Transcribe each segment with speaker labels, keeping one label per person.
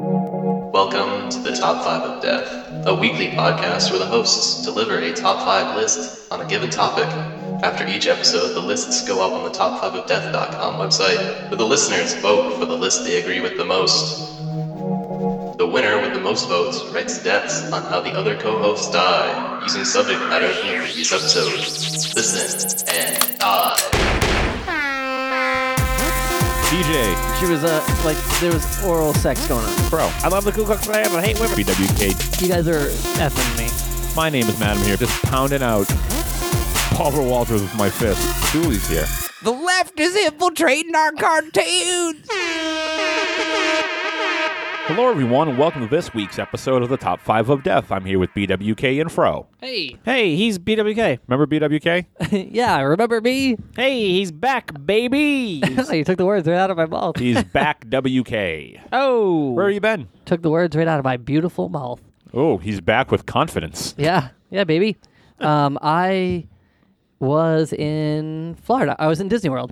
Speaker 1: Welcome to the Top 5 of Death, a weekly podcast where the hosts deliver a top 5 list on a given topic. After each episode, the lists go up on the top5ofdeath.com website, where the listeners vote for the list they agree with the most. The winner with the most votes writes deaths on how the other co hosts die, using subject matter from the previous episode. Listen and die.
Speaker 2: DJ,
Speaker 3: She was uh, like there was oral sex going on.
Speaker 2: bro, I love the Ku Klux Klan, but I hate women. BWK.
Speaker 3: You guys are effing me.
Speaker 2: My name is Madam here, just pounding out Paul Walters with my fist. Julie's here.
Speaker 4: The left is infiltrating our cartoons.
Speaker 2: Hello, everyone, and welcome to this week's episode of the Top 5 of Death. I'm here with BWK and Fro.
Speaker 3: Hey,
Speaker 5: Hey, he's BWK.
Speaker 2: Remember BWK?
Speaker 3: yeah, remember me?
Speaker 5: Hey, he's back, baby.
Speaker 3: you took the words right out of my mouth.
Speaker 2: He's back WK.
Speaker 5: oh,
Speaker 2: Where have you been?
Speaker 3: took the words right out of my beautiful mouth.
Speaker 2: Oh, he's back with confidence.
Speaker 3: Yeah, yeah, baby. Um, I was in Florida. I was in Disney World.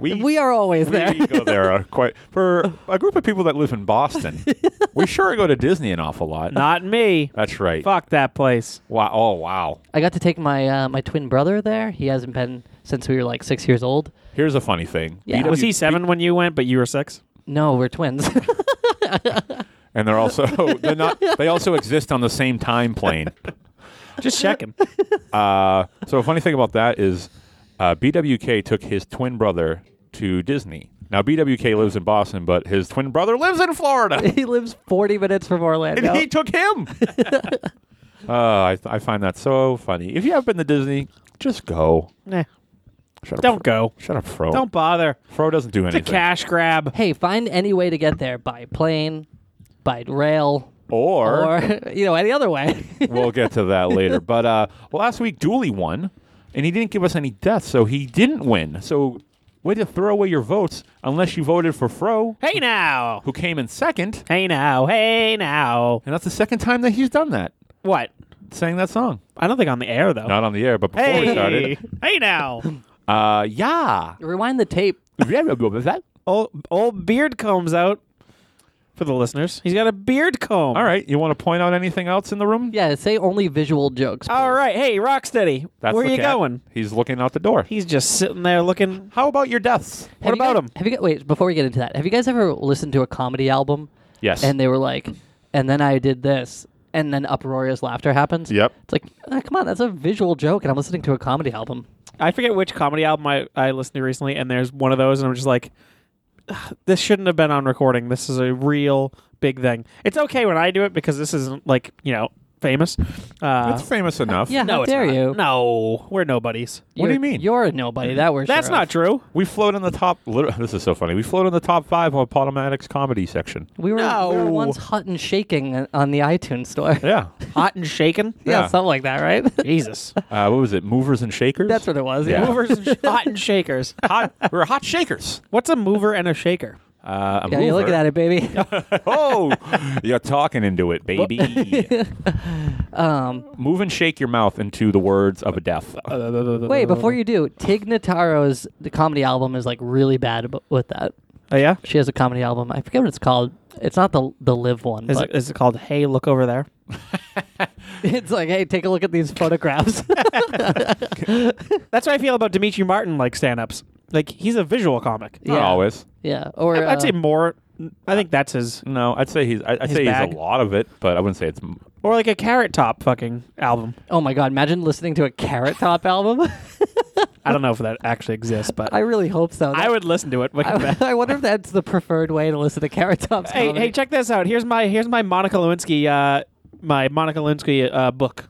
Speaker 2: We,
Speaker 3: We are always there.
Speaker 2: we go there uh, quite for a group of people that live in Boston. we sure go to Disney an awful lot.
Speaker 5: not me.
Speaker 2: That's right.
Speaker 5: Fuck that place.
Speaker 2: Wow. Oh, wow.
Speaker 3: I got to take my uh, my twin brother there. He hasn't been since we were like six years old.
Speaker 2: Here's a funny thing.
Speaker 3: Yeah.
Speaker 2: BW
Speaker 5: Was he seven when you went, but you were six?
Speaker 3: No, we're twins.
Speaker 2: and they're also they're not they also exist on the same time plane.
Speaker 5: Just checking.
Speaker 2: Uh, so a funny thing about that is uh, BWK took his twin brother to Disney. Now BWK lives in Boston, but his twin brother lives in Florida,
Speaker 3: he lives forty minutes from
Speaker 2: and
Speaker 3: Orlando.
Speaker 2: he took him. uh, I, I find that so funny. If you have been to Disney, just go.
Speaker 5: nah,
Speaker 2: Shut up,
Speaker 5: don't
Speaker 2: Fro.
Speaker 5: go.
Speaker 2: Shut up, Fro.
Speaker 5: Don't bother.
Speaker 2: Fro doesn't do
Speaker 5: It's a
Speaker 2: anything.
Speaker 5: cash grab.
Speaker 3: hey, find any way to get there by plane, by rail,
Speaker 2: or
Speaker 3: or you know any other way.
Speaker 2: we'll get to that later. But uh, last week Dooley won, and he didn't give us any deaths, so he didn't win. So way to throw away your votes unless you voted for Fro,
Speaker 5: Hey now.
Speaker 2: who came in second,
Speaker 5: Hey now. Hey now.
Speaker 2: and that's the second time that he's done that,
Speaker 5: What?
Speaker 2: sang that song.
Speaker 5: I don't think on the air though.
Speaker 2: Not on the air, but before we
Speaker 5: hey.
Speaker 2: started,
Speaker 5: Hey now.
Speaker 2: uh, yeah,
Speaker 3: Rewind the tape.
Speaker 5: old, old beard combs out for the listeners. He's got a beard comb.
Speaker 2: All right, you want to point out anything else in the room?
Speaker 3: Yeah, say only visual jokes.
Speaker 2: Oh,
Speaker 5: All right. Hey, Rocksteady.
Speaker 2: That's
Speaker 5: Where
Speaker 2: the
Speaker 5: you
Speaker 2: cat.
Speaker 5: going?
Speaker 2: He's looking out the door.
Speaker 5: He's just sitting there looking.
Speaker 2: How about your deaths?
Speaker 3: Have
Speaker 5: What
Speaker 3: you guys-
Speaker 5: about him?
Speaker 3: Have you got wait before we get into that? Have you guys ever listened to a comedy album
Speaker 2: Yes.
Speaker 3: and they were like, and then I did this, and then uproarious laughter happens?
Speaker 2: Yep.
Speaker 3: It's like, ah, come on, that's a visual joke, and I'm listening to a comedy album.
Speaker 5: I forget which comedy album I, I listened to recently, and there's one of those, and I'm just like, this shouldn't have been on recording. This is a real big thing. It's okay when I do it because this isn't like you know famous. Uh,
Speaker 2: That's famous enough.
Speaker 3: Yeah, how
Speaker 5: no, it's
Speaker 3: dare
Speaker 5: not.
Speaker 3: you?
Speaker 5: No, we're nobodies.
Speaker 2: What do
Speaker 3: You're-
Speaker 2: you mean?
Speaker 3: You're a nobody. That we're
Speaker 5: That's
Speaker 3: sure
Speaker 5: not
Speaker 3: of.
Speaker 5: true.
Speaker 2: We float in the top. Liter- this is so funny. We float in the top five on Podomatic's comedy section.
Speaker 3: We were, we were
Speaker 5: No.
Speaker 3: once hot and shaking on the iTunes store. yeah,
Speaker 2: Yeah.
Speaker 5: Hot and shaken. Oh,
Speaker 2: Yeah.
Speaker 3: something like that, right?
Speaker 5: Jesus.
Speaker 2: Uh, what was it? Movers and shakers.
Speaker 3: that's what it was.
Speaker 2: Yeah.
Speaker 5: Movers and sh- hot and shakers.
Speaker 2: hot. We're hot shakers.
Speaker 5: What's a mover and a shaker?
Speaker 2: Uh, a
Speaker 3: Yeah, you're looking at it, baby.
Speaker 2: it. Oh, you're talking into it, baby.
Speaker 3: Um, Uh,
Speaker 2: Move and shake your mouth into the words of a death.
Speaker 3: wait, before you do, Tig Notaro's the comedy album is like really bad abo- with that.
Speaker 5: Oh yeah.
Speaker 3: She has a comedy album. I forget what it's called. It's not the the live one,
Speaker 5: Is
Speaker 3: but
Speaker 5: it, is it called Hey Look Over There?
Speaker 3: it's like, hey, take a look at these photographs.
Speaker 5: That's how I feel about Dimitri Martin like stand ups. Like he's a visual comic.
Speaker 2: Not
Speaker 3: yeah.
Speaker 2: always.
Speaker 3: yeah, or
Speaker 5: I- I'd say
Speaker 3: uh,
Speaker 5: more I think that's his
Speaker 2: No, I'd say he's. I- I'd say
Speaker 5: bag?
Speaker 2: he's a lot of it, but I wouldn't say it's. m-
Speaker 5: or like a carrot top fucking album.
Speaker 3: oh my god, imagine listening to a Carrot Top album.
Speaker 5: I don't know if that actually exists, but
Speaker 3: I
Speaker 5: I,
Speaker 3: really hope so. That-
Speaker 5: would listen to it. Look at
Speaker 3: I,
Speaker 5: that.
Speaker 3: I wonder if that's the preferred way to listen to Carrot Top's
Speaker 5: hey,
Speaker 3: comedy.
Speaker 5: hey, check this out. Here's my here's my Monica Lewinsky uh my Monica Lewinsky uh, book.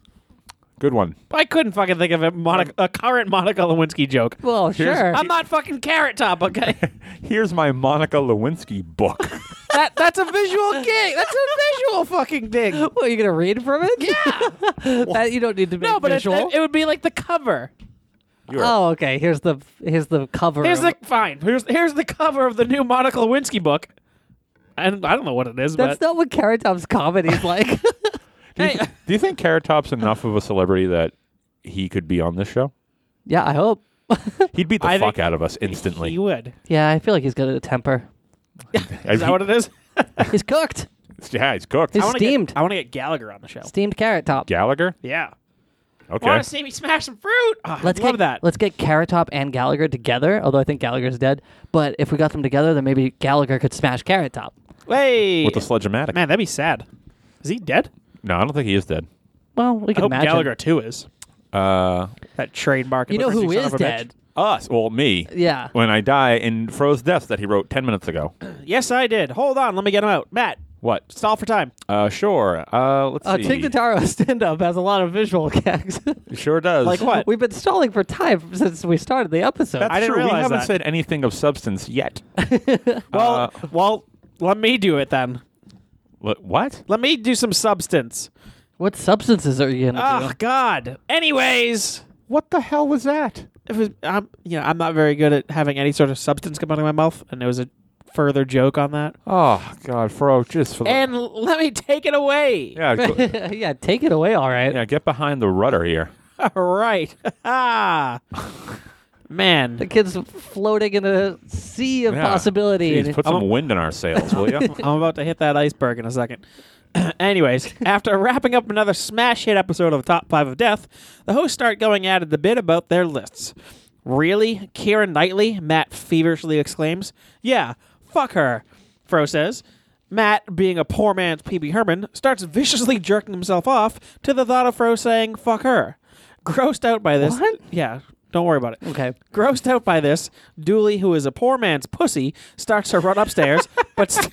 Speaker 2: Good one.
Speaker 5: I couldn't fucking think of a Monica, a current Monica Lewinsky joke.
Speaker 3: well, sure.
Speaker 5: I'm not fucking carrot top, okay?
Speaker 2: Here's my Monica Lewinsky book.
Speaker 5: that that's a visual gig. That's a visual fucking dig.
Speaker 3: Well, you're gonna read from it? Yeah. that, you don't need to make
Speaker 5: No, but it,
Speaker 3: visual.
Speaker 5: it, it would be like the cover.
Speaker 2: You're a-
Speaker 3: oh, okay. Here's the here's the cover.
Speaker 5: Here's
Speaker 3: of
Speaker 5: the
Speaker 3: it.
Speaker 5: fine. Here's here's the cover of the new Monica Lewinsky book. And I don't know what it is,
Speaker 3: That's
Speaker 5: but
Speaker 3: not what Carrot Top's comedy is like.
Speaker 2: do, you,
Speaker 5: hey.
Speaker 2: do you think Carrot Top's enough of a celebrity that he could be on this show?
Speaker 3: yeah, I hope.
Speaker 2: He'd beat the
Speaker 5: I
Speaker 2: fuck
Speaker 5: think
Speaker 2: out of us instantly.
Speaker 5: he would.
Speaker 3: Yeah, I feel like he's good at a temper.
Speaker 5: Is that what it is?
Speaker 3: He's cooked.
Speaker 2: Yeah, he's cooked.
Speaker 3: He's
Speaker 5: I wanna
Speaker 3: steamed.
Speaker 5: Get, I want to get Gallagher on the show.
Speaker 3: Steamed carrot top.
Speaker 2: Gallagher.
Speaker 5: Yeah.
Speaker 2: Okay.
Speaker 5: Want to see me smash some fruit? Ah,
Speaker 3: Let's
Speaker 5: love
Speaker 3: get
Speaker 5: that.
Speaker 3: let's get Carrot Top and Gallagher together. Although I think Gallagher's dead, but if we got them together, then maybe Gallagher could smash Carrot Top.
Speaker 5: Hey.
Speaker 2: With the sledge-o-matic.
Speaker 5: Man, that'd be sad. Is he dead?
Speaker 2: No, I don't think he is dead.
Speaker 3: Well, we
Speaker 5: I
Speaker 3: can
Speaker 5: hope
Speaker 3: imagine.
Speaker 5: Gallagher too is.
Speaker 2: Uh,
Speaker 5: That trademark.
Speaker 3: You know
Speaker 5: Liberty
Speaker 3: who
Speaker 5: son
Speaker 3: is
Speaker 5: of a bitch.
Speaker 3: dead?
Speaker 2: us. Well, me.
Speaker 3: Yeah.
Speaker 2: When I die in Froze Death that he wrote 10 minutes ago.
Speaker 5: Yes, I did. Hold on, let me get him out. Matt,
Speaker 2: What?
Speaker 5: stall for time.
Speaker 2: Uh, sure. Uh, let's
Speaker 3: Uh,
Speaker 2: see.
Speaker 3: Tig Notaro stand up has a lot of visual gags.
Speaker 2: Sure does.
Speaker 5: Like what?
Speaker 3: We've been stalling for time since we started the episode.
Speaker 2: That's
Speaker 5: I didn't
Speaker 2: true. we
Speaker 5: realize
Speaker 2: haven't
Speaker 5: that.
Speaker 2: said anything of substance yet.
Speaker 5: Well,
Speaker 2: Uh,
Speaker 5: well, let me do it then.
Speaker 2: L- what?
Speaker 5: Let me do some substance.
Speaker 3: what substances are you gonna
Speaker 5: Oh
Speaker 3: do?
Speaker 5: God. Anyways,
Speaker 2: What the hell was that?
Speaker 5: it was, I'm you know I'm not very good at having any sort of substance come out of my mouth, and there was a further joke on that.
Speaker 2: Oh God, Fro, just for the
Speaker 5: And l- let me take it away.
Speaker 2: yeah, go-
Speaker 3: yeah, take it away. All right.
Speaker 2: yeah, get behind the rudder here.
Speaker 5: All right. Ah.
Speaker 3: The
Speaker 5: Man,
Speaker 3: kid's floating in a sea of
Speaker 2: Yeah.
Speaker 3: possibility.
Speaker 2: Jeez,
Speaker 3: and-
Speaker 2: put some wind in our sails, will you?
Speaker 5: I'm about to hit that iceberg in a second. Anyways, after wrapping up another smash hit episode of Top 5 of Death, the hosts start going at it a bit about their lists. Really? Kieran Knightley? Matt feverishly exclaims. Yeah, fuck her, Fro says. Matt, being a poor man's PB Herman, starts viciously jerking himself off to the thought of Fro saying, fuck her. Grossed out by this.
Speaker 3: What?
Speaker 5: Yeah, don't worry about it.
Speaker 3: Okay.
Speaker 5: Grossed out by this, Dooley, who is a poor man's pussy, starts to run upstairs, but st-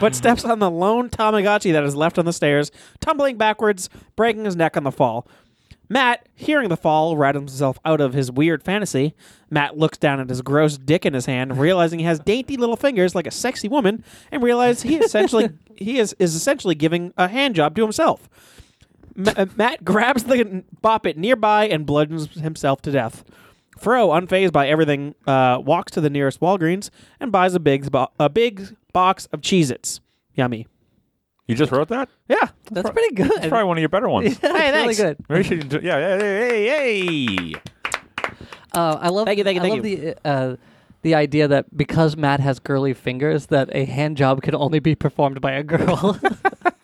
Speaker 5: but steps on the lone Tamagotchi that is left on the stairs, tumbling backwards, breaking his neck on the fall. Matt, hearing the fall, rattles himself out of his weird fantasy. Matt looks down at his gross dick in his hand, realizing he has dainty little fingers like a sexy woman, and realizes he essentially he is, is essentially giving a hand job to himself. Ma- uh, Matt grabs the boppet nearby and bludgeons himself to death. Fro, unfazed by everything, uh, walks to the nearest Walgreens and buys a big, bo- a big box of Cheez-Its. Yummy.
Speaker 2: You just wrote that?
Speaker 5: Yeah.
Speaker 3: That's pretty good.
Speaker 2: It's probably one of your better ones.
Speaker 3: That's really
Speaker 5: thanks.
Speaker 3: good.
Speaker 2: Maybe you should. do- Yeah, yeah, hey, hey, hey.
Speaker 3: Uh, I love.
Speaker 5: Thank you, thank you,
Speaker 3: I
Speaker 5: thank
Speaker 3: love
Speaker 5: you.
Speaker 3: the uh, the idea that because Matt has girly fingers, that a hand job can only be performed by a girl.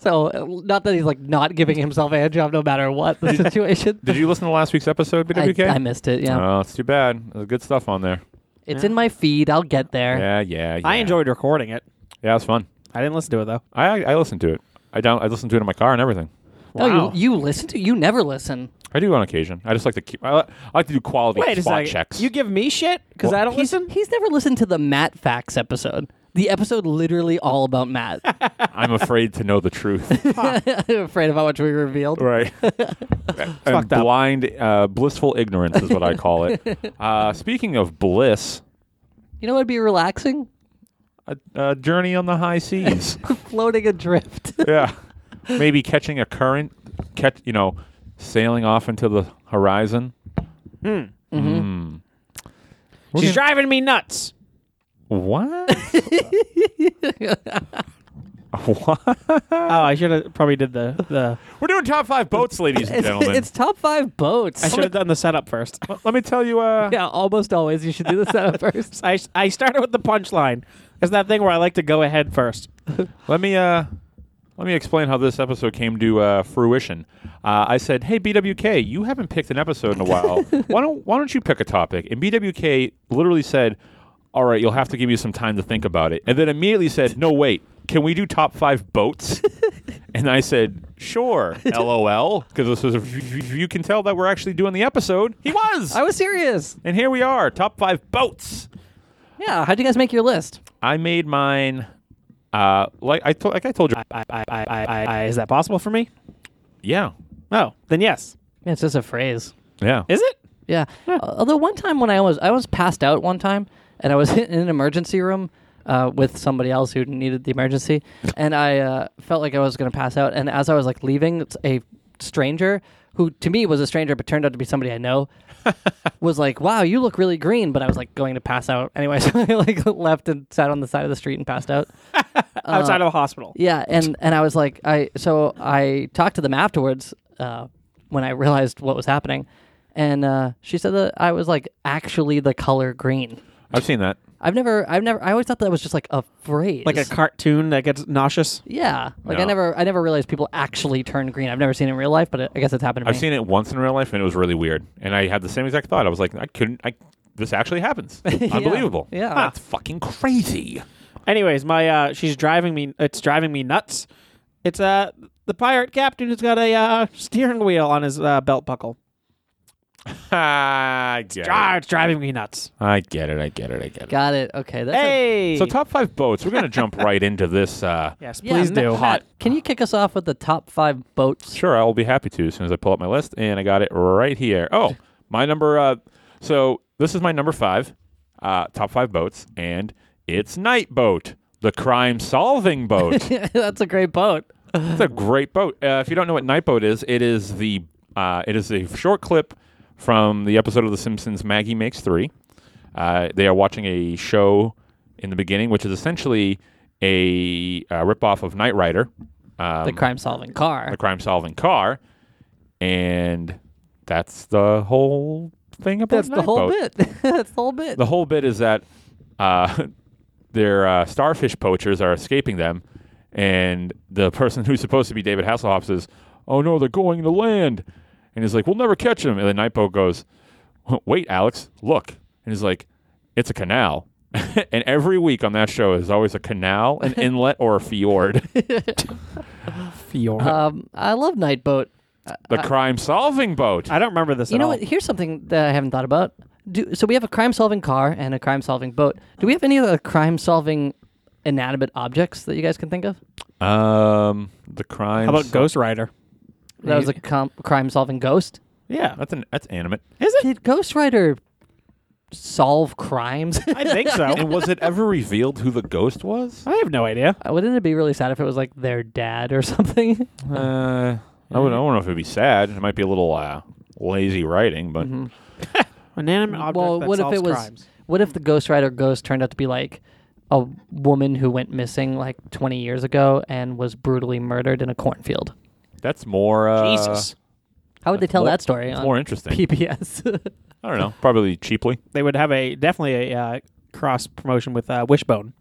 Speaker 3: so, uh, not that he's like not giving himself a hand job no matter what the situation.
Speaker 2: Did you listen to last week's episode,
Speaker 3: I,
Speaker 2: BWK?
Speaker 3: I missed it. Yeah,
Speaker 2: Oh, it's too bad. There's good stuff on there.
Speaker 3: it's in my feed. I'll get there.
Speaker 2: Yeah, yeah, yeah.
Speaker 5: I enjoyed recording it.
Speaker 2: Yeah, it was fun.
Speaker 5: I didn't listen to it though.
Speaker 2: I I listened to it. I down. I listened to it in my car and everything.
Speaker 5: Wow.
Speaker 3: Oh, you, you listen to? You never listen.
Speaker 2: I do on occasion. I just like to keep. I, li- I like to do quality
Speaker 5: Wait a
Speaker 2: spot
Speaker 5: second.
Speaker 2: checks.
Speaker 5: You give me shit because
Speaker 2: Well,
Speaker 5: I don't
Speaker 3: He's,
Speaker 5: listen.
Speaker 3: he's never listened to the Matt Facts episode. The episode literally all about Matt.
Speaker 2: I'm afraid to know the truth.
Speaker 3: I'm afraid about what we revealed.
Speaker 2: right. and
Speaker 5: fucked up.
Speaker 2: blind, uh, blissful ignorance is what I call it. uh, speaking of bliss,
Speaker 3: You know what'd be relaxing?
Speaker 2: a, a journey on the high seas.
Speaker 3: Floating adrift.
Speaker 2: yeah. Maybe catching a current, catch you know, sailing off into the horizon. Hmm.
Speaker 5: She's driving me nuts.
Speaker 2: What? what?
Speaker 5: Oh, I should have probably did the the.
Speaker 2: We're doing top five boats, ladies and
Speaker 3: it's,
Speaker 2: gentlemen.
Speaker 3: it's top five boats.
Speaker 5: I should have done the setup first.
Speaker 2: Let me tell you. Uh,
Speaker 3: Yeah, almost always. You should do the setup first.
Speaker 5: I I started with the punchline. It's that thing where I like to go ahead first.
Speaker 2: Let me uh, let me explain how this episode came to uh, fruition. Uh, I said, "Hey, BWK, you haven't picked an episode in a while. why don't Why don't you pick a topic?" And BWK literally said, "All right, you'll have to give me some time to think about it." And then immediately said, "No, wait, can we do top five boats?" and I said, "Sure, lol," because this was a, you can tell that we're actually doing the episode. He was,
Speaker 3: I was serious.
Speaker 2: and here we are, top five boats.
Speaker 3: Yeah. How'd you guys make your list?
Speaker 2: I made mine. Uh, like I told, like I told you,
Speaker 5: I, I, I, I, I, I, is that possible for me?
Speaker 2: yeah,
Speaker 5: No. Oh, Then yes.
Speaker 3: Yeah, it's just a phrase.
Speaker 2: yeah.
Speaker 5: Is it?
Speaker 3: Yeah. Uh, Although one time when I was I was passed out one time and I was in an emergency room uh, with somebody else who needed the emergency and I uh, felt like I was going to pass out and as I was like leaving it's a stranger who to me was a stranger but turned out to be somebody I know was like, "Wow, you look really green," but I was like going to pass out anyway, so I like left and sat on the side of the street and passed out. Uh,
Speaker 5: Outside of a hospital.
Speaker 3: Yeah, and and I was like, I so I talked to them afterwards uh, when I realized what was happening, and uh, she said that I was like actually the color green.
Speaker 2: I've seen that.
Speaker 3: I've never, I've never, I always thought that was just like a phrase,
Speaker 5: Like a cartoon that gets nauseous.
Speaker 3: yeah. Like I
Speaker 2: No.
Speaker 3: never, I never realized people actually turn green. I've never seen it in real life, but it, I guess it's happened to
Speaker 2: I've
Speaker 3: me.
Speaker 2: seen it once in real life, and it was really weird. And I had the same exact thought. I was like, I couldn't. I this actually happens.
Speaker 3: Yeah.
Speaker 2: Unbelievable.
Speaker 3: Yeah.
Speaker 2: that's fucking crazy.
Speaker 5: Anyways, my uh, she's driving me. It's driving me nuts. It's uh the pirate captain who's got a uh, steering wheel on his uh, belt buckle.
Speaker 2: I get
Speaker 5: Ah, it's driving me nuts.
Speaker 2: it. I get it. I get it. I get it.
Speaker 3: Got it. Okay. That's a-
Speaker 5: Hey.
Speaker 2: So top five boats. We're gonna jump right into this. Uh,
Speaker 5: yes,
Speaker 3: yeah,
Speaker 5: please
Speaker 3: Ma-
Speaker 5: do.
Speaker 3: Matt, Can you kick us off with the top five boats?
Speaker 2: Sure, I'll be happy to as soon as I pull up my list, and I got it right here. Oh, my number. Uh, so this is my number five, uh, top five boats, and it's night boat, the crime-solving boat.
Speaker 3: That's a great boat.
Speaker 2: It's a great boat. Uh, if you don't know what Night Boat is, it is the uh, it is a short clip from the episode of The Simpsons Maggie Makes Three. Uh, they are watching a show in the beginning, which is essentially a uh, ripoff of Knight Rider, um,
Speaker 3: The crime-solving car.
Speaker 2: the crime-solving car, and that's the whole thing about
Speaker 3: That's the
Speaker 2: Night
Speaker 3: whole
Speaker 2: Boat.
Speaker 3: bit. That's the whole bit.
Speaker 2: The whole bit is that uh, their uh, starfish poachers are escaping them, and the person who's supposed to be David Hasselhoff says, "Oh no, they're going to land," and he's like, "We'll never catch them." And the night boat goes, "Wait, Alex, look," and he's like, "It's a canal." and every week on that show is always a canal, an inlet, or a fjord.
Speaker 5: Uh,
Speaker 3: Um, I love night boat.
Speaker 2: the crime-solving boat.
Speaker 5: I don't remember this.
Speaker 3: You
Speaker 5: at
Speaker 3: know
Speaker 5: all.
Speaker 3: what? Here's something that I haven't thought about. Do, so we have a crime-solving car and a crime-solving boat. Do we have any other crime-solving inanimate objects that you guys can think of?
Speaker 2: um, the crime.
Speaker 5: How about Ghost Rider?
Speaker 3: That was a com- crime-solving ghost.
Speaker 5: Yeah,
Speaker 2: That's an that's animate.
Speaker 5: is it?
Speaker 3: Did Ghost Rider solve crimes?
Speaker 5: I think so.
Speaker 2: and was it ever revealed who the ghost was?
Speaker 5: I have no idea.
Speaker 3: Uh, Wouldn't it be really sad if it was like their dad or something?
Speaker 2: Uh, I would. I don't know if it'd be sad. It might be a little uh, lazy writing, but
Speaker 5: Inanimate object
Speaker 3: well,
Speaker 5: that
Speaker 3: what if
Speaker 5: solves
Speaker 3: it was?
Speaker 5: crimes.
Speaker 3: What if the Ghost Rider ghost turned out to be like a woman who went missing like 20 years ago and was brutally murdered in a cornfield?
Speaker 2: that's more. Uh,
Speaker 5: Jesus?
Speaker 3: How would they tell
Speaker 2: more-
Speaker 3: that story?
Speaker 2: It's
Speaker 3: on
Speaker 2: more interesting.
Speaker 3: PBS.
Speaker 2: I don't know. Probably cheaply.
Speaker 5: They would have a definitely a uh, cross promotion with uh, Wishbone.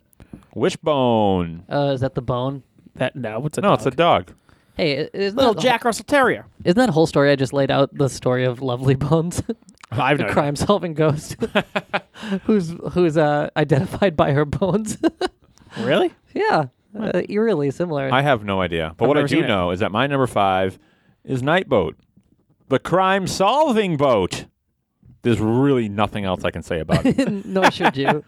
Speaker 2: Wishbone.
Speaker 3: uh, is that the bone?
Speaker 5: That no, it's a
Speaker 2: No, it's a
Speaker 5: dog.
Speaker 2: dog.
Speaker 3: Hey, i- isn't
Speaker 5: little
Speaker 3: that
Speaker 5: Jack Russell Terrier.
Speaker 3: Isn't that whole story I just laid out the story of Lovely Bones,
Speaker 5: I've
Speaker 3: the crime-solving ghost, who's who's uh, identified by her bones?
Speaker 5: Really?
Speaker 3: yeah, uh, eerily similar.
Speaker 2: I have no idea. But
Speaker 5: I've
Speaker 2: what I
Speaker 5: never seen
Speaker 2: do
Speaker 5: it.
Speaker 2: know is that my number five is Night Boat, the crime-solving boat. There's really nothing else I can say about it.
Speaker 3: Nor should you.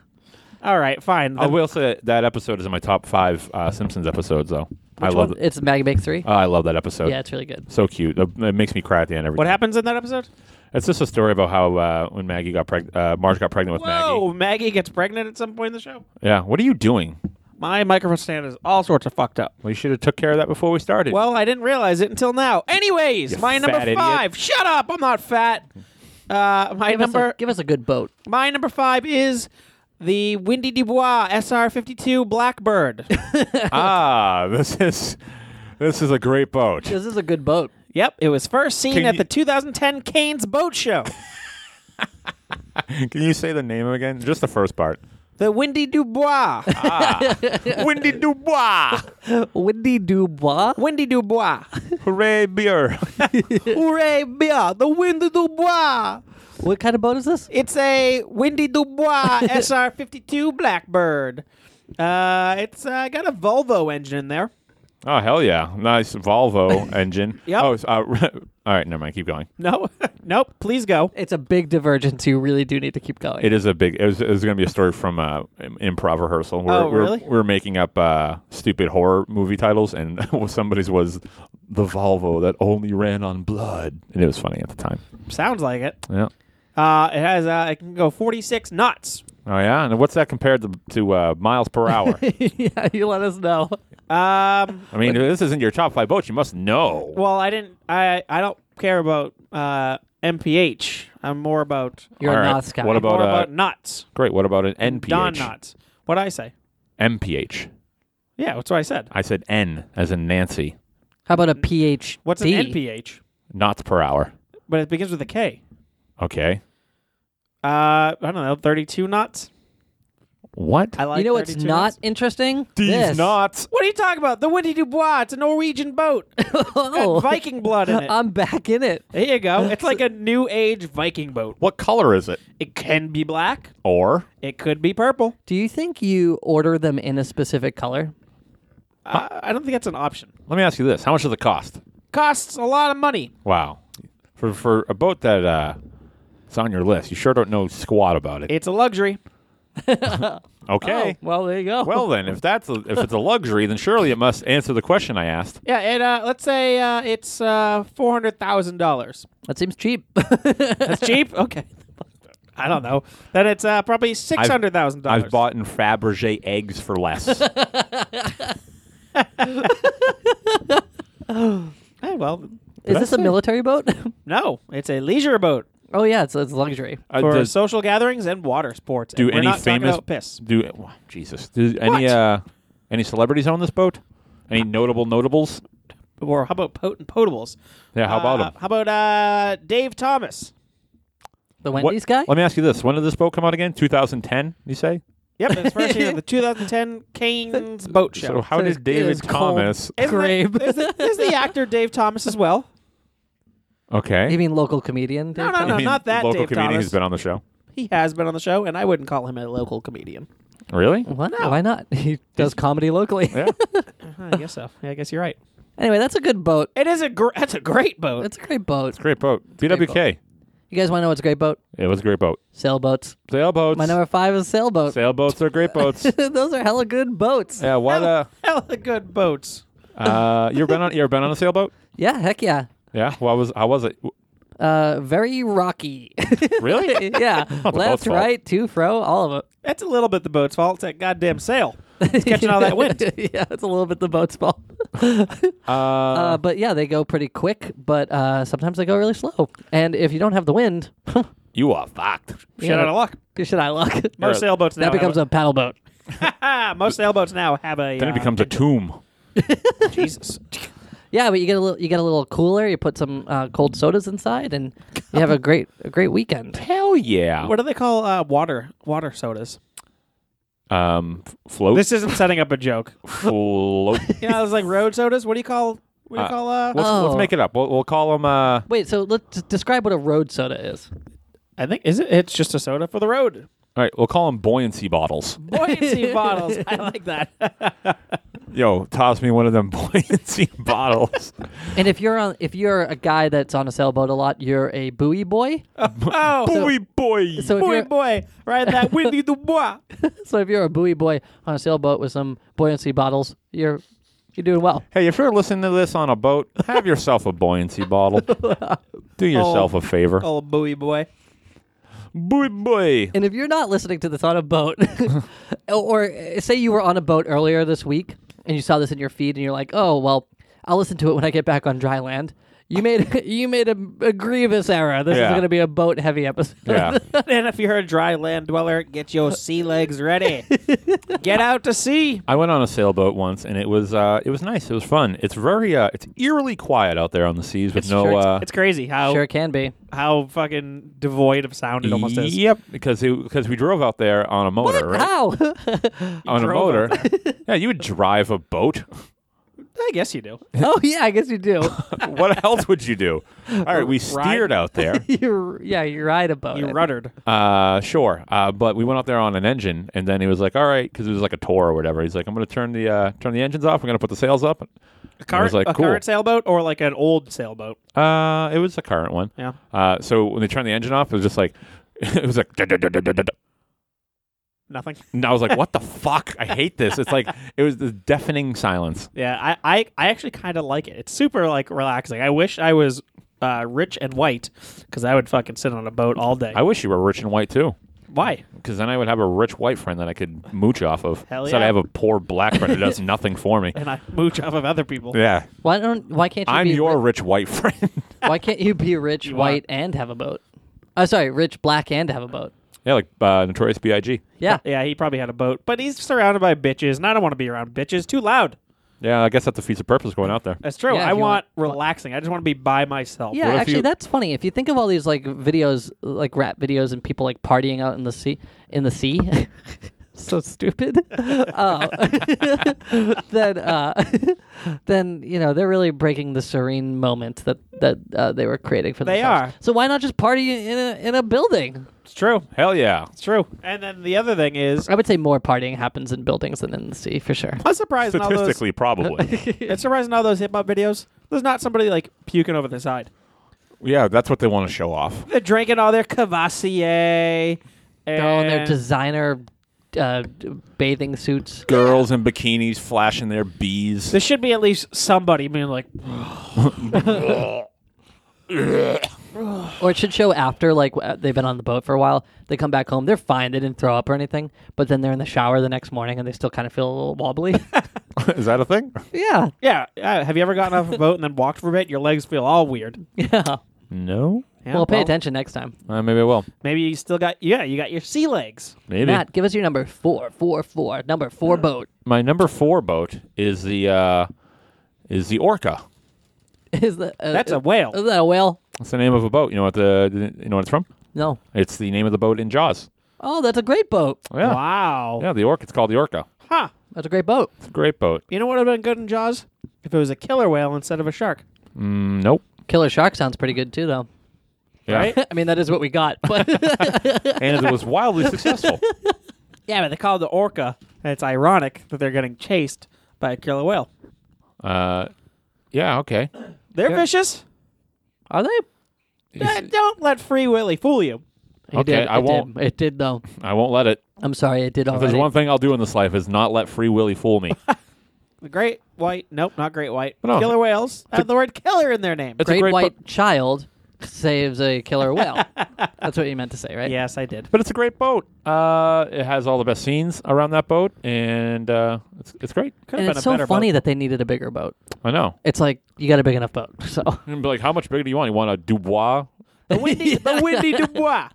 Speaker 5: All right, fine.
Speaker 2: I
Speaker 5: Then-
Speaker 2: will say that, that episode is in my top five uh, Simpsons episodes, though. I
Speaker 3: Which
Speaker 2: love.
Speaker 3: one?
Speaker 2: It.
Speaker 3: It's Maggie Make Three.
Speaker 2: Oh, I love that episode.
Speaker 3: yeah, it's really good.
Speaker 2: So cute. It it makes me cry at the end every
Speaker 5: What
Speaker 2: time.
Speaker 5: happens in that episode?
Speaker 2: It's just a story about how uh, when Maggie got pregnant, uh, Marge got pregnant with Maggie.
Speaker 5: Whoa, Maggie gets pregnant at some point in the show.
Speaker 2: Yeah. What are you doing?
Speaker 5: My microphone stand is all sorts of fucked up.
Speaker 2: Well, you should have took care of that before we started.
Speaker 5: Well, I didn't realize it until now. Anyways,
Speaker 2: You
Speaker 5: my
Speaker 2: fat
Speaker 5: number
Speaker 2: idiot.
Speaker 5: five. Shut up! I'm not fat. Uh, my
Speaker 3: Give us,
Speaker 5: number
Speaker 3: a, give us a good boat.
Speaker 5: my number five is the Windy Dubois SR52 Blackbird.
Speaker 2: ah, this is this is a great boat.
Speaker 3: This is a good boat.
Speaker 5: yep, it was first seen
Speaker 2: Can
Speaker 5: at
Speaker 2: you-
Speaker 5: the 2010 Canes Boat Show.
Speaker 2: Can you say the name again? Just the first part.
Speaker 5: the Windy Dubois. uh,
Speaker 2: Windy Dubois.
Speaker 3: Windy Dubois.
Speaker 5: Windy Dubois.
Speaker 2: Hooray beer.
Speaker 5: Hooray, beer! The Windy Dubois.
Speaker 3: What kind of boat is this?
Speaker 5: It's a Windy Dubois SR52 Blackbird. Uh, it's uh, got a Volvo engine in there.
Speaker 2: oh hell yeah! Nice Volvo engine.
Speaker 5: Yep.
Speaker 2: Oh, it's, uh, all right. Never mind. Keep going.
Speaker 5: No, nope. Please go.
Speaker 3: It's a big divergence. You really do need to keep going.
Speaker 2: It is a big. It was, it was going to be a story from uh, im- improv rehearsal. We're,
Speaker 5: Oh,
Speaker 2: we're-
Speaker 5: really?
Speaker 2: We're, making up uh, stupid horror movie titles, and somebody's was the Volvo that only ran on blood, and it was funny at the time.
Speaker 5: Sounds like it.
Speaker 2: Yeah.
Speaker 5: Uh, it has. Uh, it can go 46 knots.
Speaker 2: Oh yeah, and what's that compared to, to uh, miles per hour?
Speaker 3: yeah, you let us know.
Speaker 5: Um,
Speaker 2: I mean, if this isn't your top five boats. You must know.
Speaker 5: well, I didn't. I I don't care about uh, MPH. I'm more about
Speaker 3: You're
Speaker 2: All
Speaker 3: a
Speaker 2: right,
Speaker 3: North Sky.
Speaker 2: what about-
Speaker 5: more
Speaker 2: uh,
Speaker 5: about knots.
Speaker 2: Great. What about an NPH?
Speaker 5: Don knots. What I say?
Speaker 2: MPH.
Speaker 5: Yeah, that's what I said.
Speaker 2: I said N as in Nancy,
Speaker 3: How about a PhD?
Speaker 5: What's an NPH?
Speaker 2: knots per hour.
Speaker 5: But it begins with a K.
Speaker 2: Okay.
Speaker 5: Uh, I don't know, 32 knots.
Speaker 2: What?
Speaker 5: I like.
Speaker 3: you know what's
Speaker 5: 32
Speaker 3: not
Speaker 5: knots.
Speaker 3: interesting?
Speaker 2: These
Speaker 3: this.
Speaker 2: knots.
Speaker 5: What are you talking about? The Windy Dubois. It's a Norwegian boat. It's
Speaker 3: Oh. Uh,
Speaker 5: got Viking blood in it.
Speaker 3: I'm back in it.
Speaker 5: there you go. It's like a new age Viking boat.
Speaker 2: What color is it?
Speaker 5: It can be black.
Speaker 2: Or
Speaker 5: It could be purple.
Speaker 3: Do you think you order them in a specific color?
Speaker 5: Uh, I, I don't think that's an option.
Speaker 2: let me ask you this: How much does it cost?
Speaker 5: Costs a lot of money.
Speaker 2: Wow, for for a boat that uh, it's on your list, you sure don't know squat about it.
Speaker 5: It's a luxury.
Speaker 2: okay.
Speaker 3: Oh, well, there you go.
Speaker 2: Well then, if that's a, if it's a luxury, then surely it must answer the question I asked.
Speaker 5: Yeah, and uh, let's say uh, it's uh, four hundred thousand dollars.
Speaker 3: that seems cheap.
Speaker 5: That's cheap. Okay. I don't know. Then it's uh, probably six hundred thousand dollars.
Speaker 2: I've bought in Fabergé eggs for less.
Speaker 5: Hey, well,
Speaker 3: Is this a military boat?
Speaker 5: no, it's a leisure boat
Speaker 3: oh yeah, it's, it's luxury.
Speaker 2: Uh,
Speaker 5: for
Speaker 2: does-
Speaker 5: social gatherings and water sports.
Speaker 2: do
Speaker 5: and we're
Speaker 2: any
Speaker 5: not talking
Speaker 2: famous
Speaker 5: about piss?
Speaker 2: do oh, Jesus? Do any
Speaker 5: What?
Speaker 2: uh, any celebrities own this boat? Any notable notables?
Speaker 5: Or how about potent potables?
Speaker 2: Yeah, how about
Speaker 5: Uh,
Speaker 2: them?
Speaker 5: How about uh, Dave Thomas?
Speaker 3: The
Speaker 2: What-
Speaker 3: Wendy's guy.
Speaker 2: Let me ask you this: When did this boat come out again? 2010, you say?
Speaker 5: Yep, that's first year of the 2010 Canes Boat Show.
Speaker 2: So how
Speaker 3: So
Speaker 2: did
Speaker 3: it
Speaker 2: David
Speaker 3: is called-
Speaker 2: Thomas?
Speaker 5: Isn't that-
Speaker 3: Grabe.
Speaker 5: There's the, there's the actor Dave Thomas as well.
Speaker 2: Okay,
Speaker 3: You mean local comedian? Dave
Speaker 5: no,
Speaker 3: Thomas?
Speaker 2: You mean
Speaker 5: not that
Speaker 2: local
Speaker 5: Dave
Speaker 2: comedian
Speaker 5: Thomas.
Speaker 2: who's been on the show.
Speaker 5: He has been on the show, and I wouldn't call him a local comedian.
Speaker 2: Really?
Speaker 3: What? Why not? He does comedy locally.
Speaker 2: Yeah.
Speaker 5: Uh-huh, I guess so. Yeah, I guess you're right.
Speaker 3: anyway, that's a good boat.
Speaker 5: It is a gr- that's a great boat.
Speaker 3: It's a great boat.
Speaker 2: Great boat. BWK.
Speaker 3: You guys want to know what's a great boat?
Speaker 2: It was a great boat.
Speaker 3: Sailboats.
Speaker 2: Sailboats.
Speaker 3: My number five is sailboat.
Speaker 2: Sailboats are great boats.
Speaker 3: Those are hella good boats.
Speaker 2: yeah. What? Uh,
Speaker 5: hella good boats.
Speaker 2: uh, you ever been on? You ever been on a sailboat?
Speaker 3: Yeah, heck yeah.
Speaker 2: Yeah. What was? How was it?
Speaker 3: Uh, very rocky.
Speaker 2: Really?
Speaker 3: yeah,
Speaker 2: boat's
Speaker 3: left,
Speaker 2: fault.
Speaker 3: right, to, fro, all of
Speaker 5: That's a little bit the boat's fault. It's that goddamn sail.
Speaker 3: it.
Speaker 5: catching all that wind.
Speaker 3: yeah, it's a little bit the boat's fault.
Speaker 2: Uh,
Speaker 3: uh, but yeah, they go pretty quick, but uh, sometimes they go really slow. And if you don't have the wind,
Speaker 2: you are fucked.
Speaker 5: Shit out of luck.
Speaker 3: you should I luck.
Speaker 5: Most
Speaker 2: Or-
Speaker 5: sailboats now
Speaker 3: that becomes a
Speaker 5: have
Speaker 3: paddle boat.
Speaker 5: a, most sailboats now have a.
Speaker 2: Then
Speaker 5: uh,
Speaker 2: it becomes a tomb.
Speaker 5: Jesus.
Speaker 3: Yeah, but you get a little, you get a little cooler. You put some uh, cold sodas inside, and you have a great, a great weekend.
Speaker 2: Hell yeah.
Speaker 5: What do they call uh, water water sodas?
Speaker 2: Um, f- float.
Speaker 5: This isn't setting up a joke.
Speaker 2: float.
Speaker 5: You know, it's like road sodas. What do you call? What do you
Speaker 2: Uh,
Speaker 5: call? Uh,
Speaker 2: Let's, let's
Speaker 3: Oh.
Speaker 2: make it up. We'll, we'll call them. Uh,
Speaker 3: Wait, so let's describe what a road soda is.
Speaker 5: I think is it? It's just a soda for the road.
Speaker 2: all right. We'll call them buoyancy bottles.
Speaker 5: Buoyancy bottles. I like that.
Speaker 2: Yo, toss me one of them buoyancy bottles.
Speaker 3: And if you're on, if you're a guy that's on a sailboat a lot, you're a buoy boy.
Speaker 5: Oh,
Speaker 2: Buoy boy.
Speaker 3: So if
Speaker 5: boy,
Speaker 3: you're,
Speaker 5: boy, ride that Winnie the Bois.
Speaker 3: so if you're a buoy boy on a sailboat with some buoyancy bottles, you're you're doing well.
Speaker 2: Hey, if you're listening to this on a boat, have yourself a buoyancy bottle. Do
Speaker 5: Oh.
Speaker 2: yourself a favor.
Speaker 5: Old buoy boy.
Speaker 2: Boy, boy.
Speaker 3: And if you're not listening to this on a boat, or uh, say you were on a boat earlier this week and you saw this in your feed and you're like, oh well, I'll listen to it when I get back on dry land. You made you made a, a grievous error. This
Speaker 2: Yeah.
Speaker 3: is going to be a boat heavy episode.
Speaker 2: Yeah.
Speaker 5: and if you're a dry land dweller, get your sea legs ready. get out to sea.
Speaker 2: I went on a sailboat once, and it was uh, it was nice. It was fun. It's very uh, it's eerily quiet out there on the seas with no.
Speaker 5: Sure, it's,
Speaker 2: uh,
Speaker 5: it's crazy how
Speaker 3: Sure can be.
Speaker 5: how fucking devoid of sound it almost is.
Speaker 2: Yep, because it, because we drove out there on a motor, Oh, right?
Speaker 3: How?
Speaker 2: On a
Speaker 5: drove
Speaker 2: motor.
Speaker 5: out
Speaker 2: yeah, you would drive a boat.
Speaker 5: I guess you do.
Speaker 3: oh yeah, I guess you do.
Speaker 2: what else would you do? All right, we steered out there.
Speaker 3: you yeah, you ride a boat.
Speaker 5: You
Speaker 3: I
Speaker 5: ruddered.
Speaker 2: Uh, sure. Uh, but we went up there on an engine, and then he was like, "All right," because it was like a tour or whatever. He's like, "I'm going to turn the uh, turn the engines off. We're going to put the sails up."
Speaker 5: A
Speaker 2: I was
Speaker 5: current,
Speaker 2: like,
Speaker 5: a
Speaker 2: cool.
Speaker 5: current sailboat or like an old sailboat.
Speaker 2: Uh, it was the current one.
Speaker 5: Yeah.
Speaker 2: Uh, so when they turned the engine off, it was just like, it was like, "Da-da-da-da-da-da-da."
Speaker 5: Nothing.
Speaker 2: and I was like, "What the fuck? I hate this." It's like it was the deafening silence.
Speaker 5: Yeah, I, I, I actually kind of like it. It's super like relaxing. I wish I was uh, rich and white because I would fucking sit on a boat all day.
Speaker 2: I wish you were rich and white too,
Speaker 5: Why?
Speaker 2: because then I would have a rich white friend that I could mooch off of.
Speaker 5: Hell
Speaker 2: Instead, I
Speaker 5: yeah.
Speaker 2: have a poor black friend who does nothing for me.
Speaker 5: And I mooch off of other people.
Speaker 2: Yeah,
Speaker 3: Why don't? Why can't you?
Speaker 2: I'm
Speaker 3: be
Speaker 2: your
Speaker 3: ri-
Speaker 2: rich white friend.
Speaker 3: why can't you be rich, white, and have a boat? Oh, sorry, rich, black, and have a boat.
Speaker 2: yeah, like uh, Notorious B.I.G.
Speaker 3: Yeah,
Speaker 5: Yeah, he probably had a boat, but he's surrounded by bitches, and I don't want to be around bitches. Too loud.
Speaker 2: Yeah, I guess that's a feat of purpose going out there.
Speaker 5: That's true.
Speaker 3: Yeah,
Speaker 5: I
Speaker 3: if you
Speaker 5: want
Speaker 3: want-
Speaker 5: relaxing. I just want to be by myself.
Speaker 3: yeah.
Speaker 2: What if
Speaker 3: Actually,
Speaker 2: you-
Speaker 3: that's funny. If you think of all these like videos, like rap videos, and people like partying out in the sea, in the sea. so stupid. Uh, then, uh, then you know they're really breaking the serene moment that that uh, they were creating for
Speaker 5: They
Speaker 3: themselves.
Speaker 5: are.
Speaker 3: So why not just party in a in a building?
Speaker 5: It's true.
Speaker 2: Hell yeah.
Speaker 5: It's true. And then the other thing is,
Speaker 3: I would say more partying happens in buildings than in the sea for sure.
Speaker 5: I'm surprised. in all those-
Speaker 2: Statistically, probably.
Speaker 5: It's surprising all those hip hop videos. There's not somebody like puking over the side.
Speaker 2: yeah, that's what they want to show off.
Speaker 5: They're drinking all their Cavassier.
Speaker 3: They're all in their
Speaker 5: and-
Speaker 3: designer uh, bathing suits.
Speaker 2: Girls in bikinis flashing their bees.
Speaker 5: There should be at least somebody being like,
Speaker 3: Or it should show after, like w- they've been on the boat for a while. They come back home, they're fine. They didn't throw up or anything, but then they're in the shower the next morning and they still kind of feel a little wobbly.
Speaker 2: Is that a thing?
Speaker 3: yeah,
Speaker 5: yeah, uh, have you ever gotten off a boat and then walked for a bit? Your legs feel all weird.
Speaker 3: yeah.
Speaker 2: No.
Speaker 5: Yeah,
Speaker 3: Well, pay attention next time.
Speaker 2: Uh, maybe I will.
Speaker 5: Maybe you still got, yeah, you got your sea legs.
Speaker 2: Maybe.
Speaker 3: Matt, give us your number four, four, four. Number four
Speaker 2: Uh,
Speaker 3: boat
Speaker 2: My number four boat is the uh, is the Orca.
Speaker 3: is the. Uh,
Speaker 5: That's a
Speaker 3: uh, Is
Speaker 5: whale.
Speaker 3: that a whale?
Speaker 2: That's the name of a boat. You know what the you know what it's from?
Speaker 3: No.
Speaker 2: It's the name of the boat in Jaws.
Speaker 3: Oh, that's a great boat.
Speaker 2: Yeah.
Speaker 5: Wow.
Speaker 2: uh, Yeah, the Orca. It's called the Orca.
Speaker 5: Huh.
Speaker 3: That's a great boat.
Speaker 2: It's a great boat.
Speaker 5: You know what would have been good in Jaws? If it was a killer whale instead of a shark.
Speaker 2: Mm, nope.
Speaker 3: Killer shark sounds pretty good too,
Speaker 2: Yeah.
Speaker 3: though.
Speaker 5: Right?
Speaker 3: I mean, that is what we got. But
Speaker 2: and it was wildly successful.
Speaker 5: Yeah, but they call it the orca. And it's ironic that they're getting chased by a killer whale.
Speaker 2: Uh, yeah. Okay.
Speaker 5: They're
Speaker 2: Yeah.
Speaker 5: vicious.
Speaker 3: are they?
Speaker 5: Eh, don't let Free Willy fool you.
Speaker 3: It
Speaker 2: Okay,
Speaker 3: did,
Speaker 2: I
Speaker 3: it did.
Speaker 2: won't-
Speaker 3: It did though.
Speaker 2: I won't let it.
Speaker 3: I'm sorry, it did
Speaker 2: If
Speaker 3: already.
Speaker 2: there's one thing I'll do in this life is not let Free Willy fool me.
Speaker 5: The great white. Nope, not great white.
Speaker 2: No.
Speaker 5: Killer whales have the word killer in their name.
Speaker 2: It's
Speaker 3: great,
Speaker 2: a great
Speaker 3: white
Speaker 2: boat,
Speaker 3: child saves a killer whale. That's what you meant to say, right?
Speaker 5: Yes, I did.
Speaker 2: but it's a great boat. Uh, it has all the best scenes around that boat, and uh, it's it's great.
Speaker 5: Could have
Speaker 3: And
Speaker 5: been
Speaker 3: it's
Speaker 5: a
Speaker 3: so
Speaker 5: better
Speaker 3: funny
Speaker 5: boat.
Speaker 3: that they needed a bigger boat.
Speaker 2: I know.
Speaker 3: It's like you got a big enough boat. So
Speaker 2: And be like, how much bigger do you want? You want a Dubois?
Speaker 5: the windy, the windy Dubois.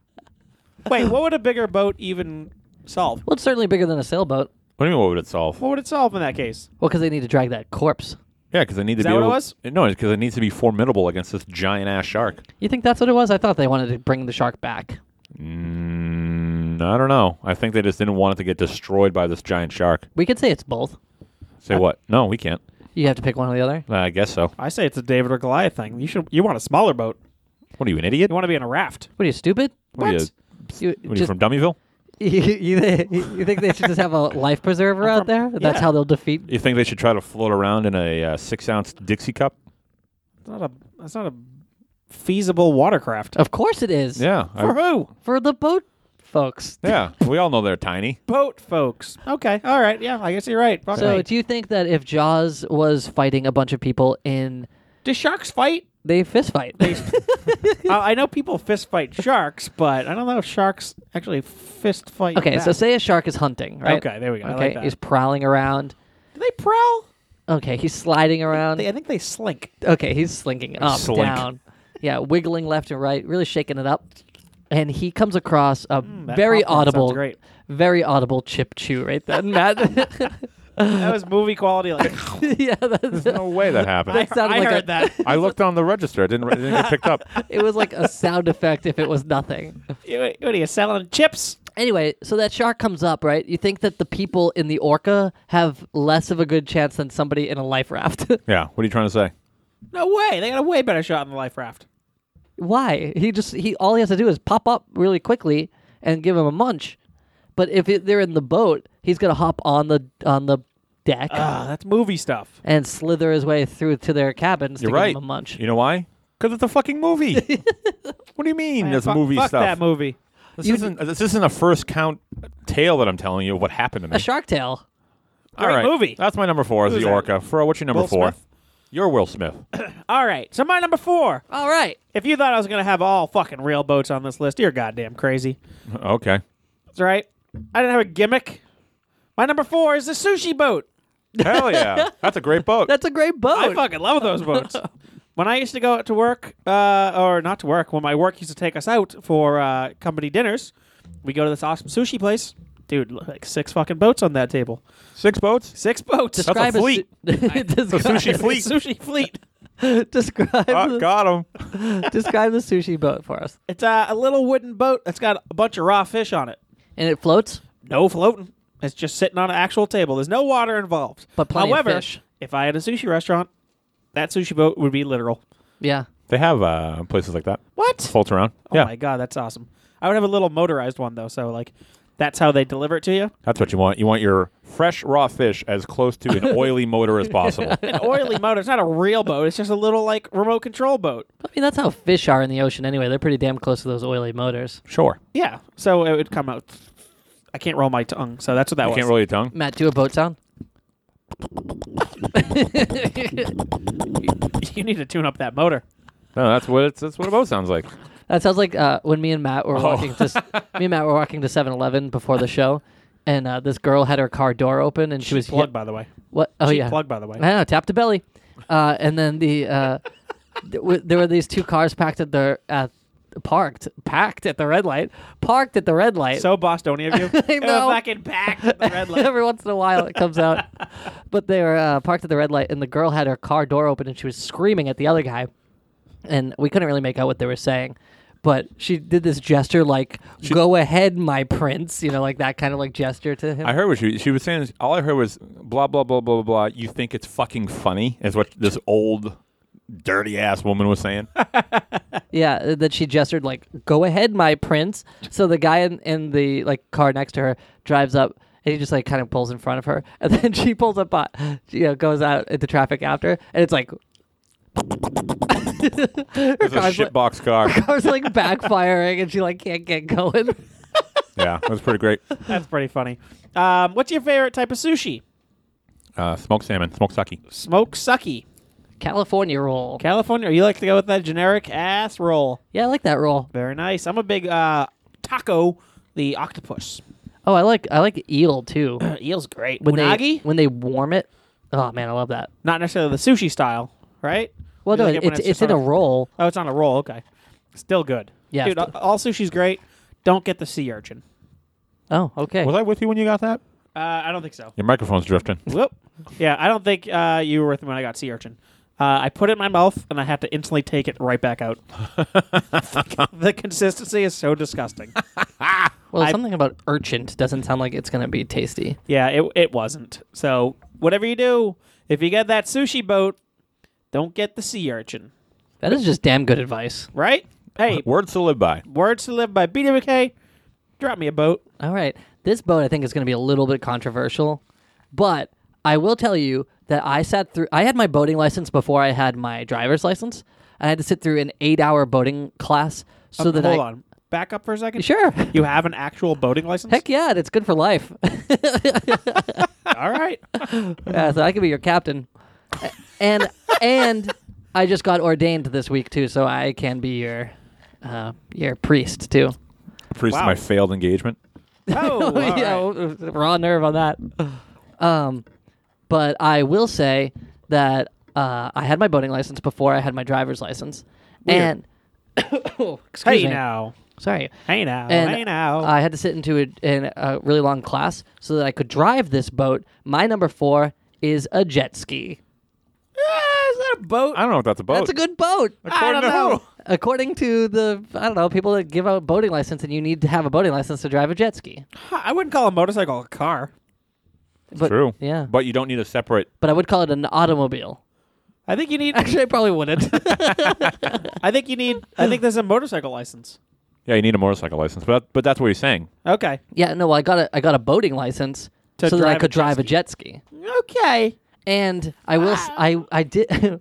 Speaker 5: Wait, what would a bigger boat even solve?
Speaker 3: well, it's certainly bigger than a sailboat.
Speaker 2: What do you mean? What would it solve?
Speaker 5: What would it solve in that case?
Speaker 3: Well, because they need to drag that corpse.
Speaker 2: Yeah, because I need to
Speaker 5: Is
Speaker 2: be
Speaker 5: that what
Speaker 2: able.
Speaker 5: it was?
Speaker 2: No, because it needs to be formidable against this giant ass shark.
Speaker 3: You think that's what it was? I thought they wanted to bring the shark back.
Speaker 2: Mm, I don't know. I think they just didn't want it to get destroyed by this giant shark.
Speaker 3: We could say it's both.
Speaker 2: Say what? No, we can't.
Speaker 3: You have to pick one or the other.
Speaker 2: Uh, I guess so.
Speaker 5: I say it's a David or Goliath thing. You should. You want a smaller boat.
Speaker 2: What are you, an idiot?
Speaker 5: You want to be in a raft.
Speaker 3: What are you stupid?
Speaker 2: What, are you,
Speaker 5: What?
Speaker 3: You,
Speaker 2: what are you
Speaker 3: just-
Speaker 2: from Dummyville?
Speaker 3: you, you- you think they should just have a life preserver out there? That's
Speaker 5: yeah.
Speaker 3: how they'll defeat.
Speaker 2: You think they should try to float around in a uh, six ounce Dixie cup?
Speaker 5: It's not a. That's not a feasible watercraft.
Speaker 3: Of course it is.
Speaker 2: Yeah. I-
Speaker 5: For who?
Speaker 3: For the boat folks.
Speaker 2: yeah. We all know they're tiny.
Speaker 5: Boat folks. Okay. All right. Yeah. I guess you're right. Fuck
Speaker 3: So
Speaker 5: me.
Speaker 3: do you think that if Jaws was fighting a bunch of people in
Speaker 5: do sharks fight? Uh,
Speaker 3: they fist fight?
Speaker 5: I I know people fist fight sharks, but I don't know if sharks actually fist fight.
Speaker 3: okay, so
Speaker 5: back.
Speaker 3: say a shark is hunting, right?
Speaker 5: Okay, there we go. I
Speaker 3: Okay,
Speaker 5: like that.
Speaker 3: he's prowling around.
Speaker 5: do they prowl?
Speaker 3: Okay, he's sliding around.
Speaker 5: They, I think they slink.
Speaker 3: okay, he's slinking up,
Speaker 2: Slink.
Speaker 3: down. Yeah, wiggling left and right, really shaking it up. And he comes across a
Speaker 5: Hmm, that
Speaker 3: very
Speaker 5: popcorn sounds
Speaker 3: audible,
Speaker 5: great.
Speaker 3: very audible chip chew right then, Matt.
Speaker 5: That was movie quality. Like
Speaker 3: yeah, that's,
Speaker 2: No way that happened.
Speaker 3: sounded
Speaker 5: I
Speaker 3: like
Speaker 5: heard
Speaker 3: a-
Speaker 5: that.
Speaker 2: I looked on the register. It didn't, it didn't get picked up.
Speaker 3: it was like a sound effect if it was nothing.
Speaker 5: You- What are you selling? Chips?
Speaker 3: Anyway, so that shark comes up, right? You think that the people in the orca have less of a good chance than somebody in a life raft.
Speaker 2: Yeah. What are you trying to say?
Speaker 5: No way. They got a way better shot in the life raft.
Speaker 3: Why? He just he all he has to do is pop up really quickly and give him a munch. But if it, they're in the boat, he's gonna hop on the on the deck
Speaker 5: Ah, that's movie stuff.
Speaker 3: and slither his way through to their cabins
Speaker 2: You're
Speaker 3: to
Speaker 2: right.
Speaker 3: give him a munch.
Speaker 2: You know why? Because it's a fucking movie. what do you mean? This
Speaker 5: Fuck-
Speaker 2: movie
Speaker 5: fuck
Speaker 2: stuff.
Speaker 5: that movie.
Speaker 2: This isn't this isn't a first count tale that I'm telling you of what happened to me.
Speaker 3: A shark tail.
Speaker 2: All
Speaker 5: great
Speaker 2: right,
Speaker 5: movie.
Speaker 2: That's my number four. Is
Speaker 5: Who's
Speaker 2: the
Speaker 5: that?
Speaker 2: Orca. Fro, what's your number
Speaker 5: Will
Speaker 2: four?
Speaker 5: Smith?
Speaker 2: You're Will Smith.
Speaker 5: All right. So my number four.
Speaker 3: All right.
Speaker 5: If you thought I was gonna have all fucking real boats on this list, you're goddamn crazy.
Speaker 2: okay.
Speaker 5: That's right. I didn't have a gimmick. My number four is the sushi boat.
Speaker 2: Hell yeah, that's a great boat.
Speaker 3: That's a great
Speaker 5: I
Speaker 3: boat.
Speaker 5: fucking love those boats. When I used to go out to work, uh, or not to work, when my work used to take us out for uh, company dinners, we go to this awesome sushi place. Dude, like six fucking boats on that table.
Speaker 2: Six boats.
Speaker 5: Six boats.
Speaker 2: a
Speaker 3: Describe
Speaker 2: fleet.
Speaker 3: describe,
Speaker 2: sushi fleet.
Speaker 5: sushi fleet.
Speaker 3: Describe,
Speaker 2: Oh, got him.
Speaker 3: describe the sushi boat for us.
Speaker 5: It's uh, a little wooden boat that's got a bunch of raw fish on it.
Speaker 3: And it floats.
Speaker 5: No floating. It's just sitting on an actual table. There's no water involved.
Speaker 3: But plenty of
Speaker 5: However,
Speaker 3: fish.
Speaker 5: if I had a sushi restaurant, that sushi boat would be literal.
Speaker 3: Yeah.
Speaker 2: They have uh, places like that.
Speaker 5: What?
Speaker 2: Floats around.
Speaker 5: Oh
Speaker 2: yeah,
Speaker 5: my god, that's awesome. I would have a little motorized one though, so like that's how they deliver it to you.
Speaker 2: that's what you want. You want your fresh raw fish as close to an oily motor as possible.
Speaker 5: An oily motor. It's not a real boat. It's just a little like remote control boat.
Speaker 3: I mean, that's how fish are in the ocean anyway. They're pretty damn close to those oily motors.
Speaker 2: Sure.
Speaker 5: Yeah. So it would come out. I can't roll my tongue, so that's what that
Speaker 2: You
Speaker 5: was.
Speaker 2: can't roll your tongue.
Speaker 3: Matt, do a boat sound.
Speaker 5: you need to tune up that motor.
Speaker 2: No, that's what it's, that's what a boat sounds like.
Speaker 3: That sounds like uh, when me and Matt were
Speaker 5: Oh.
Speaker 3: walking to s- me and Matt were walking to 7-Eleven before the show, and uh, this girl had her car door open and she, was
Speaker 5: Plug,
Speaker 3: hit-
Speaker 5: by the way.
Speaker 3: what? Oh
Speaker 5: Cheap
Speaker 3: yeah,
Speaker 5: plug, by the way.
Speaker 3: I know, tap to belly, uh, and then the uh, th- w- there were these two cars packed at the at parked packed at the red light, parked at the red light.
Speaker 5: So Bostonian of you.
Speaker 3: I
Speaker 5: It was
Speaker 3: know.
Speaker 5: fucking packed at the red light.
Speaker 3: Every once in a while, it comes out. but they were uh, parked at the red light, and the girl had her car door open, and she was screaming at the other guy, and we couldn't really make out what they were saying. But she did this gesture, like "Go ahead, my prince," you know, like that kind of like gesture to him.
Speaker 2: I heard what she she was saying. All I heard was blah blah blah blah blah. blah. You think it's fucking funny? Is what this old dirty ass woman was saying.
Speaker 3: yeah, uh, that she gestured like "Go ahead, my prince." So the guy in, in the like car next to her drives up. And he just like kind of pulls in front of her, and then she pulls up, on, you know, goes out into traffic after, and it's like
Speaker 2: It's a
Speaker 3: Guys, what-
Speaker 2: shitbox car.
Speaker 3: cars like backfiring, and she like can't get going.
Speaker 2: yeah, that was pretty great.
Speaker 5: That's pretty funny. Um, what's your favorite type of sushi?
Speaker 2: Uh, smoked salmon, smoked sake.
Speaker 5: Smoke sucky.
Speaker 3: California roll.
Speaker 5: California. You like to go with that generic ass roll.
Speaker 3: yeah, I like that roll.
Speaker 5: Very nice. I'm a big uh, taco, the octopus.
Speaker 3: Oh, I like I like eel too.
Speaker 5: Eel's great.
Speaker 3: When they
Speaker 5: Unagi?
Speaker 3: when they warm it. Oh man, I love that.
Speaker 5: Not necessarily the sushi style, right?
Speaker 3: Well,
Speaker 5: You
Speaker 3: no,
Speaker 5: like it when
Speaker 3: it's it's
Speaker 5: just
Speaker 3: in
Speaker 5: on
Speaker 3: a roll.
Speaker 5: Oh, it's on a roll. Okay. Still good.
Speaker 3: Yeah,
Speaker 5: Dude,
Speaker 3: still-
Speaker 5: all- all sushi's great. Don't get the sea urchin.
Speaker 3: Oh, okay.
Speaker 2: Was I with you when you got that?
Speaker 5: Uh, I don't think so.
Speaker 2: Your microphone's drifting.
Speaker 5: Whoop. Yeah, I don't think uh, you were with me when I got sea urchin. Uh, I put it in my mouth and I had to instantly take it right back out. the consistency is so disgusting.
Speaker 3: well,
Speaker 5: I-
Speaker 3: something about urchin doesn't sound like it's gonna be tasty.
Speaker 5: Yeah, it, it wasn't. So, whatever you do, if you get that sushi boat, don't get the sea urchin,
Speaker 3: That is just damn good advice.
Speaker 5: right? Hey,
Speaker 2: Words to live by.
Speaker 5: words to live by BWK. Drop me a boat.
Speaker 3: All right, this boat I think is gonna be a little bit controversial, but I will tell you that I sat through. I had my boating license before I had my driver's license. I had to sit through an eight-hour boating class so that
Speaker 5: Um, Hold
Speaker 3: I
Speaker 5: on. Back up for a second.
Speaker 3: sure.
Speaker 5: You have an actual boating license?
Speaker 3: Heck yeah, and it's good for life.
Speaker 5: All right. Oh,
Speaker 3: Yeah, Uh, so I could be your captain. A- And and I just got ordained this week too, so I can be your uh, your priest too.
Speaker 2: Priest
Speaker 5: Wow.
Speaker 2: my failed engagement.
Speaker 5: Oh, all right.
Speaker 3: yeah, raw nerve on that. Um, but I will say that uh, I had my boating license before I had my driver's license, and oh, excuse
Speaker 5: Hey
Speaker 3: me.
Speaker 5: now.
Speaker 3: Sorry.
Speaker 5: Hey now.
Speaker 3: and
Speaker 5: hey now.
Speaker 3: I had to sit into a, in a really long class so that I could drive this boat. My number four is a jet ski.
Speaker 5: Ah, is that a boat?
Speaker 2: I don't know if that's a boat.
Speaker 3: That's a good boat.
Speaker 5: I don't know.
Speaker 3: According to the, I don't know, people that give out boating license, and you need to have a boating license to drive a jet ski.
Speaker 5: I wouldn't call a motorcycle a car.
Speaker 3: But,
Speaker 2: True.
Speaker 3: Yeah. But,
Speaker 2: But you don't need a separate.
Speaker 3: I would call it an automobile.
Speaker 5: I think you need.
Speaker 3: Actually, I probably wouldn't.
Speaker 5: I think you need. I think there's a motorcycle license.
Speaker 2: Yeah, you need a motorcycle license. But but that's what he's saying.
Speaker 5: Okay.
Speaker 3: yeah, no, I got a, I got a boating license
Speaker 5: To
Speaker 3: so that I
Speaker 5: drive a
Speaker 3: could
Speaker 5: jet
Speaker 3: drive a
Speaker 5: ski.
Speaker 3: jet ski.
Speaker 5: Okay.
Speaker 3: And I will, s I I I, did,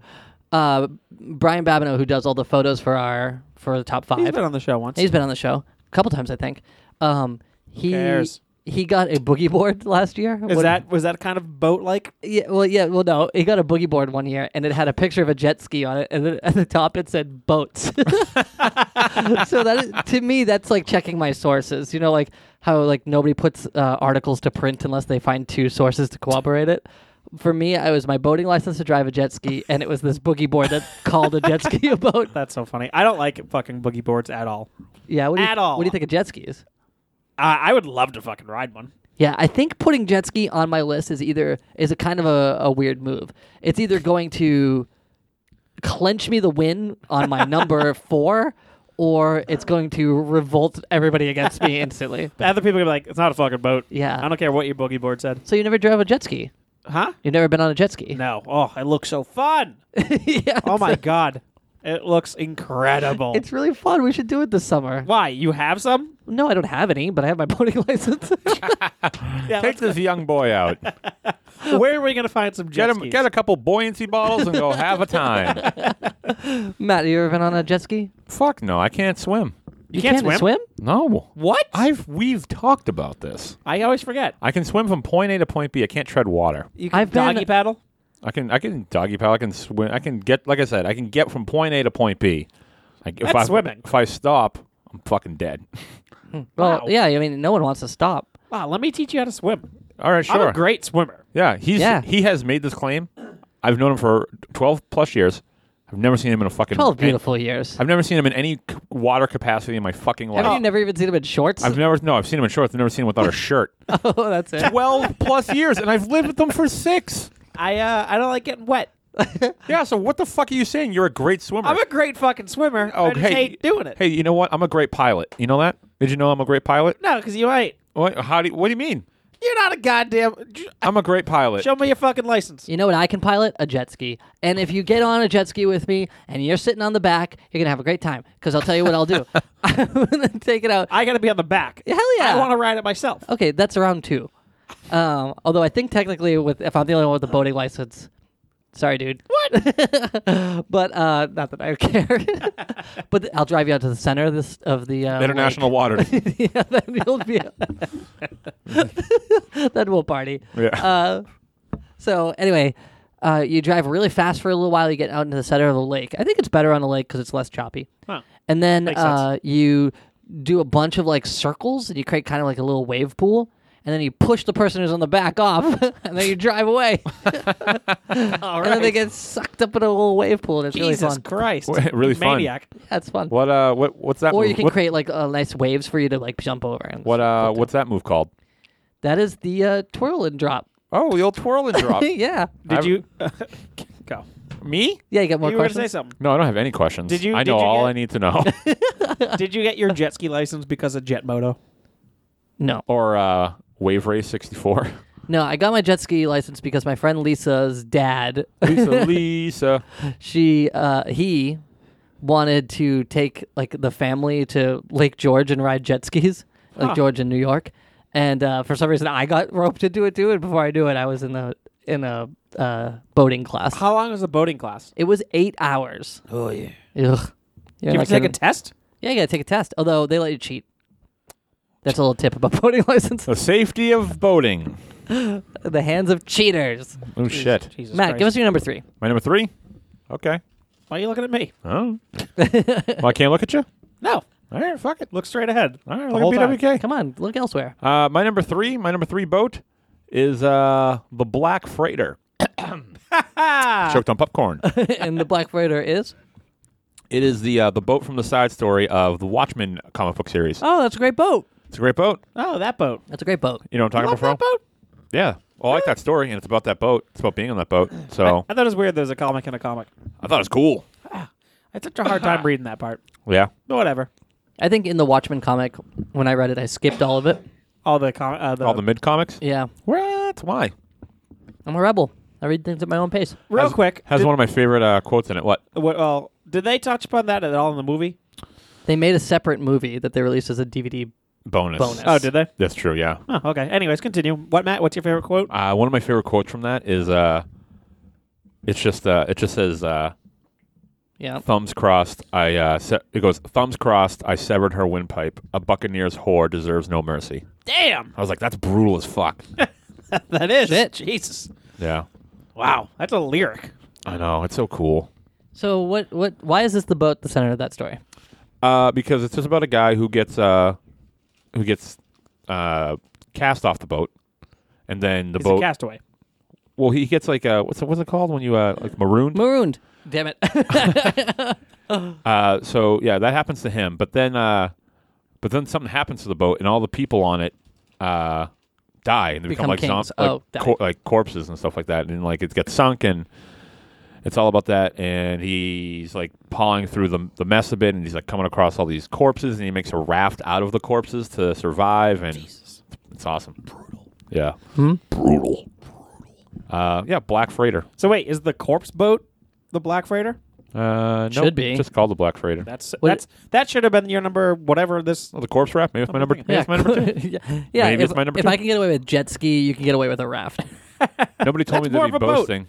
Speaker 3: uh, Brian Babineau, who does all the photos for our, for the top 5
Speaker 5: He's been on the show once.
Speaker 3: He's been on the show a couple times, I think. Um, he
Speaker 5: cares?
Speaker 3: he got a boogie board last year.
Speaker 5: Is that was that kind of boat like?
Speaker 3: Yeah, well, yeah, well, no, he got a boogie board one year, and it had a picture of a jet ski on it, and then at the top it said boats. so that is- to me, that's like checking my sources. You know, like how like nobody puts uh, articles to print unless they find two sources to corroborate it. For me, I was my boating license to drive a jet ski, and it was this boogie board that called a jet ski a boat.
Speaker 5: That's so funny. I don't like fucking boogie boards at all.
Speaker 3: Yeah, what do you,
Speaker 5: At all.
Speaker 3: What do you think of jet skis?
Speaker 5: Uh, I would love to fucking ride one.
Speaker 3: Yeah, I think putting jet ski on my list is either is a kind of a, a weird move. It's either going to clench me the win on my number four, or it's going to revolt everybody against me instantly.
Speaker 5: The other people are like, it's not a fucking boat.
Speaker 3: Yeah.
Speaker 5: I don't care what your boogie board said.
Speaker 3: So you never drove a jet ski?
Speaker 5: Huh?
Speaker 3: You've never been on a jet ski?
Speaker 5: No. Oh, it looks so fun.
Speaker 3: yeah,
Speaker 5: Oh
Speaker 3: it's-
Speaker 5: my god, it looks incredible.
Speaker 3: It's really fun. We should do it this summer.
Speaker 5: Why you have some?
Speaker 3: No, I don't have any, but I have my boating license.
Speaker 5: Yeah.
Speaker 2: Take this young boy out.
Speaker 5: let's- Where are we gonna find some jet
Speaker 2: Get him.
Speaker 5: skis?
Speaker 2: Get a couple buoyancy bottles and go have a time.
Speaker 3: Matt, you ever been on a jet ski?
Speaker 2: Fuck no, I can't swim.
Speaker 5: You, can't, swim?
Speaker 2: No.
Speaker 5: What?
Speaker 2: I've we've talked about this.
Speaker 5: I always forget.
Speaker 2: I can swim from point A to point B. I can't tread water.
Speaker 5: You
Speaker 3: I've been-
Speaker 5: doggy paddle.
Speaker 2: I can I can doggy paddle. I can swim. I can get like I said. I can get from point A to point B. Like if
Speaker 5: That's
Speaker 2: I,
Speaker 5: swimming.
Speaker 2: If I stop, I'm fucking dead.
Speaker 3: Well,
Speaker 5: Wow.
Speaker 3: yeah. I mean, no one wants to stop.
Speaker 5: Wow, let me teach you how to swim.
Speaker 2: All right,
Speaker 5: I'm
Speaker 2: sure.
Speaker 5: a great swimmer.
Speaker 2: yeah, he's
Speaker 3: Yeah.
Speaker 2: he has made this claim. I've known him for 12 plus years. I've never seen him in a fucking
Speaker 3: Twelve beautiful years.
Speaker 2: I've never seen him in any c- water capacity in my fucking life.
Speaker 3: Haven't you never even seen him in shorts?
Speaker 2: I've never no. I've seen him in shorts. I've never seen him without a shirt.
Speaker 3: oh, that's it.
Speaker 2: Twelve plus years, and I've lived with them for six.
Speaker 5: I uh, I don't like getting wet.
Speaker 2: Yeah. So what the fuck are you saying? You're a great swimmer.
Speaker 5: I'm a great fucking swimmer.
Speaker 2: Oh,
Speaker 5: I just
Speaker 2: hey,
Speaker 5: hate doing it.
Speaker 2: Hey, you know what? I'm a great pilot. You know that? Did you know I'm a great pilot?
Speaker 5: No, because you ain't.
Speaker 2: What? How do? You, what do you mean?
Speaker 5: You're not a goddamn.
Speaker 2: I'm a great pilot.
Speaker 5: Show me your fucking license.
Speaker 3: You know what I can pilot? A jet ski. And if you get on a jet ski with me and you're sitting on the back, you're going to have a great time because I'll tell you what I'll do. I'm going to take it out.
Speaker 5: I gotta be on the back.
Speaker 3: Hell yeah.
Speaker 5: I want to ride it myself.
Speaker 3: Okay, that's round two. Um, although I think technically, with if I'm the only one with a boating license, sorry, dude. What? but uh, not that I care. but th- I'll drive you out to the center of, this, of the uh,
Speaker 2: International water.
Speaker 3: lake. yeah, then you'll be. then we'll party.
Speaker 2: Yeah.
Speaker 3: Uh, so anyway, uh, you drive really fast for a little while. You get out into the center of the lake. I think it's better on the lake because it's less choppy.
Speaker 5: Huh.
Speaker 3: And then
Speaker 5: Makes sense.
Speaker 3: uh, you do a bunch of like circles, and you create kind of like a little wave pool. And then you push the person who's on the back off, and then you drive away.
Speaker 5: All
Speaker 3: And then they get sucked up in a little wave pool. And it's
Speaker 5: Jesus
Speaker 3: really fun.
Speaker 5: Christ.
Speaker 2: Really fun.
Speaker 5: Maniac.
Speaker 3: That's fun.
Speaker 2: what? Uh. What? What's that?
Speaker 3: Or
Speaker 2: move?
Speaker 3: you can
Speaker 2: what,
Speaker 3: create like uh, nice waves for you to like jump over. And
Speaker 2: what? Uh. What's that move called?
Speaker 3: that is the uh, twirl and drop.
Speaker 2: Oh, the old twirl and drop.
Speaker 3: yeah,
Speaker 5: Did
Speaker 2: I've-
Speaker 5: you go?
Speaker 2: Me?
Speaker 3: yeah. You get more
Speaker 5: you were gonna
Speaker 3: questions.
Speaker 5: say something.
Speaker 2: No, I don't have any questions.
Speaker 5: Did you-
Speaker 2: I
Speaker 5: did
Speaker 2: know
Speaker 5: you
Speaker 2: all
Speaker 5: get-
Speaker 2: I need to know.
Speaker 5: Did you get your jet ski license because of jet moto?
Speaker 3: No,
Speaker 2: or uh, Wave Race '64.
Speaker 3: no. I got my jet ski license because my friend Lisa's dad
Speaker 2: Lisa, Lisa.
Speaker 3: she uh he wanted to take like the family to Lake George and ride jet skis, Lake George in New York. And uh, for some reason, I got roped into it too. And before I knew it, I was in the in a uh, boating class.
Speaker 5: How long was the boating class?
Speaker 3: It was eight hours.
Speaker 5: Oh yeah. Did
Speaker 3: Ugh. You're
Speaker 5: you
Speaker 3: not
Speaker 5: take a
Speaker 3: kidding.
Speaker 5: test?
Speaker 3: yeah, you gotta take a test. Although they let you cheat. That's a little tip about boating license.
Speaker 2: The safety of boating.
Speaker 3: the hands of cheaters.
Speaker 2: Oh shit.
Speaker 5: Jesus
Speaker 3: Matt,
Speaker 5: Christ.
Speaker 3: give us your number three.
Speaker 2: My number three. Okay.
Speaker 5: Why are you looking at me?
Speaker 2: Oh. well, I can't look at you.
Speaker 5: No.
Speaker 2: All right. Fuck it.
Speaker 5: Look straight ahead.
Speaker 2: All right.
Speaker 5: The
Speaker 2: Look
Speaker 5: whole
Speaker 2: at
Speaker 5: time.
Speaker 2: BWK.
Speaker 3: Come on, look elsewhere.
Speaker 2: Uh, my number three, my number three boat is uh, the Black Freighter. Choked on popcorn.
Speaker 3: and the Black Freighter is.
Speaker 2: it is the uh, the boat from the side story of the Watchmen comic book series.
Speaker 3: Oh, that's a great boat.
Speaker 2: It's a great boat.
Speaker 5: Oh, that boat.
Speaker 3: That's a great boat.
Speaker 2: You know what I'm talking
Speaker 5: Love
Speaker 2: about?
Speaker 5: that
Speaker 2: Fro?
Speaker 5: boat.
Speaker 2: Yeah. Well, I like that story, and it's about that boat. It's about being on that boat. So
Speaker 5: I thought it was weird. There's a comic and a comic.
Speaker 2: I thought it was cool.
Speaker 5: I had such a hard time reading that part.
Speaker 2: Yeah.
Speaker 5: But whatever.
Speaker 3: I think in the Watchmen comic, when I read it, I skipped all of it.
Speaker 5: All the com- uh, the,
Speaker 2: All the mid comics.
Speaker 3: Yeah,
Speaker 2: What? Why?
Speaker 3: I'm a rebel. I read things at my own pace.
Speaker 5: real quick.
Speaker 2: Has
Speaker 5: did,
Speaker 2: one of my favorite uh, quotes in it. What?
Speaker 5: what- well, did they touch upon that at all in the movie?
Speaker 3: They made a separate movie that they released as a DVD.
Speaker 2: Bonus. Uh,
Speaker 3: Bonus.
Speaker 5: Oh, did they?
Speaker 2: That's true. Yeah.
Speaker 5: Oh, okay. Anyways, continue. What Matt? What's your favorite quote?
Speaker 2: Uh, one of my favorite quotes from that is uh, it's just uh, it just says uh,
Speaker 3: Yeah,
Speaker 2: thumbs crossed. I uh, se- it goes thumbs crossed. I severed her windpipe. A Buccaneers whore deserves no mercy.
Speaker 5: Damn,
Speaker 2: I was like, that's brutal as fuck.
Speaker 5: that is
Speaker 3: Shit.
Speaker 5: Jesus.
Speaker 2: yeah,
Speaker 5: Wow, that's a lyric.
Speaker 2: I know. It's so cool.
Speaker 3: So what? What? Why is this the boat the center of that story?
Speaker 2: Uh, because it's just about a guy who gets uh, who gets uh, cast off the boat, and then the
Speaker 5: He's
Speaker 2: boat.
Speaker 5: a castaway.
Speaker 2: well, he gets like uh, what's it, what's it called when you uh, like marooned?
Speaker 3: Marooned. Damn it.
Speaker 2: Uh, so yeah, that happens to him. But then, uh, but then something happens to the boat, and all the people on it uh, die and they become,
Speaker 3: Become
Speaker 2: like
Speaker 3: kings.
Speaker 2: zombies,
Speaker 3: Oh, die.
Speaker 2: like, cor- like corpses and stuff like that. And like it gets sunk, and It's all about that, and he's like pawing through the the mess a bit, and he's like coming across all these corpses, and he makes a raft out of the corpses to survive, and it's awesome. Brutal. Yeah. Brutal. Uh, yeah, Black Freighter.
Speaker 5: So wait, is the corpse boat the Black Freighter?
Speaker 2: Uh, nope,
Speaker 3: Should be.
Speaker 2: just called the Black Freighter.
Speaker 5: That's
Speaker 3: What-
Speaker 5: that's that should have been your number. Whatever this.
Speaker 2: Oh, the corpse raft. Maybe it's my number. Maybe it's my number two.
Speaker 3: yeah, yeah.
Speaker 2: Maybe
Speaker 3: if,
Speaker 2: it's my number
Speaker 3: if
Speaker 2: two.
Speaker 3: I can get away with jet ski, you can get away with a raft.
Speaker 2: Nobody told me
Speaker 5: more
Speaker 2: to
Speaker 5: of
Speaker 2: be
Speaker 5: a boat.
Speaker 2: boasting.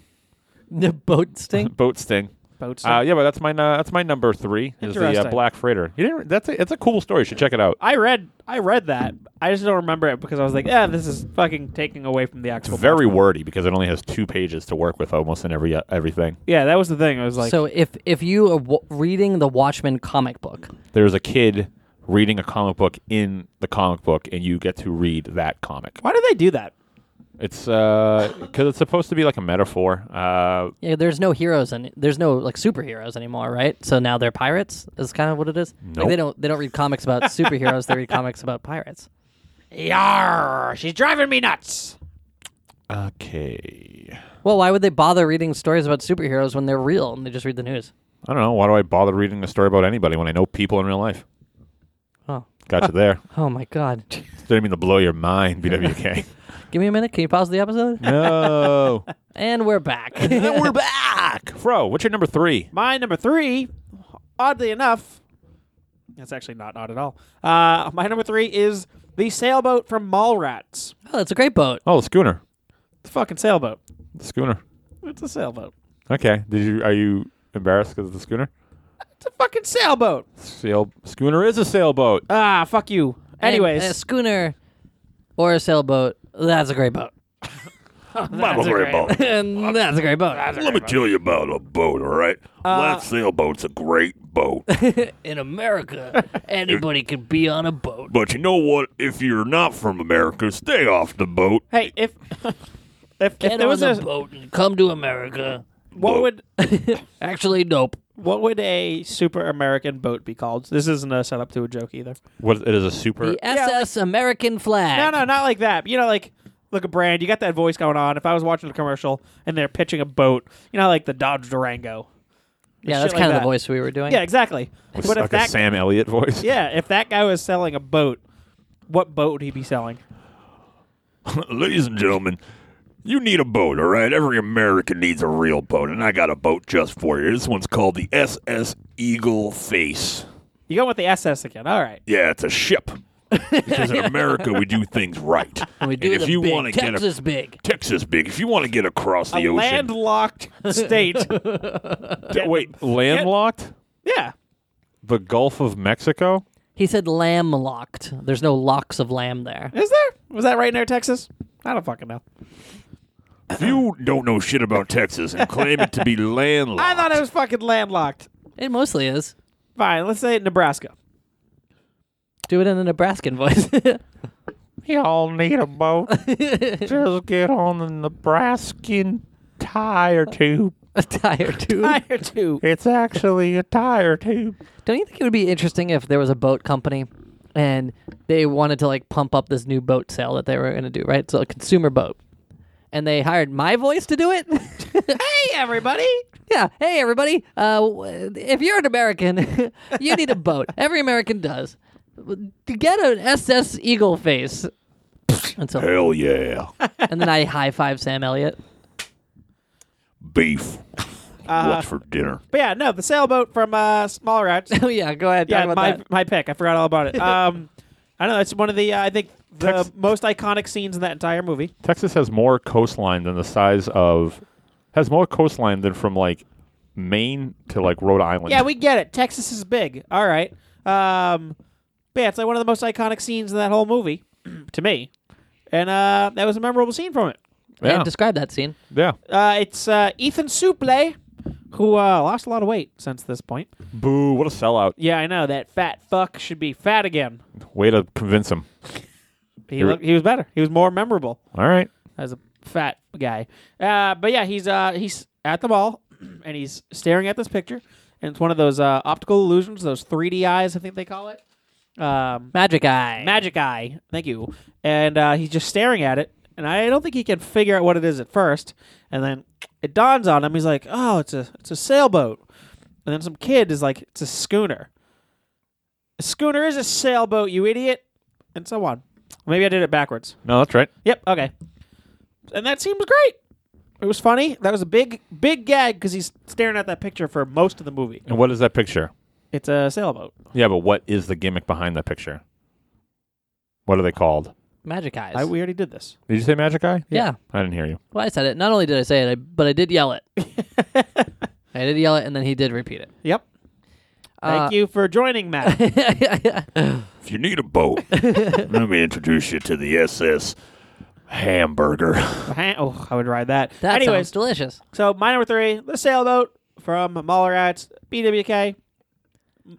Speaker 3: the boat sting.
Speaker 2: Boat sting.
Speaker 5: Boats.
Speaker 2: Uh, yeah, but that's my uh, that's my number three is the uh,
Speaker 5: Interesting.
Speaker 2: Black Freighter. You didn't. That's a, it's a cool story. You should check it out.
Speaker 5: I read I read that. I just don't remember it because I was like, yeah, this is fucking taking away from the actual.
Speaker 2: It's very wordy because it only has two pages to work with almost in every uh, everything.
Speaker 5: Yeah, that was the thing. I was like,
Speaker 3: so if if you are w- reading the Watchmen comic book,
Speaker 2: There's a kid reading a comic book in the comic book, and you get to read that comic.
Speaker 5: why do they do that?
Speaker 2: It's because it's supposed to be like a metaphor. Uh,
Speaker 3: yeah, there's no heroes and there's no like superheroes anymore, right? So now they're pirates. Is kind of what it is. Like, they
Speaker 2: Nope.
Speaker 3: don't they don't read comics about superheroes. they read comics about pirates.
Speaker 5: Yar, she's driving me nuts.
Speaker 2: okay.
Speaker 3: Well, why would they bother reading stories about superheroes when they're real and they just read the news?
Speaker 2: I don't know. Why do I bother reading a story about anybody when I know people in real life?
Speaker 3: Oh,
Speaker 2: Got you there.
Speaker 3: oh my God!
Speaker 2: Didn't mean to blow your mind, BWK.
Speaker 3: Give me a minute. Can you pause the episode?
Speaker 2: no.
Speaker 3: And we're back. Oh,
Speaker 2: And we're back. Fro, what's your number three?
Speaker 5: My number three, oddly enough, that's actually not odd at all. Uh, my number three is the sailboat from Mallrats.
Speaker 3: oh, that's a great boat.
Speaker 2: Oh, the schooner.
Speaker 5: The fucking sailboat.
Speaker 2: The schooner.
Speaker 5: It's a sailboat.
Speaker 2: Okay. Did you are you embarrassed because of the schooner?
Speaker 5: It's a fucking sailboat.
Speaker 2: Sail schooner is a sailboat.
Speaker 5: Ah, fuck you.
Speaker 3: And uh,
Speaker 5: Anyways,
Speaker 3: a schooner or a sailboat. That's a great boat.
Speaker 6: I'm a great boat.
Speaker 3: and that's a great boat.
Speaker 6: Let me tell you about a boat, all right?
Speaker 3: Uh,
Speaker 6: that sailboat's a great boat.
Speaker 3: In America, anybody could be on a boat.
Speaker 6: but you know what? If you're not from America, stay off the boat.
Speaker 5: hey, if if, if
Speaker 3: Get
Speaker 5: there
Speaker 3: on
Speaker 5: was
Speaker 3: the
Speaker 5: a
Speaker 3: boat and come to America.
Speaker 5: what would
Speaker 3: Actually, nope.
Speaker 5: what would a super American boat be called? This isn't a setup to a joke either.
Speaker 2: What it is a super
Speaker 3: The
Speaker 5: uh,
Speaker 3: SS American flag.
Speaker 5: No, no, not like that. You know, like look at brand. You got that voice going on. If I was watching a commercial and they're pitching a boat, you know, like the Dodge Durango.
Speaker 3: Yeah, that's
Speaker 5: Shit like
Speaker 3: kind of
Speaker 5: that.
Speaker 3: the voice we were doing.
Speaker 5: Yeah, exactly.
Speaker 2: It's
Speaker 5: but
Speaker 2: like
Speaker 5: if that
Speaker 2: a Sam Elliott voice.
Speaker 5: yeah, if that guy was selling a boat, what boat would he be selling?
Speaker 6: Ladies and gentlemen, you need a boat, all right? Every American needs a real boat, and I got a boat just for you. This one's called the SS Eagle Face.
Speaker 5: You going with the SS again? All right.
Speaker 6: Yeah, it's a ship. because in America, we do things right.
Speaker 3: And we do
Speaker 6: and if
Speaker 3: the
Speaker 6: you
Speaker 3: big.
Speaker 6: want to get
Speaker 3: Texas
Speaker 6: a,
Speaker 3: big.
Speaker 6: Texas big, if you want to get across the
Speaker 5: A
Speaker 6: ocean,
Speaker 5: landlocked state.
Speaker 2: D- Wait, landlocked?
Speaker 5: yeah.
Speaker 2: The Gulf of Mexico?
Speaker 3: He said lamb locked. There's no locks of lamb there.
Speaker 5: Is there? Was that right near Texas? I don't fucking know.
Speaker 6: if you don't know shit about Texas and claim it to be landlocked,
Speaker 5: I thought it was fucking landlocked.
Speaker 3: It mostly is.
Speaker 5: Fine, let's say Nebraska.
Speaker 3: Do it in a Nebraskan voice.
Speaker 2: Y'all need a boat. Just get on the Nebraskan tire tube.
Speaker 3: a tire tube.
Speaker 5: Hire two.
Speaker 2: It's actually a tire tube.
Speaker 3: Don't you think it would be interesting if there was a boat company and they wanted to like pump up this new boat sale that they were going to do, right? So a consumer boat. And they hired my voice to do it?
Speaker 5: Hey, everybody.
Speaker 3: yeah. Hey, everybody. Uh, w- if you're an American, you need a boat. Every American does. To get an SS Eagle face. And, so,
Speaker 6: hell yeah,
Speaker 3: and then I high five Sam Elliott.
Speaker 6: beef.
Speaker 5: Uh-huh.
Speaker 6: What's for dinner?
Speaker 5: But yeah, no, the sailboat from uh, Small Rats.
Speaker 3: oh, yeah. Go ahead. Talk
Speaker 5: yeah,
Speaker 3: about
Speaker 5: my
Speaker 3: that.
Speaker 5: my pick. I forgot all about it. Um, I don't know. It's one of the uh, I think the
Speaker 2: Tex-
Speaker 5: most iconic scenes in that entire movie.
Speaker 2: Texas has more coastline than the size of has more coastline than from like Maine to like Rhode Island.
Speaker 5: Yeah, we get it. Texas is big. All right. Um, but yeah, it's like one of the most iconic scenes in that whole movie, to me. And uh, that was a memorable scene from it.
Speaker 2: yeah.
Speaker 3: And describe that scene.
Speaker 2: yeah.
Speaker 5: Uh, it's uh, Ethan Suplee, who uh, lost a lot of weight since this point.
Speaker 2: Boo! What a sellout!
Speaker 5: Yeah, I know that fat fuck should be fat again.
Speaker 2: Way to convince him.
Speaker 5: He looked, he was better. He was more memorable.
Speaker 2: All right.
Speaker 5: as a fat guy. Uh, but yeah, he's uh, he's at the mall and he's staring at this picture, and it's one of those uh, optical illusions, those 3D eyes, I think they call it. Um,
Speaker 3: Magic Eye.
Speaker 5: magic eye. Thank you. And uh, he's just staring at it, and I don't think he can figure out what it is at first. And then it dawns on him. He's like, "Oh, it's a it's a sailboat." And then some kid is like, "It's a schooner." A schooner is a sailboat, you idiot, and so on. Maybe I did it backwards.
Speaker 2: No, that's right.
Speaker 5: Yep. Okay. And that seems great. It was funny. That was a big, big gag because he's staring at that picture for most of the movie.
Speaker 2: And what is that picture?
Speaker 5: It's a sailboat.
Speaker 2: Yeah, but what is the gimmick behind that picture? What are they called?
Speaker 3: Magic eyes.
Speaker 5: I, we already did this.
Speaker 2: Did you say Magic Eye?
Speaker 3: yeah.
Speaker 2: I didn't hear you.
Speaker 3: Well, I said it. Not only did I say it, I, but I did yell it. I did yell it, and then he did repeat it.
Speaker 5: Yep.
Speaker 3: Uh,
Speaker 5: Thank you for joining, Matt.
Speaker 6: If you need a boat, let me introduce you to the SS Hamburger.
Speaker 5: oh, I would ride that.
Speaker 3: That
Speaker 5: Anyways,
Speaker 3: sounds delicious.
Speaker 5: so my number three, the sailboat from Mallrats, BWK,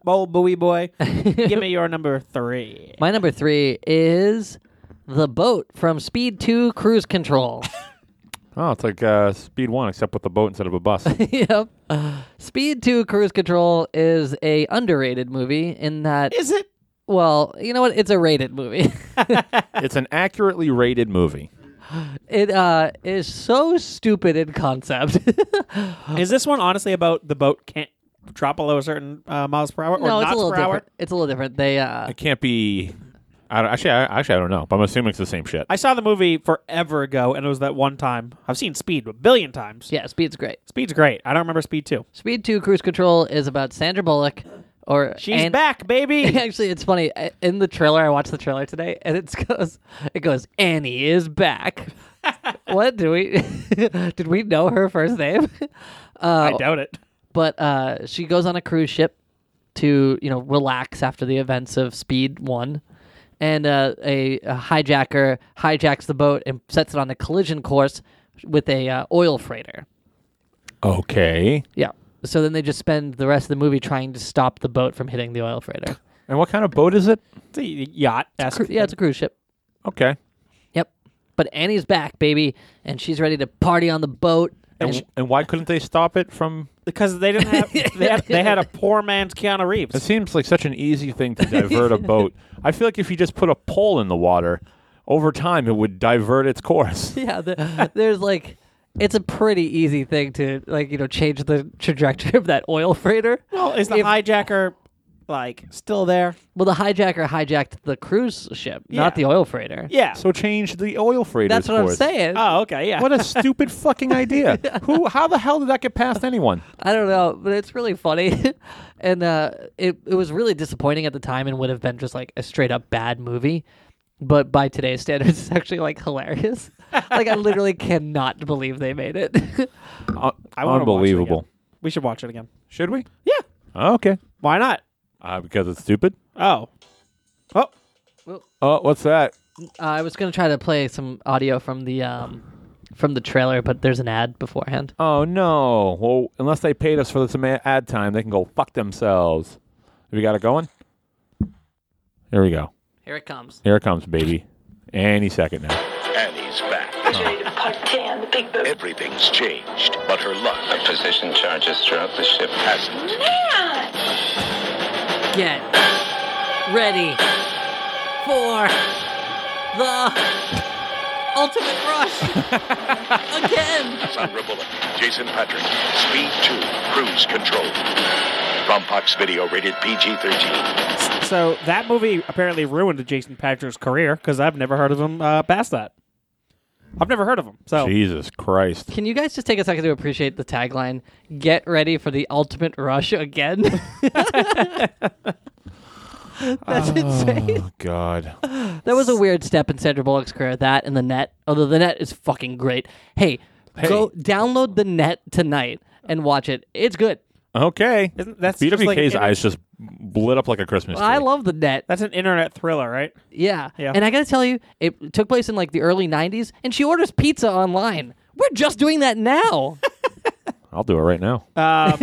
Speaker 5: Mole Bowie Boy. Give me your number three.
Speaker 3: My number three is the boat from Speed Two Cruise Control.
Speaker 2: Oh, it's like uh, Speed One, except with the boat instead of a bus.
Speaker 3: yep. Speed Two Cruise Control is a underrated movie in that.
Speaker 5: Is it?
Speaker 3: Well, you know what? It's a rated movie.
Speaker 2: it's an accurately rated movie.
Speaker 3: it uh, is so stupid in concept.
Speaker 5: Is this one honestly about the boat can't drop below a certain uh, miles per hour or
Speaker 3: no, it's a
Speaker 5: knots
Speaker 3: little
Speaker 5: per hour?
Speaker 3: different. It's a little different. They uh,
Speaker 2: It can't be. I don't, actually, I, actually, I don't know, but I'm assuming it's the same shit.
Speaker 5: I saw the movie forever ago, and it was that one time. I've seen Speed a billion times.
Speaker 3: yeah, Speed's great.
Speaker 5: Speed's great. I don't remember Speed 2.
Speaker 3: Speed Two Cruise Control is about Sandra Bullock, or
Speaker 5: She's
Speaker 3: and-
Speaker 5: back, baby.
Speaker 3: Actually, it's funny. I- In the trailer, I watched the trailer today, and it goes, it goes, Annie is back. what do we? did we know her first name?
Speaker 5: I doubt it.
Speaker 3: but uh, she goes on a cruise ship to you know relax after the events of Speed One, and uh, a, a hijacker hijacks the boat and sets it on a collision course with a uh, oil freighter.
Speaker 2: Okay.
Speaker 3: Yeah. So then they just spend the rest of the movie trying to stop the boat from hitting the oil freighter.
Speaker 2: And what kind of boat is it?
Speaker 5: It's a yacht. esque
Speaker 3: Cru- yeah, it's a cruise ship.
Speaker 2: Okay.
Speaker 3: Yep. But Annie's back, baby, and she's ready to party on the boat.
Speaker 2: And,
Speaker 3: And she-
Speaker 2: and why couldn't they stop it from?
Speaker 5: because they didn't have they had, they had a poor man's Keanu
Speaker 2: It
Speaker 5: Reeves.
Speaker 2: seems like such an easy thing to divert a boat. I feel like if you just put a pole in the water, over time it would divert its course.
Speaker 3: yeah, the, there's like, it's a pretty easy thing to like you know change the trajectory of that oil freighter.
Speaker 5: Well, Oh, is the
Speaker 3: If-
Speaker 5: hijacker like still there?
Speaker 3: Well, the hijacker hijacked the cruise ship, not
Speaker 5: Yeah.
Speaker 3: the oil freighter.
Speaker 5: Yeah.
Speaker 2: So change the oil freighter's
Speaker 3: that's what I'm
Speaker 2: course.
Speaker 3: saying.
Speaker 5: oh, okay. Yeah.
Speaker 2: What a stupid fucking idea! Who? How the hell did that get past anyone?
Speaker 3: I don't know, but it's really funny, and uh, it it was really disappointing at the time, and would have been just like a straight up bad movie. But by today's standards, it's actually like hilarious. like I literally cannot believe they made it. Uh,
Speaker 2: Un-
Speaker 5: I wanna watch it
Speaker 2: unbelievable.
Speaker 5: again. we should watch it again.
Speaker 2: Should we? Oh,
Speaker 5: Yeah.
Speaker 2: Okay.
Speaker 5: Why not?
Speaker 2: Uh, because it's stupid.
Speaker 5: Oh. Oh.
Speaker 2: Oh, what's that?
Speaker 3: Uh, I was gonna try to play some audio from the um, from the trailer, but there's an ad beforehand.
Speaker 2: Oh no! Well, unless they paid us for this ama- ad time, they can go fuck themselves. Have you got it going? Here we go.
Speaker 3: Here it comes.
Speaker 2: Here it comes, baby. Any second now.
Speaker 7: Annie's back. Everything's changed, but her luck
Speaker 8: Position charges throughout the ship.
Speaker 7: hasn't.
Speaker 3: Get ready for the ultimate rush again.
Speaker 7: Sandra Bullock, Jason Patrick, Speed 2, Cruise Control. From Fox Video, rated PG 13.
Speaker 5: So that movie apparently ruined Jason Patrick's career because I've never heard of him uh, past that. I've never heard of him. So
Speaker 2: Jesus Christ!
Speaker 3: Can you guys just take a second to appreciate the tagline? Get ready for the ultimate rush again. That's insane.
Speaker 2: Oh God!
Speaker 3: That was a weird step in Sandra Bullock's career. That and the net. Although the net is fucking great. Hey, go download the net tonight and watch it. It's good.
Speaker 2: Okay.
Speaker 5: Isn't- that's just like
Speaker 2: BWK's
Speaker 5: inter-
Speaker 2: eyes just lit up like a Christmas tree.
Speaker 3: I love the net.
Speaker 5: that's an internet thriller, right?
Speaker 3: Yeah.
Speaker 5: Yeah.
Speaker 3: And I got to tell you, it took place in like the early 90s, and she orders pizza online. We're just doing that now.
Speaker 2: I'll do it right now.
Speaker 5: Um,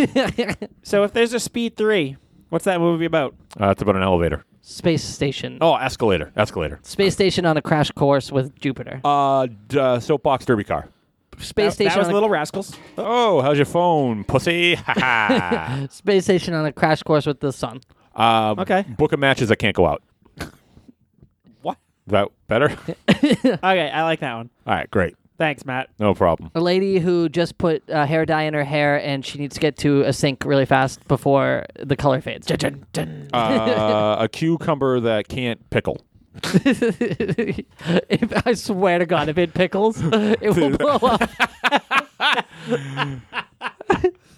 Speaker 5: So if there's a Speed 3, what's that movie about?
Speaker 2: Uh, it's about an elevator.
Speaker 3: Space station.
Speaker 2: Oh, escalator, escalator.
Speaker 3: Space station on a crash course with Jupiter.
Speaker 2: Uh, d- uh soapbox derby car.
Speaker 3: space
Speaker 5: that,
Speaker 3: station
Speaker 5: that was
Speaker 3: on a,
Speaker 5: Little Rascals.
Speaker 2: Oh, how's your phone, pussy? Ha ha.
Speaker 3: space station on a crash course with the sun.
Speaker 2: Um,
Speaker 5: Okay.
Speaker 2: Book of matches that can't go out.
Speaker 5: What?
Speaker 2: that better?
Speaker 5: Okay, I like that one.
Speaker 2: All right, great.
Speaker 5: Thanks, Matt.
Speaker 2: No problem.
Speaker 3: A lady who just put uh, hair dye in her hair and she needs to get to a sink really fast before the color fades.
Speaker 5: Dun, dun.
Speaker 2: Uh, a cucumber that can't pickle.
Speaker 3: if, I swear to God, if it pickles, it will blow up.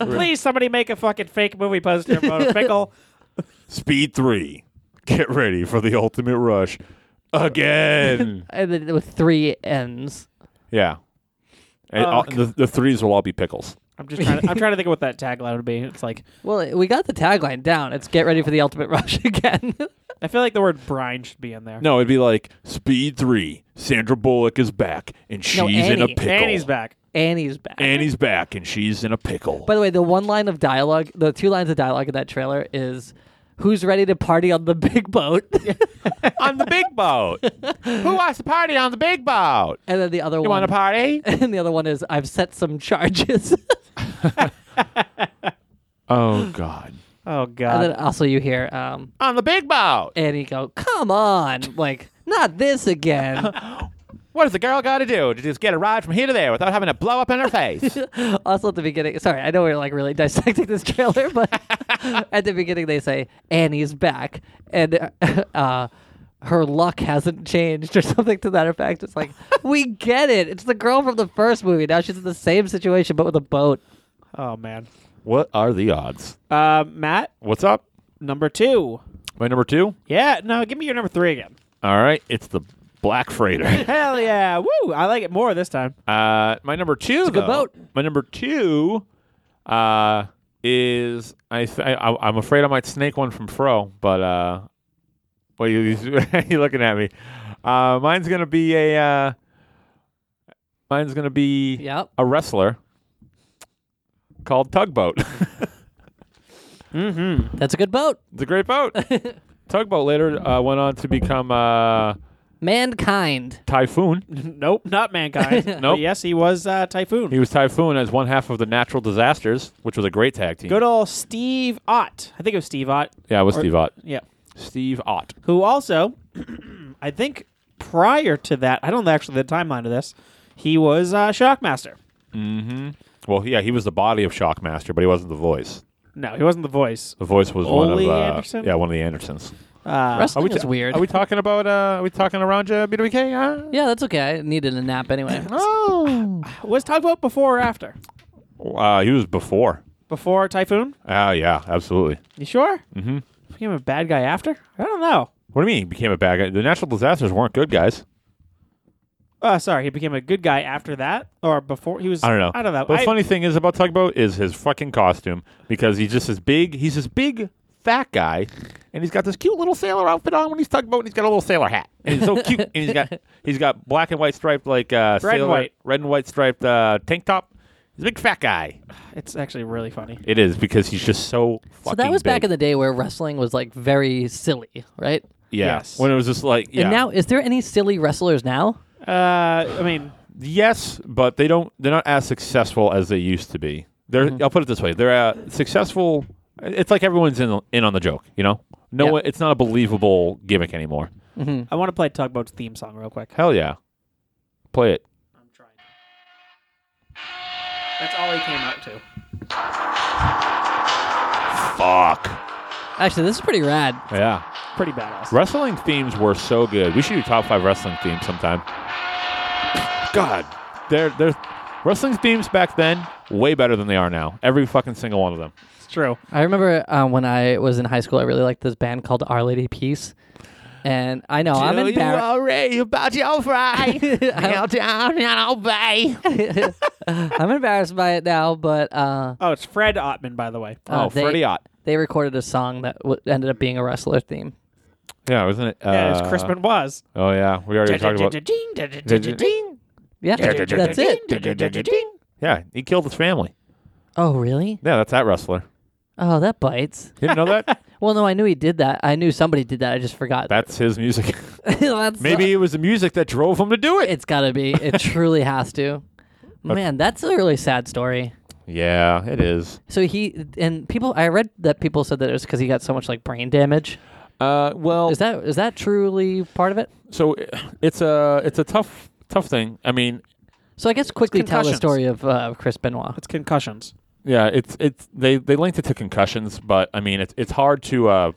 Speaker 5: Please, somebody make a fucking fake movie poster about a pickle.
Speaker 6: Speed three.
Speaker 2: Get ready for the ultimate rush again.
Speaker 3: And then with three N's.
Speaker 2: yeah. And all- the, the threes will all be pickles.
Speaker 5: I'm just trying to, I'm trying to think of what that tagline would be. It's like
Speaker 3: Well, we got the tagline down. It's get ready for the ultimate rush again.
Speaker 5: I feel like the word brine should be in there.
Speaker 2: No, it'd be like Speed Three. Sandra Bullock is back, and she's in a
Speaker 3: Annie.
Speaker 2: pickle.
Speaker 5: Annie's back.
Speaker 3: Annie's back.
Speaker 2: Annie's back, and she's in a pickle.
Speaker 3: By the way, the one line of dialogue, the two lines of dialogue in that trailer is Who's ready to party on the big boat?
Speaker 2: on the big boat. Who wants to party on the big boat?
Speaker 3: and then the other one
Speaker 2: party?
Speaker 3: and the other one is I've set some charges.
Speaker 2: Oh God!
Speaker 5: Oh
Speaker 3: and then
Speaker 5: god.
Speaker 3: also you hear um,
Speaker 2: On the big boat.
Speaker 3: Annie go, Come on, like, not this again.
Speaker 2: What does the girl got to do to just get a ride from here to there without having to blow up in her face?
Speaker 3: also at the beginning sorry i know we're like really dissecting this trailer but at the beginning they say annie's back and uh, her luck hasn't changed or something to that effect it's like we get it it's the girl from the first movie now she's in the same situation but with a boat
Speaker 5: Oh man.
Speaker 2: what are the odds?
Speaker 5: Uh, Matt,
Speaker 2: What's up?
Speaker 5: number two.
Speaker 2: My number two.
Speaker 5: Yeah, no, give me your number three again.
Speaker 2: All right, it's the Black Freighter.
Speaker 5: Hell yeah. Woo! I like it more this time.
Speaker 2: Uh, my number two.
Speaker 3: good
Speaker 2: though-
Speaker 3: boat.
Speaker 2: My number two uh, is I, th- I. I- I'm afraid I might snake one from Fro, but uh, well, you you looking at me. Uh, mine's gonna be a. Uh, mine's gonna be
Speaker 3: yep
Speaker 2: a wrestler called Tugboat.
Speaker 3: that's a good boat
Speaker 2: it's a great boat. Tugboat later uh, went on to become uh,
Speaker 3: mankind
Speaker 2: Typhoon.
Speaker 5: nope, not mankind. But
Speaker 2: Nope.
Speaker 5: yes, he was uh, Typhoon.
Speaker 2: He was Typhoon as one half of the Natural Disasters, which was a great tag team.
Speaker 5: Good old Steve Ott. I think it was Steve Ott.
Speaker 2: yeah, it was
Speaker 5: Or-
Speaker 2: Steve Ott.
Speaker 5: Yeah.
Speaker 2: Steve Ott.
Speaker 5: Who also, I think prior to that, I don't know actually the timeline of this, he was uh, Shockmaster.
Speaker 2: Well, yeah, he was the body of Shockmaster, but he wasn't the voice.
Speaker 5: No, he wasn't the voice.
Speaker 2: The voice was one
Speaker 5: Ole
Speaker 2: of uh,
Speaker 5: Anderson?
Speaker 2: yeah, one of the Andersons.
Speaker 5: Uh,
Speaker 3: wrestling is weird
Speaker 2: Are we talking about? Uh, are we talking around you, BWK? Huh?
Speaker 3: yeah that's okay i needed a nap anyway
Speaker 2: Oh,
Speaker 5: was Tugboat before or after?
Speaker 2: uh, he was before.
Speaker 5: Before Typhoon?
Speaker 2: Ah, yeah, absolutely.
Speaker 5: You sure? Mm-hmm. Became a bad guy after? I don't know.
Speaker 2: What do you mean he became a bad guy? The natural disasters weren't good guys.
Speaker 5: Uh, sorry, he became a good guy after that, or before he was.
Speaker 2: I don't know.
Speaker 5: I don't know.
Speaker 2: But
Speaker 5: I-
Speaker 2: the funny thing is about Tugboat is his fucking costume because he's just this big. He's this big fat guy, and he's got this cute little sailor outfit on when he's Tugboat, and he's got a little sailor hat, and he's so cute, and he's got he's got black and white striped like uh,
Speaker 5: Red and
Speaker 2: sailor
Speaker 5: white.
Speaker 2: red and white striped uh, tank top. He's a big fat guy.
Speaker 5: It's actually really funny.
Speaker 2: It is because he's just so. Fucking
Speaker 3: so that was back
Speaker 2: big.
Speaker 3: in the day where wrestling was like very silly right
Speaker 2: yeah
Speaker 5: Yes.
Speaker 2: when it was just like yeah
Speaker 3: and now is there any silly wrestlers now
Speaker 5: Uh, I mean,
Speaker 2: Yes, but they don't. They're not as successful as they used to be. They're.
Speaker 3: Mm-hmm.
Speaker 2: I'll put it this way: they're uh, successful. It's like everyone's in in on the joke. You know, no,
Speaker 3: Yeah.
Speaker 2: one, it's not a believable gimmick anymore.
Speaker 5: I want to play Tugboat's theme song real quick.
Speaker 2: Hell yeah, play it.
Speaker 5: That's all he came out to.
Speaker 2: Fuck
Speaker 3: actually this is pretty rad
Speaker 2: yeah!
Speaker 5: Pretty badass.
Speaker 2: Wrestling themes were so good. We should do top five wrestling themes sometime. God, they're they're wrestling themes back then way better than they are now. Every fucking single one of them.
Speaker 5: It's true.
Speaker 3: I remember uh, when I was in high school, I really liked this band called Our Lady Peace. And I know Oh, I'm embarrassed.
Speaker 2: worry about your fry.
Speaker 3: I'm,
Speaker 2: down and obey.
Speaker 3: Uh, I'm embarrassed by it now, but uh,
Speaker 5: Oh, it's Fred Ottman, by the way.
Speaker 3: uh,
Speaker 2: Oh,
Speaker 3: they,
Speaker 2: Freddie Ott.
Speaker 3: they recorded a song that w- ended up being a wrestler theme.
Speaker 2: Yeah, wasn't it? Uh,
Speaker 5: yeah, it's Crispin was.
Speaker 2: Oh yeah, we already talked about.
Speaker 3: Yeah, that's it.
Speaker 2: Yeah, he killed his family.
Speaker 3: Oh, really?
Speaker 2: Yeah, that's that wrestler.
Speaker 3: Oh, that bites.
Speaker 2: You didn't know that?
Speaker 3: Well, no, I knew he did that. I knew somebody did that. I just forgot.
Speaker 2: That's his music.
Speaker 3: That's-
Speaker 2: Maybe it was the music that drove him to do it.
Speaker 3: it's got to be. It truly has to. Man, that's a really sad story.
Speaker 2: Yeah, it is.
Speaker 3: So he and people, I read that people said that it was because he got so much like brain damage.
Speaker 2: Uh, well,
Speaker 3: Is that is that truly part of it?
Speaker 2: so i- it's a it's a tough tough thing. I mean,
Speaker 3: So I guess quickly tell the
Speaker 5: concussions.
Speaker 3: story of uh, Chris Benoit.
Speaker 5: It's concussions.
Speaker 2: yeah, it's it's they they linked it to concussions, but I mean, it's it's hard to uh,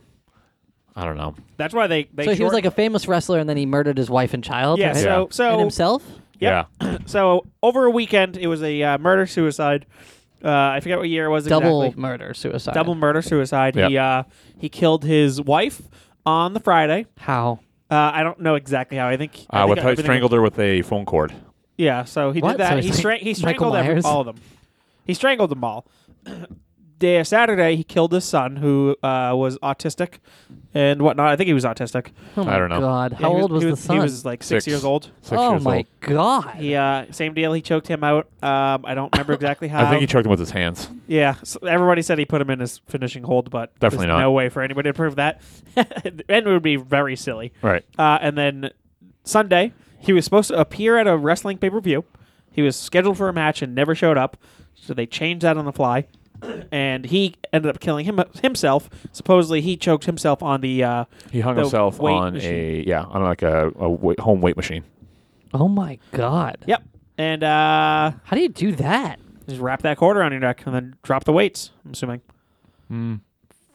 Speaker 2: I don't know.
Speaker 5: That's why they. they
Speaker 3: So he was
Speaker 5: short-
Speaker 3: like a famous wrestler, and then he murdered his wife and child.
Speaker 5: Yeah.
Speaker 3: right?
Speaker 5: So so
Speaker 3: and himself.
Speaker 5: Yep.
Speaker 2: Yeah,
Speaker 5: So over a weekend, it was a uh, murder suicide. Uh, I forget what year it was
Speaker 3: Double
Speaker 5: exactly.
Speaker 3: murder, suicide.
Speaker 5: Double murder suicide. He uh, he killed his wife on the Friday.
Speaker 3: How?
Speaker 5: Uh, I don't know exactly how. I think I
Speaker 2: uh,
Speaker 5: think
Speaker 2: with how he
Speaker 5: everything-
Speaker 2: strangled her with a phone cord.
Speaker 5: Yeah, so he
Speaker 3: What?
Speaker 5: did that.
Speaker 3: So
Speaker 5: he,
Speaker 3: he's
Speaker 5: stra-
Speaker 3: like
Speaker 5: he
Speaker 3: Michael
Speaker 5: strangled every-
Speaker 3: Myers?
Speaker 5: all of them. He strangled them all. Day Saturday, he killed his son who uh, was autistic and whatnot. I think he was autistic.
Speaker 3: Oh my
Speaker 2: I don't know.
Speaker 3: God.
Speaker 5: Yeah,
Speaker 3: How
Speaker 5: he
Speaker 3: old was,
Speaker 5: he
Speaker 3: the son?
Speaker 5: He was like six,
Speaker 2: Six.
Speaker 5: years old.
Speaker 2: Six
Speaker 3: oh
Speaker 2: years
Speaker 3: my
Speaker 2: old.
Speaker 3: God.
Speaker 5: He uh, same deal. He choked him out. Um, I don't remember exactly how.
Speaker 2: I think he choked him with his hands.
Speaker 5: Yeah, so everybody said he put him in his finishing hold, but
Speaker 2: Definitely
Speaker 5: there's
Speaker 2: not.
Speaker 5: No way for anybody to prove that, and it would be very silly.
Speaker 2: Right.
Speaker 5: Uh, and then Sunday, he was supposed to appear at a wrestling pay per view. He was scheduled for a match and never showed up, so they changed that on the fly, and he ended up killing him himself. Supposedly, he choked himself on the. Uh,
Speaker 2: He hung
Speaker 5: the
Speaker 2: himself
Speaker 5: weight
Speaker 2: on
Speaker 5: machine.
Speaker 2: a yeah on like a, a weight, home weight machine.
Speaker 3: Oh my God.
Speaker 5: Yep, and uh,
Speaker 3: How do you do that?
Speaker 5: just wrap that quarter on your neck and then drop the weights. I'm assuming.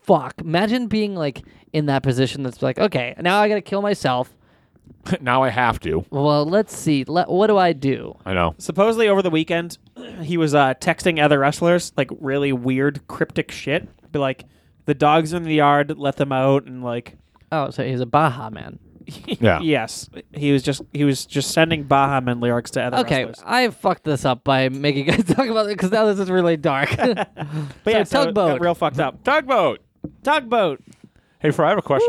Speaker 3: Fuck. Imagine being like in that position. That's like, okay, now I gotta kill myself.
Speaker 2: now I have to.
Speaker 3: Well, let's see. Let, what do I do?
Speaker 2: I know.
Speaker 5: supposedly over the weekend he was uh, texting other wrestlers like really weird cryptic shit be like the dogs in the yard let them out and like
Speaker 3: Oh, so he's a Baja man.
Speaker 2: Yeah.
Speaker 5: yes he was just he was just sending baha men lyrics to other
Speaker 3: Okay,
Speaker 5: wrestlers
Speaker 3: I fucked this up by making guys talk about it because now this is really dark.
Speaker 5: but yeah so it got
Speaker 3: tugboat.
Speaker 5: real fucked up
Speaker 2: Tugboat.
Speaker 5: tugboat
Speaker 2: Hey, Fry, I have a question.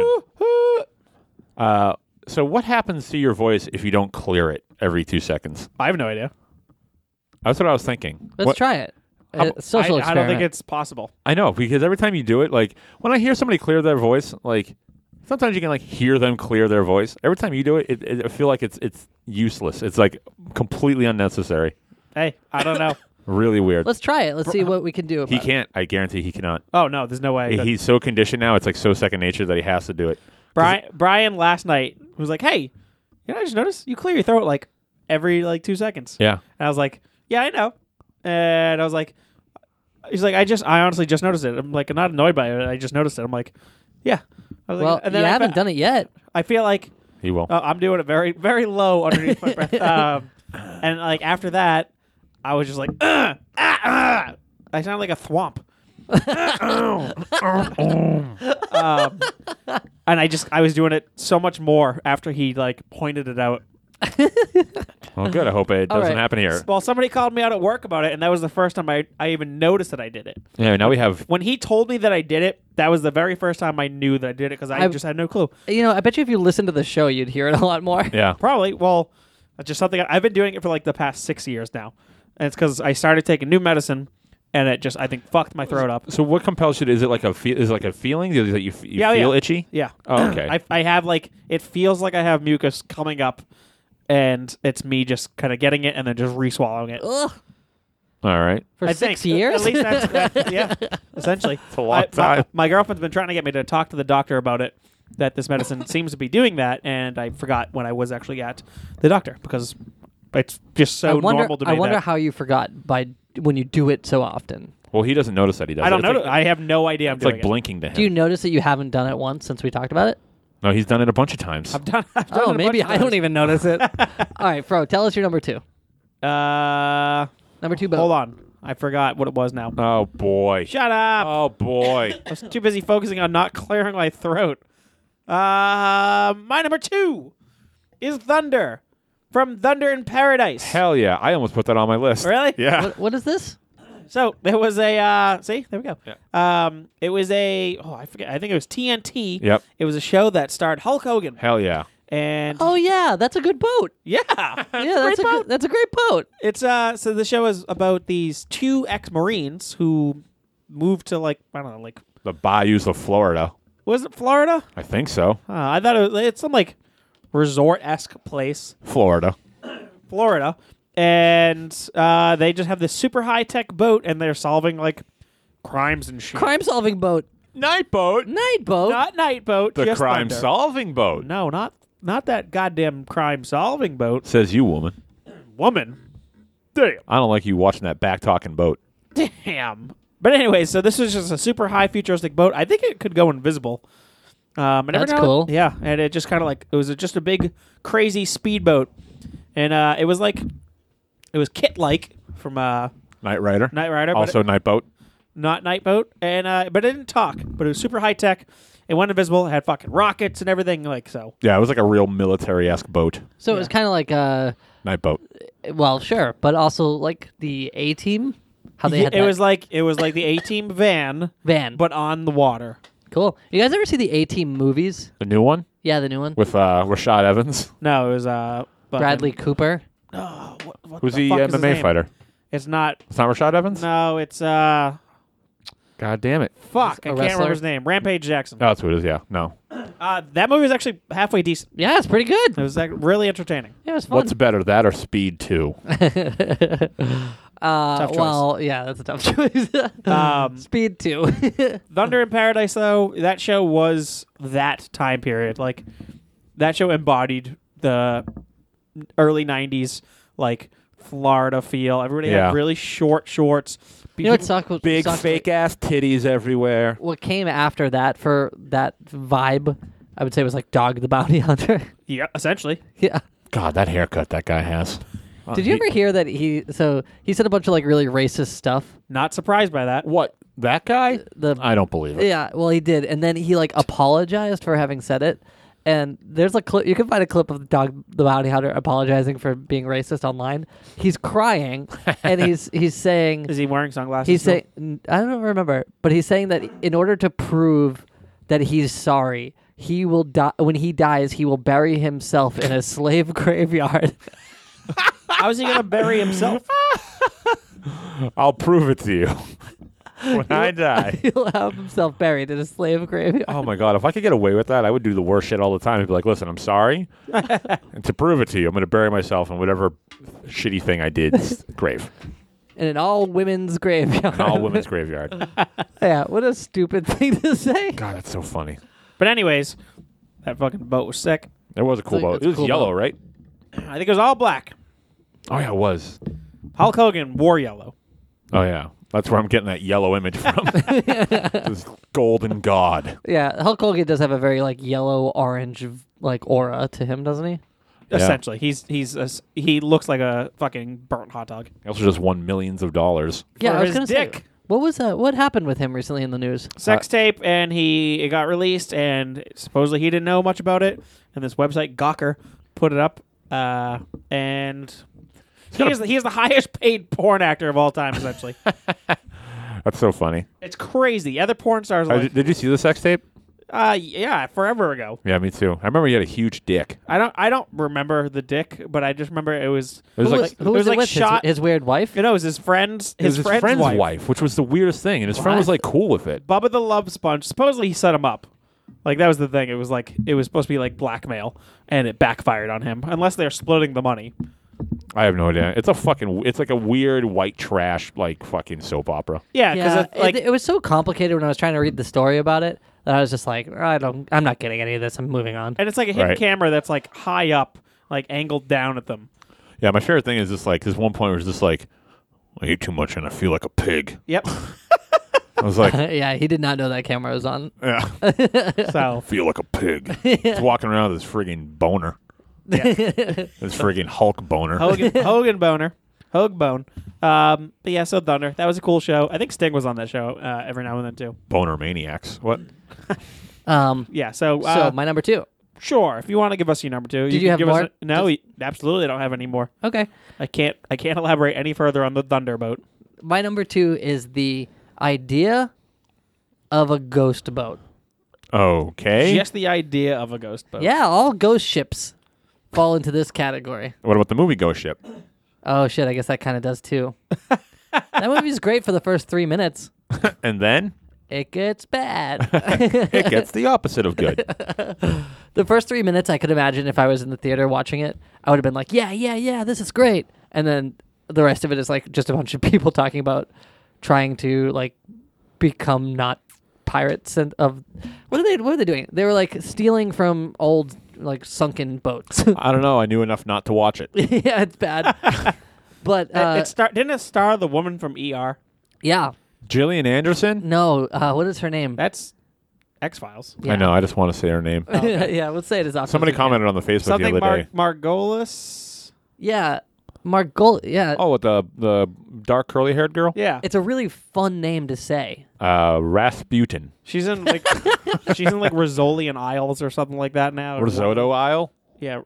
Speaker 2: Uh, so what happens to your voice if you don't clear it every two seconds?
Speaker 5: i have no idea
Speaker 2: That's what I was thinking.
Speaker 3: Let's
Speaker 2: What-
Speaker 3: try it.
Speaker 2: How-
Speaker 3: It's social
Speaker 5: I, I don't
Speaker 3: experiment.
Speaker 5: think it's possible
Speaker 2: I know because every time you do it, like when I hear somebody clear their voice, like sometimes you can like hear them clear their voice. Every time you do it, it, it I feel like it's it's useless. It's like completely unnecessary.
Speaker 5: hey i don't know
Speaker 2: Really weird.
Speaker 3: Let's try it. Let's see what we can do. About
Speaker 2: he can't. I guarantee he cannot.
Speaker 5: oh no there's no way
Speaker 2: He's so conditioned now; it's like so second nature that he has to do it.
Speaker 5: brian brian last night was like hey you know i just noticed you clear your throat like every like two seconds
Speaker 2: Yeah,
Speaker 5: And I was like, yeah, I know. And I was like, he's like, I just, I honestly just noticed it. I'm like, I'm not annoyed by it. I just noticed it. I'm like, yeah. I was
Speaker 3: It. Well,
Speaker 5: like, and
Speaker 3: you
Speaker 5: then I
Speaker 3: haven't
Speaker 5: fe-
Speaker 3: done it yet.
Speaker 5: I feel like
Speaker 2: he will.
Speaker 5: uh, I'm doing it very, very low underneath my breath. Um, and like after that, I was just like, "Ugh, ah, ah." I sound like a thwomp. um, and I just, I was doing it so much more after he like pointed it out.
Speaker 2: well, good. I hope it
Speaker 3: All
Speaker 2: doesn't
Speaker 3: right.
Speaker 2: happen here.
Speaker 5: Well, somebody called me out at work about it, and that was the first time I, I even noticed that I did it.
Speaker 2: Yeah. Now we have.
Speaker 5: When he told me that I did it, that was the very first time I knew that I did it because I
Speaker 3: I've-
Speaker 5: just had no clue.
Speaker 3: You know, I bet you if you listen to the show, you'd hear it a lot more.
Speaker 2: Yeah.
Speaker 5: Probably, well, that's just something I've been doing it for like the past six years now, and it's because I started taking new medicine, and it just I think fucked my throat up.
Speaker 2: So what compels you? To, is it like a fe- is it like a feeling that you, you
Speaker 5: Yeah,
Speaker 2: feel
Speaker 5: yeah.
Speaker 2: itchy?
Speaker 5: Yeah,
Speaker 2: Oh, okay.
Speaker 5: I, I have like it feels like I have mucus coming up, and it's me just kind of getting it and then just re-swallowing it.
Speaker 3: Ugh,
Speaker 2: All right.
Speaker 3: for
Speaker 5: I
Speaker 3: six
Speaker 5: think.
Speaker 3: years.
Speaker 5: At least that's that- yeah, essentially. It's
Speaker 2: a long time.
Speaker 5: My, girlfriend's been trying to get me to talk to the doctor about it. That this medicine seems to be doing that, and I forgot when I was actually at the doctor because it's just so
Speaker 3: I wonder.
Speaker 5: normal to me.
Speaker 3: I wonder
Speaker 5: that-
Speaker 3: how you forgot by when you do it so often.
Speaker 2: Well, he doesn't notice that he does.
Speaker 5: I don't
Speaker 2: it.
Speaker 5: know.
Speaker 2: It's like,
Speaker 5: I have no idea. I'm
Speaker 2: it's like
Speaker 5: doing it.
Speaker 2: blinking to him.
Speaker 3: Do you notice that you haven't done it once since we talked about it?
Speaker 2: no, he's done it a bunch of times.
Speaker 5: I've done it
Speaker 3: Oh,
Speaker 5: a
Speaker 3: maybe
Speaker 5: bunch
Speaker 3: I
Speaker 5: of
Speaker 3: don't even notice it. All right, Fro, tell us your number two.
Speaker 5: times.
Speaker 3: Number two,
Speaker 5: Uh,
Speaker 3: but
Speaker 5: hold on. I forgot what it was now.
Speaker 2: oh boy.
Speaker 5: Shut up.
Speaker 2: Oh boy.
Speaker 5: I was too busy focusing on not clearing my throat. Uh, my number two is Thunder from Thunder in Paradise.
Speaker 2: Hell yeah! I almost put that on my list.
Speaker 5: Really?
Speaker 2: Yeah.
Speaker 3: What, what is this?
Speaker 5: So there was a uh, see there we go. Um, it was a oh I forget I think it was TNT.
Speaker 2: Yep.
Speaker 5: It was a show that starred Hulk Hogan
Speaker 2: Hell yeah.
Speaker 5: and
Speaker 3: Oh yeah, that's a good boat.
Speaker 5: yeah
Speaker 3: Yeah, that's a
Speaker 5: Great boat.
Speaker 3: good, that's a great boat.
Speaker 5: It's uh so the show is about these two ex Marines who moved to like I don't know like
Speaker 2: The bayous of Florida.
Speaker 5: was it Florida?
Speaker 2: I think so.
Speaker 5: Uh, I thought it was, it's some like resort esque place
Speaker 2: Florida.
Speaker 5: Florida. And uh, they just have this super high tech boat, and they're solving like crimes and shit.
Speaker 3: Crime solving boat.
Speaker 5: Night boat.
Speaker 3: Night boat.
Speaker 5: Not night boat.
Speaker 2: The
Speaker 5: just
Speaker 2: crime
Speaker 5: thunder.
Speaker 2: solving boat.
Speaker 5: No, not not that goddamn crime solving boat.
Speaker 2: Says you, woman.
Speaker 5: Woman. Damn.
Speaker 2: I don't like you watching that back talking boat.
Speaker 5: Damn. But anyway, so this is just a super high futuristic boat. I think it could go invisible. Um, and every
Speaker 3: That's
Speaker 5: now-
Speaker 3: cool.
Speaker 5: Yeah, and it just kind of like it was just a big crazy speedboat, and uh, it was like it was kit like from uh,
Speaker 2: Night Rider.
Speaker 5: Knight Rider, but
Speaker 2: Also,
Speaker 5: it-
Speaker 2: Night Boat.
Speaker 5: not night boat, and uh, but it didn't talk, but it was super high tech. It went invisible. It had fucking rockets and everything like so.
Speaker 2: Yeah, it was like a real military esque boat.
Speaker 3: So it was kind of like uh,
Speaker 2: Night Boat.
Speaker 3: well, sure, but also like the A team. How they
Speaker 5: Yeah,
Speaker 3: had
Speaker 5: it
Speaker 3: that
Speaker 5: was like it was like the A Team van,
Speaker 3: van,
Speaker 5: but on the water.
Speaker 3: cool. You guys ever see the A team movies?
Speaker 2: The new one
Speaker 3: Yeah, the new one.
Speaker 2: with uh, Rashad Evans,
Speaker 5: No, it was uh fucking-
Speaker 3: Bradley Cooper.
Speaker 5: Oh, what, what
Speaker 2: who's
Speaker 5: the
Speaker 2: the
Speaker 5: fuck is his
Speaker 2: MMA
Speaker 5: name?
Speaker 2: fighter.
Speaker 5: It's not.
Speaker 2: It's not Rashad Evans.
Speaker 5: No, it's uh
Speaker 2: God damn it.
Speaker 5: fuck.
Speaker 3: a
Speaker 5: I can't
Speaker 3: wrestler?
Speaker 5: remember his name. Rampage Jackson.
Speaker 2: Oh, that's what it is. Yeah, no.
Speaker 5: Uh, that movie was actually halfway decent.
Speaker 3: Yeah, it's pretty good.
Speaker 5: It was like, really entertaining.
Speaker 3: Yeah, it was fun.
Speaker 2: What's better, that or Speed Two?
Speaker 3: uh,
Speaker 5: tough choice.
Speaker 3: Well, yeah, that's a tough choice.
Speaker 5: Um,
Speaker 3: Speed two.
Speaker 5: Thunder in Paradise, though, that show was that time period. Like that show embodied the early '90s, like Florida feel. Everybody
Speaker 2: Yeah.
Speaker 5: had really short shorts.
Speaker 3: you know what suck- sucks?
Speaker 2: Big fake ass titties everywhere.
Speaker 3: What came after that for that vibe? I would say was like Dog the Bounty Hunter.
Speaker 5: Yeah, essentially.
Speaker 3: yeah.
Speaker 2: God, that haircut that guy has.
Speaker 3: Did
Speaker 2: he-
Speaker 3: you ever hear that Uh, he? So he said a bunch of like really racist stuff.
Speaker 5: Not surprised by that.
Speaker 2: What that guy?
Speaker 3: The
Speaker 2: I don't believe it.
Speaker 3: Yeah, well, he did, and then he like apologized for having said it. And there's a clip you can find a clip of Dog the Bounty Hunter apologizing for being racist online. He's crying, and he's he's saying
Speaker 5: Is he wearing sunglasses?
Speaker 3: he's
Speaker 5: still?
Speaker 3: saying I don't remember, but he's saying that in order to prove that he's sorry, he will die when he dies. He will bury himself in a slave graveyard.
Speaker 5: How is he gonna bury himself?
Speaker 2: I'll prove it to you when I die.
Speaker 3: He'll have himself buried in a slave graveyard.
Speaker 2: Oh my god, if I could get away with that, I would do the worst shit all the time. I'd be like, "Listen, I'm sorry, and to prove it to you, I'm going to bury myself in whatever shitty thing I did grave,
Speaker 3: in an all women's graveyard.
Speaker 2: an all women's graveyard." God,
Speaker 3: yeah, what a stupid thing to say.
Speaker 2: that's so funny.
Speaker 5: But anyways, that fucking boat was sick.
Speaker 2: It was a cool
Speaker 3: It's like-
Speaker 2: boat.
Speaker 3: it's
Speaker 2: It was
Speaker 3: cool
Speaker 2: yellow,
Speaker 3: boat.
Speaker 2: right?
Speaker 5: I think it was all black.
Speaker 2: Oh yeah, it was.
Speaker 5: Hulk Hogan wore yellow.
Speaker 2: Oh yeah, that's where I'm getting that yellow image from. this golden god.
Speaker 3: Yeah, Hulk Hogan does have a very like yellow orange like aura to him, doesn't he?
Speaker 5: Essentially, he's he's a s he looks like a fucking burnt hot dog.
Speaker 2: He also just won millions of dollars.
Speaker 5: For
Speaker 3: yeah, I was
Speaker 5: his
Speaker 3: gonna
Speaker 5: dick.
Speaker 3: say what was uh, what happened with him recently in the news?
Speaker 5: Sex tape, and he it got released, and supposedly he didn't know much about it. And this website Gawker put it up, uh, and he is the, he is the highest paid porn actor of all time. Essentially,
Speaker 2: That's so funny.
Speaker 5: it's crazy. Other porn stars, are
Speaker 2: Uh,
Speaker 5: like,
Speaker 2: did you see the sex tape?
Speaker 5: uh, yeah, forever ago.
Speaker 2: Yeah, me too. I remember he had a huge dick.
Speaker 5: I don't I don't remember the dick, but I just remember it was
Speaker 2: It was
Speaker 3: Who
Speaker 2: like
Speaker 3: was,
Speaker 5: it
Speaker 3: who was
Speaker 5: was
Speaker 3: it
Speaker 5: like
Speaker 3: with? His-
Speaker 5: shot-
Speaker 3: His, weird wife.
Speaker 5: You know, it was his friend's
Speaker 2: it was
Speaker 5: his, friend's, wife.
Speaker 2: which was the weirdest thing, and his friend was like cool with it.
Speaker 5: Bubba the Love Sponge. Supposedly he set him up. Like that was the thing. It was like it was supposed to be like blackmail, and it backfired on him. Unless they're splitting the money.
Speaker 2: I have no idea. It's a fucking. It's like a weird white trash like fucking soap opera.
Speaker 5: Yeah,
Speaker 3: yeah,
Speaker 5: because
Speaker 3: it-
Speaker 5: like
Speaker 3: it, was so complicated when I was trying to read the story about it that I was just like, I don't, I'm not getting any of this. I'm moving on.
Speaker 5: and it's like a hidden
Speaker 2: Right.
Speaker 5: camera that's like high up, like angled down at them.
Speaker 2: Yeah, my favorite thing is just like this one point where it's just like, I ate too much and I feel like a pig.
Speaker 5: Yep.
Speaker 2: I was like,
Speaker 3: yeah, he did not know that camera was on.
Speaker 2: yeah,
Speaker 5: so
Speaker 6: Feel like a pig.
Speaker 2: he's walking around with this friggin' boner. this friggin' Hulk boner.
Speaker 5: Hogan Hogan boner. Hogue bone. Um, but yeah, so Thunder. That was a cool show. I think Sting was on that show uh, every now and then too.
Speaker 2: Boner maniacs. What?
Speaker 3: Um,
Speaker 5: Yeah, so
Speaker 3: so
Speaker 5: uh,
Speaker 3: my number two.
Speaker 5: sure. If you want to give us your number two,
Speaker 3: you
Speaker 5: can
Speaker 3: have
Speaker 5: give
Speaker 3: more?
Speaker 5: Us a, no, we- absolutely, I don't have any more.
Speaker 3: Okay,
Speaker 5: I can't. I can't elaborate any further on the Thunderboat.
Speaker 3: my number two is the idea of a ghost boat.
Speaker 2: Okay.
Speaker 5: Just the idea of a ghost boat.
Speaker 3: Yeah, all ghost ships fall into this category.
Speaker 2: What about the movie Ghost Ship?
Speaker 3: Oh shit! I guess that kind of does too. that movie's great for the first three minutes.
Speaker 2: And then
Speaker 3: It gets bad.
Speaker 2: it gets the opposite of good.
Speaker 3: the first three minutes, I could imagine if I was in the theater watching it, I would have been like, "Yeah, yeah, yeah, this is great," and then the rest of it is like just a bunch of people talking about trying to like become not pirates and of what are they? What are they doing? They were like stealing from old like sunken boats.
Speaker 2: I don't know. I knew enough not to watch it.
Speaker 3: yeah, it's bad. but
Speaker 5: It-
Speaker 3: uh,
Speaker 5: it star- didn't it star the woman from ER?
Speaker 3: yeah,
Speaker 2: Gillian Anderson.
Speaker 3: no. Uh, what is her name?
Speaker 5: That's X Files.
Speaker 3: Yeah. Oh.
Speaker 2: I know. I just want to say her name.
Speaker 3: yeah, let's say it as often.
Speaker 2: Somebody
Speaker 3: as we can.
Speaker 2: commented on the Facebook
Speaker 5: Something
Speaker 2: the other
Speaker 5: Mar-
Speaker 2: day.
Speaker 5: Margolis.
Speaker 3: Yeah, Margol. Yeah,
Speaker 2: Oh, with the the dark curly haired girl.
Speaker 5: Yeah,
Speaker 3: it's a really fun name to say.
Speaker 2: Uh, Rasputin.
Speaker 5: she's in like she's in like Rizzolian Isles or something like that now.
Speaker 2: Risotto aisle.
Speaker 5: Yeah,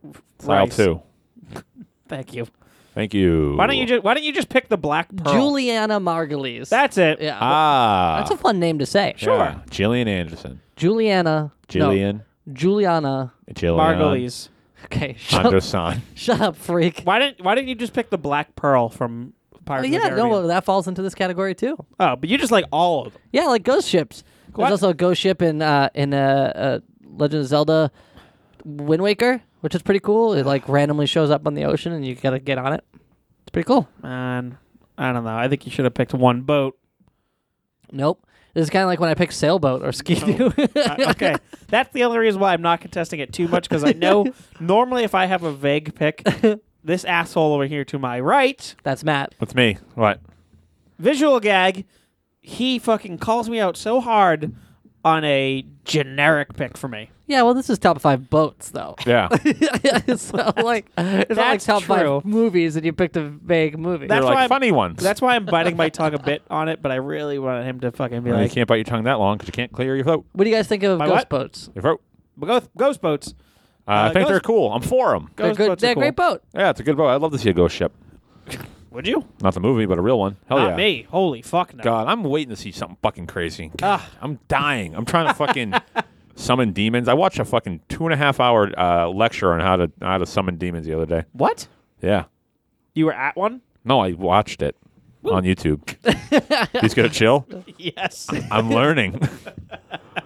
Speaker 2: Aisle
Speaker 5: rice.
Speaker 2: two.
Speaker 5: Thank you.
Speaker 2: Thank you.
Speaker 5: Why don't you just Why don't you just pick the Black Pearl?
Speaker 3: Juliana Margulies.
Speaker 5: That's it.
Speaker 3: yeah.
Speaker 2: Ah.
Speaker 3: that's a fun name to say.
Speaker 2: Yeah. Gillian Anderson.
Speaker 3: Juliana.
Speaker 2: Gillian.
Speaker 3: No, Juliana.
Speaker 2: Gillian.
Speaker 5: Margolis.
Speaker 3: Okay. Shut,
Speaker 2: Anderson.
Speaker 3: shut up, freak.
Speaker 5: Why didn't Why didn't you just pick the Black Pearl from Pirates?
Speaker 3: Well,
Speaker 5: of the
Speaker 3: yeah, no, uh,
Speaker 5: Caribbean?
Speaker 3: well, that falls into this category too.
Speaker 5: Oh, but you just like all of them.
Speaker 3: Yeah, like ghost ships.
Speaker 5: What?
Speaker 3: There's also a ghost ship in uh, in uh, uh, Legend of Zelda Wind Waker, which is pretty cool. It like randomly shows up on the ocean, and you gotta get on it. It's pretty cool.
Speaker 5: Man, I don't know. I think you should have picked one boat.
Speaker 3: Nope. This is kind of like when I picked sailboat or ski doo.
Speaker 5: Uh, okay, that's the only reason why I'm not contesting it too much because I know normally if I have a vague pick, this asshole over here to my right,
Speaker 3: That's Matt.
Speaker 2: That's me. What?
Speaker 5: visual gag, he fucking calls me out so hard on a generic pick for me.
Speaker 3: Yeah, well, this is top five boats though.
Speaker 2: Yeah.
Speaker 3: so like, it's not like
Speaker 5: That's
Speaker 3: top
Speaker 5: true.
Speaker 3: five movies, and you picked a vague movie.
Speaker 5: That's
Speaker 2: They're
Speaker 5: why
Speaker 2: like
Speaker 5: I'm-
Speaker 2: funny ones.
Speaker 5: That's why I'm biting my tongue a bit on it, but I really wanted him to fucking be
Speaker 2: Well, you
Speaker 5: like
Speaker 2: can't bite your tongue that long because you can't clear your throat.
Speaker 3: what do you guys think of
Speaker 5: My
Speaker 3: ghost
Speaker 5: what?
Speaker 3: boats?
Speaker 2: Your throat.
Speaker 5: ghost, ghost boats.
Speaker 2: Uh, I
Speaker 5: Uh,
Speaker 2: think they're
Speaker 5: ghost-
Speaker 2: cool. I'm for them.
Speaker 5: Ghost
Speaker 3: they're good.
Speaker 5: boats are
Speaker 3: They're a
Speaker 5: cool.
Speaker 3: great boat.
Speaker 2: Yeah, it's a good boat. I'd love to see a ghost ship.
Speaker 5: Would you?
Speaker 2: Not the movie, but a real one. Hell
Speaker 5: Not
Speaker 2: Oh, yeah.
Speaker 5: me. Holy fuck no.
Speaker 2: God, I'm waiting to see something fucking crazy. God,
Speaker 5: Ah.
Speaker 2: I'm dying. I'm trying to fucking summon demons. I watched a fucking two and a half hour uh, lecture on how to how to summon demons the other day.
Speaker 5: What?
Speaker 2: Yeah.
Speaker 5: You were at one?
Speaker 2: No, I watched it on YouTube. He's gonna chill.
Speaker 5: Yes.
Speaker 2: I'm learning.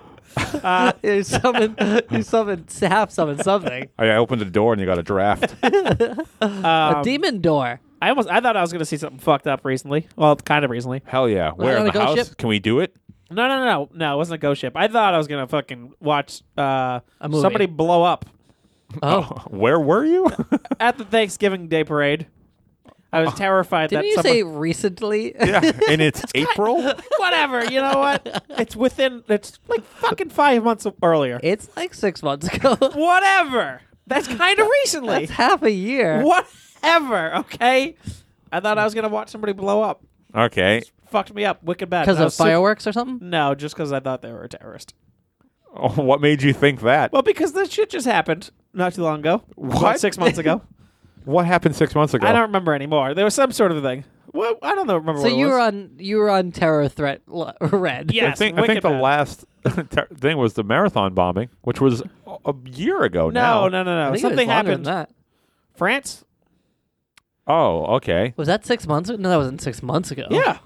Speaker 3: You summon, you summon, half summon something.
Speaker 2: I I opened the door and you got a draft.
Speaker 5: Um,
Speaker 3: a demon door.
Speaker 5: I almost I thought I was gonna see something fucked up recently. Well, kind of recently.
Speaker 2: Hell yeah. Where
Speaker 3: on
Speaker 2: in
Speaker 3: a
Speaker 2: the
Speaker 3: ghost
Speaker 2: house?
Speaker 3: ship?
Speaker 2: Can we do it?
Speaker 5: No, no, no, no. It wasn't a ghost ship. I thought I was gonna fucking watch uh,
Speaker 3: A movie.
Speaker 5: somebody blow up
Speaker 3: Oh,
Speaker 2: Where were you?
Speaker 5: at the Thanksgiving Day parade. I
Speaker 3: Uh,
Speaker 5: was terrified
Speaker 3: didn't
Speaker 5: that
Speaker 3: you
Speaker 5: someone.
Speaker 3: say recently?
Speaker 2: yeah. And it's April.
Speaker 5: Whatever. You know what? it's within. It's like fucking five months earlier.
Speaker 3: it's like six months ago.
Speaker 5: Whatever. That's kind of recently.
Speaker 3: That's half a year.
Speaker 5: Whatever. Okay. I thought I was gonna watch somebody blow up.
Speaker 2: Okay.
Speaker 5: Fucked me up. Wicked bad.
Speaker 3: Because
Speaker 5: I
Speaker 3: of
Speaker 5: was super-
Speaker 3: fireworks or something?
Speaker 5: No, just because I thought they were a terrorist.
Speaker 2: Oh, what made you think that?
Speaker 5: Well, because this shit just happened not too long ago. About
Speaker 2: What?
Speaker 5: six months ago.
Speaker 2: What happened six months ago?
Speaker 5: I don't remember anymore. There was some sort of thing. Well, I don't know. Remember.
Speaker 3: So
Speaker 5: what it
Speaker 3: you
Speaker 5: was.
Speaker 3: were on you were on terror threat l- red.
Speaker 5: Yeah.
Speaker 2: I think, I think
Speaker 5: wicked
Speaker 2: the
Speaker 5: bad.
Speaker 2: last ter- thing was the marathon bombing, which was a- a year ago now.
Speaker 5: No, no, no,
Speaker 3: I
Speaker 5: no.
Speaker 3: think it was
Speaker 5: Something
Speaker 3: longer
Speaker 5: happened.
Speaker 3: Than that.
Speaker 5: France.
Speaker 2: Oh, okay.
Speaker 3: Was that six months? No, that wasn't six months ago.
Speaker 5: Yeah.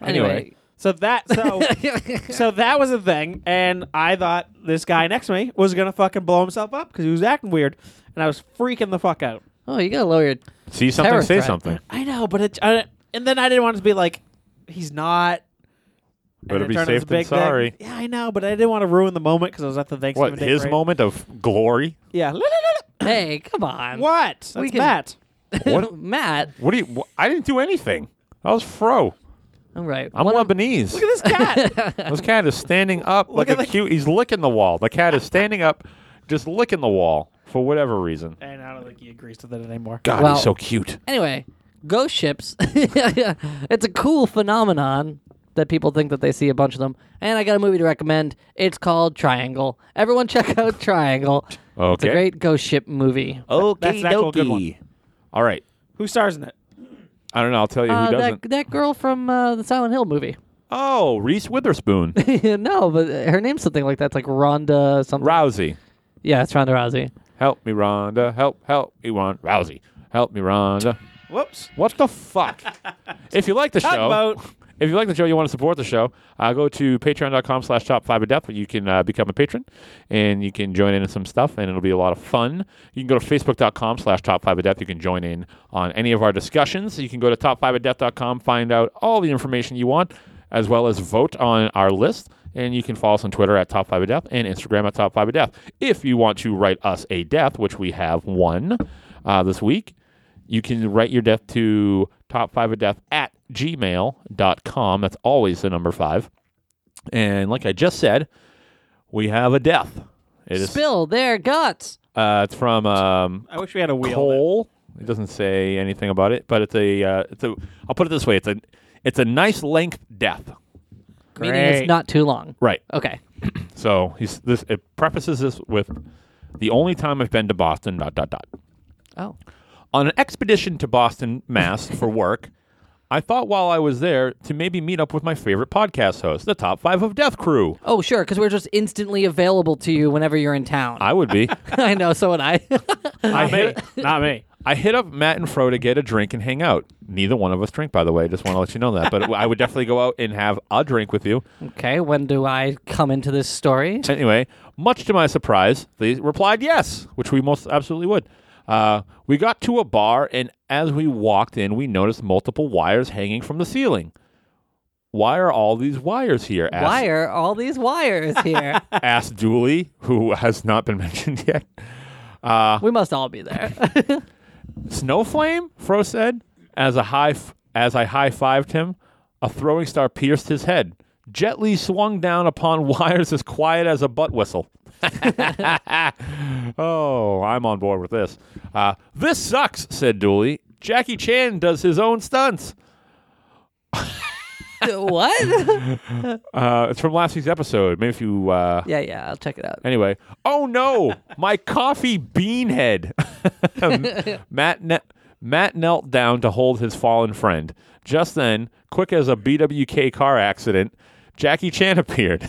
Speaker 3: Anyway.
Speaker 5: So that so so that was a thing, and I thought this guy next to me was gonna fucking blow himself up because he was acting weird, and I was freaking the fuck out.
Speaker 3: Oh, you gotta lower your.
Speaker 2: See something,
Speaker 3: Terror
Speaker 2: say
Speaker 3: threat.
Speaker 2: something.
Speaker 5: I know, but it. I, and then I didn't want to be like, he's not. and
Speaker 2: Better
Speaker 5: it
Speaker 2: be
Speaker 5: turned
Speaker 2: safe
Speaker 5: into this
Speaker 2: than
Speaker 5: big thing.
Speaker 2: sorry.
Speaker 5: Yeah, I know, but I didn't want to ruin the moment because I was at the Thanksgiving.
Speaker 2: What
Speaker 5: Day
Speaker 2: his
Speaker 5: parade.
Speaker 2: moment of glory?
Speaker 5: Yeah. La, la, la,
Speaker 3: Hey, come on.
Speaker 5: la. What? That's
Speaker 3: We can-
Speaker 5: Matt.
Speaker 2: What?
Speaker 3: Matt.
Speaker 2: what do you? Wh- I didn't do anything. I was fro.
Speaker 3: All right.
Speaker 2: I'm
Speaker 3: One of-
Speaker 2: Lebanese.
Speaker 5: Look at this cat.
Speaker 2: this cat is standing up like
Speaker 5: at
Speaker 2: a
Speaker 5: the-
Speaker 2: cute. He's licking the wall. The cat is standing up, just licking the wall for whatever reason.
Speaker 5: And I don't think he agrees to that anymore.
Speaker 2: God,
Speaker 3: Well-
Speaker 2: he's so cute.
Speaker 3: anyway, ghost ships. it's a cool phenomenon that people think that they see a bunch of them. And I got a movie to recommend. It's called Triangle. Everyone check out Triangle. It's
Speaker 2: Okay. Uh,
Speaker 3: a great ghost ship movie.
Speaker 2: Okay,
Speaker 5: That's an actual good one.
Speaker 2: All right.
Speaker 5: Who stars in it?
Speaker 2: I don't know. I'll tell you
Speaker 3: Uh,
Speaker 2: who doesn't.
Speaker 3: that that girl from uh, the Silent Hill movie.
Speaker 2: Oh, Reese Witherspoon,
Speaker 3: no, but her name's something like that. It's like Rhonda something.
Speaker 2: Rousey.
Speaker 3: yeah, it's Ronda Rousey.
Speaker 2: Help me, Rhonda. Help, help me, Ron. Rousey. Help me, Rhonda.
Speaker 5: Whoops.
Speaker 2: What the fuck? if you like the show,
Speaker 5: Tugboat.
Speaker 2: if you like the show, you want to support the show, uh, go to patreon.com slash top five of death. You can uh, become a patron and you can join in on some stuff and it'll be a lot of fun. You can go to facebook.com slash top five of death. You can join in on any of our discussions. You can go to top five of death.com, find out all the information you want, as well as vote on our list. And you can follow us on Twitter at Top 5 of Death and Instagram at Top 5 of Death. If you want to write us a death, which we have one uh, this week, you can write your death to top 5 of death at gmail.com. That's always the number five. And like I just said, we have a death. It is
Speaker 3: Spill their guts.
Speaker 2: uh, it's from um,
Speaker 5: I wish we had a wheel.
Speaker 2: Cole. It doesn't say anything about it, but it's a uh, it's a. I'll put it this way: it's a it's a nice length death.
Speaker 3: Meaning it's
Speaker 5: Great.
Speaker 3: not too long.
Speaker 2: Right.
Speaker 3: Okay.
Speaker 2: So he's this. It prefaces this with the only time I've been to Boston. Dot dot dot.
Speaker 3: Oh.
Speaker 2: On an expedition to Boston, Mass, for work, I thought while I was there to maybe meet up with my favorite podcast host, the Top Five of Death Crew.
Speaker 3: Oh, sure, because we're just instantly available to you whenever you're in town.
Speaker 2: I would be.
Speaker 3: I know, so would I.
Speaker 5: Not me. Not me.
Speaker 2: I hit up Matt and Fro to get a drink and hang out. Neither one of us drink, by the way. Just want to let you know that. But I would definitely go out and have a drink with you.
Speaker 3: okay, when do I come into this story?
Speaker 2: Anyway, much to my surprise, they replied yes, which we most absolutely would. Uh, we got to a bar, and as we walked in, we noticed multiple wires hanging from the ceiling. Why are all these wires here? Asked,
Speaker 3: Why are all these wires here?
Speaker 2: asked Dooley, who has not been mentioned yet. Uh,
Speaker 3: we must all be there.
Speaker 2: Snowflame, Fro said, as a high f- as I high fived him, a throwing star pierced his head. Jet Li swung down upon wires as quiet as a butt whistle. oh, I'm on board with this. Uh, this sucks, said Dooley. Jackie Chan does his own stunts.
Speaker 3: what?
Speaker 2: Uh, it's from last week's episode. Maybe if you. Uh,
Speaker 3: yeah, yeah, I'll check it out.
Speaker 2: Anyway, oh no, my coffee bean head. Matt ne- Matt knelt down to hold his fallen friend. Just then, quick as a BWK car accident, Jackie Chan appeared.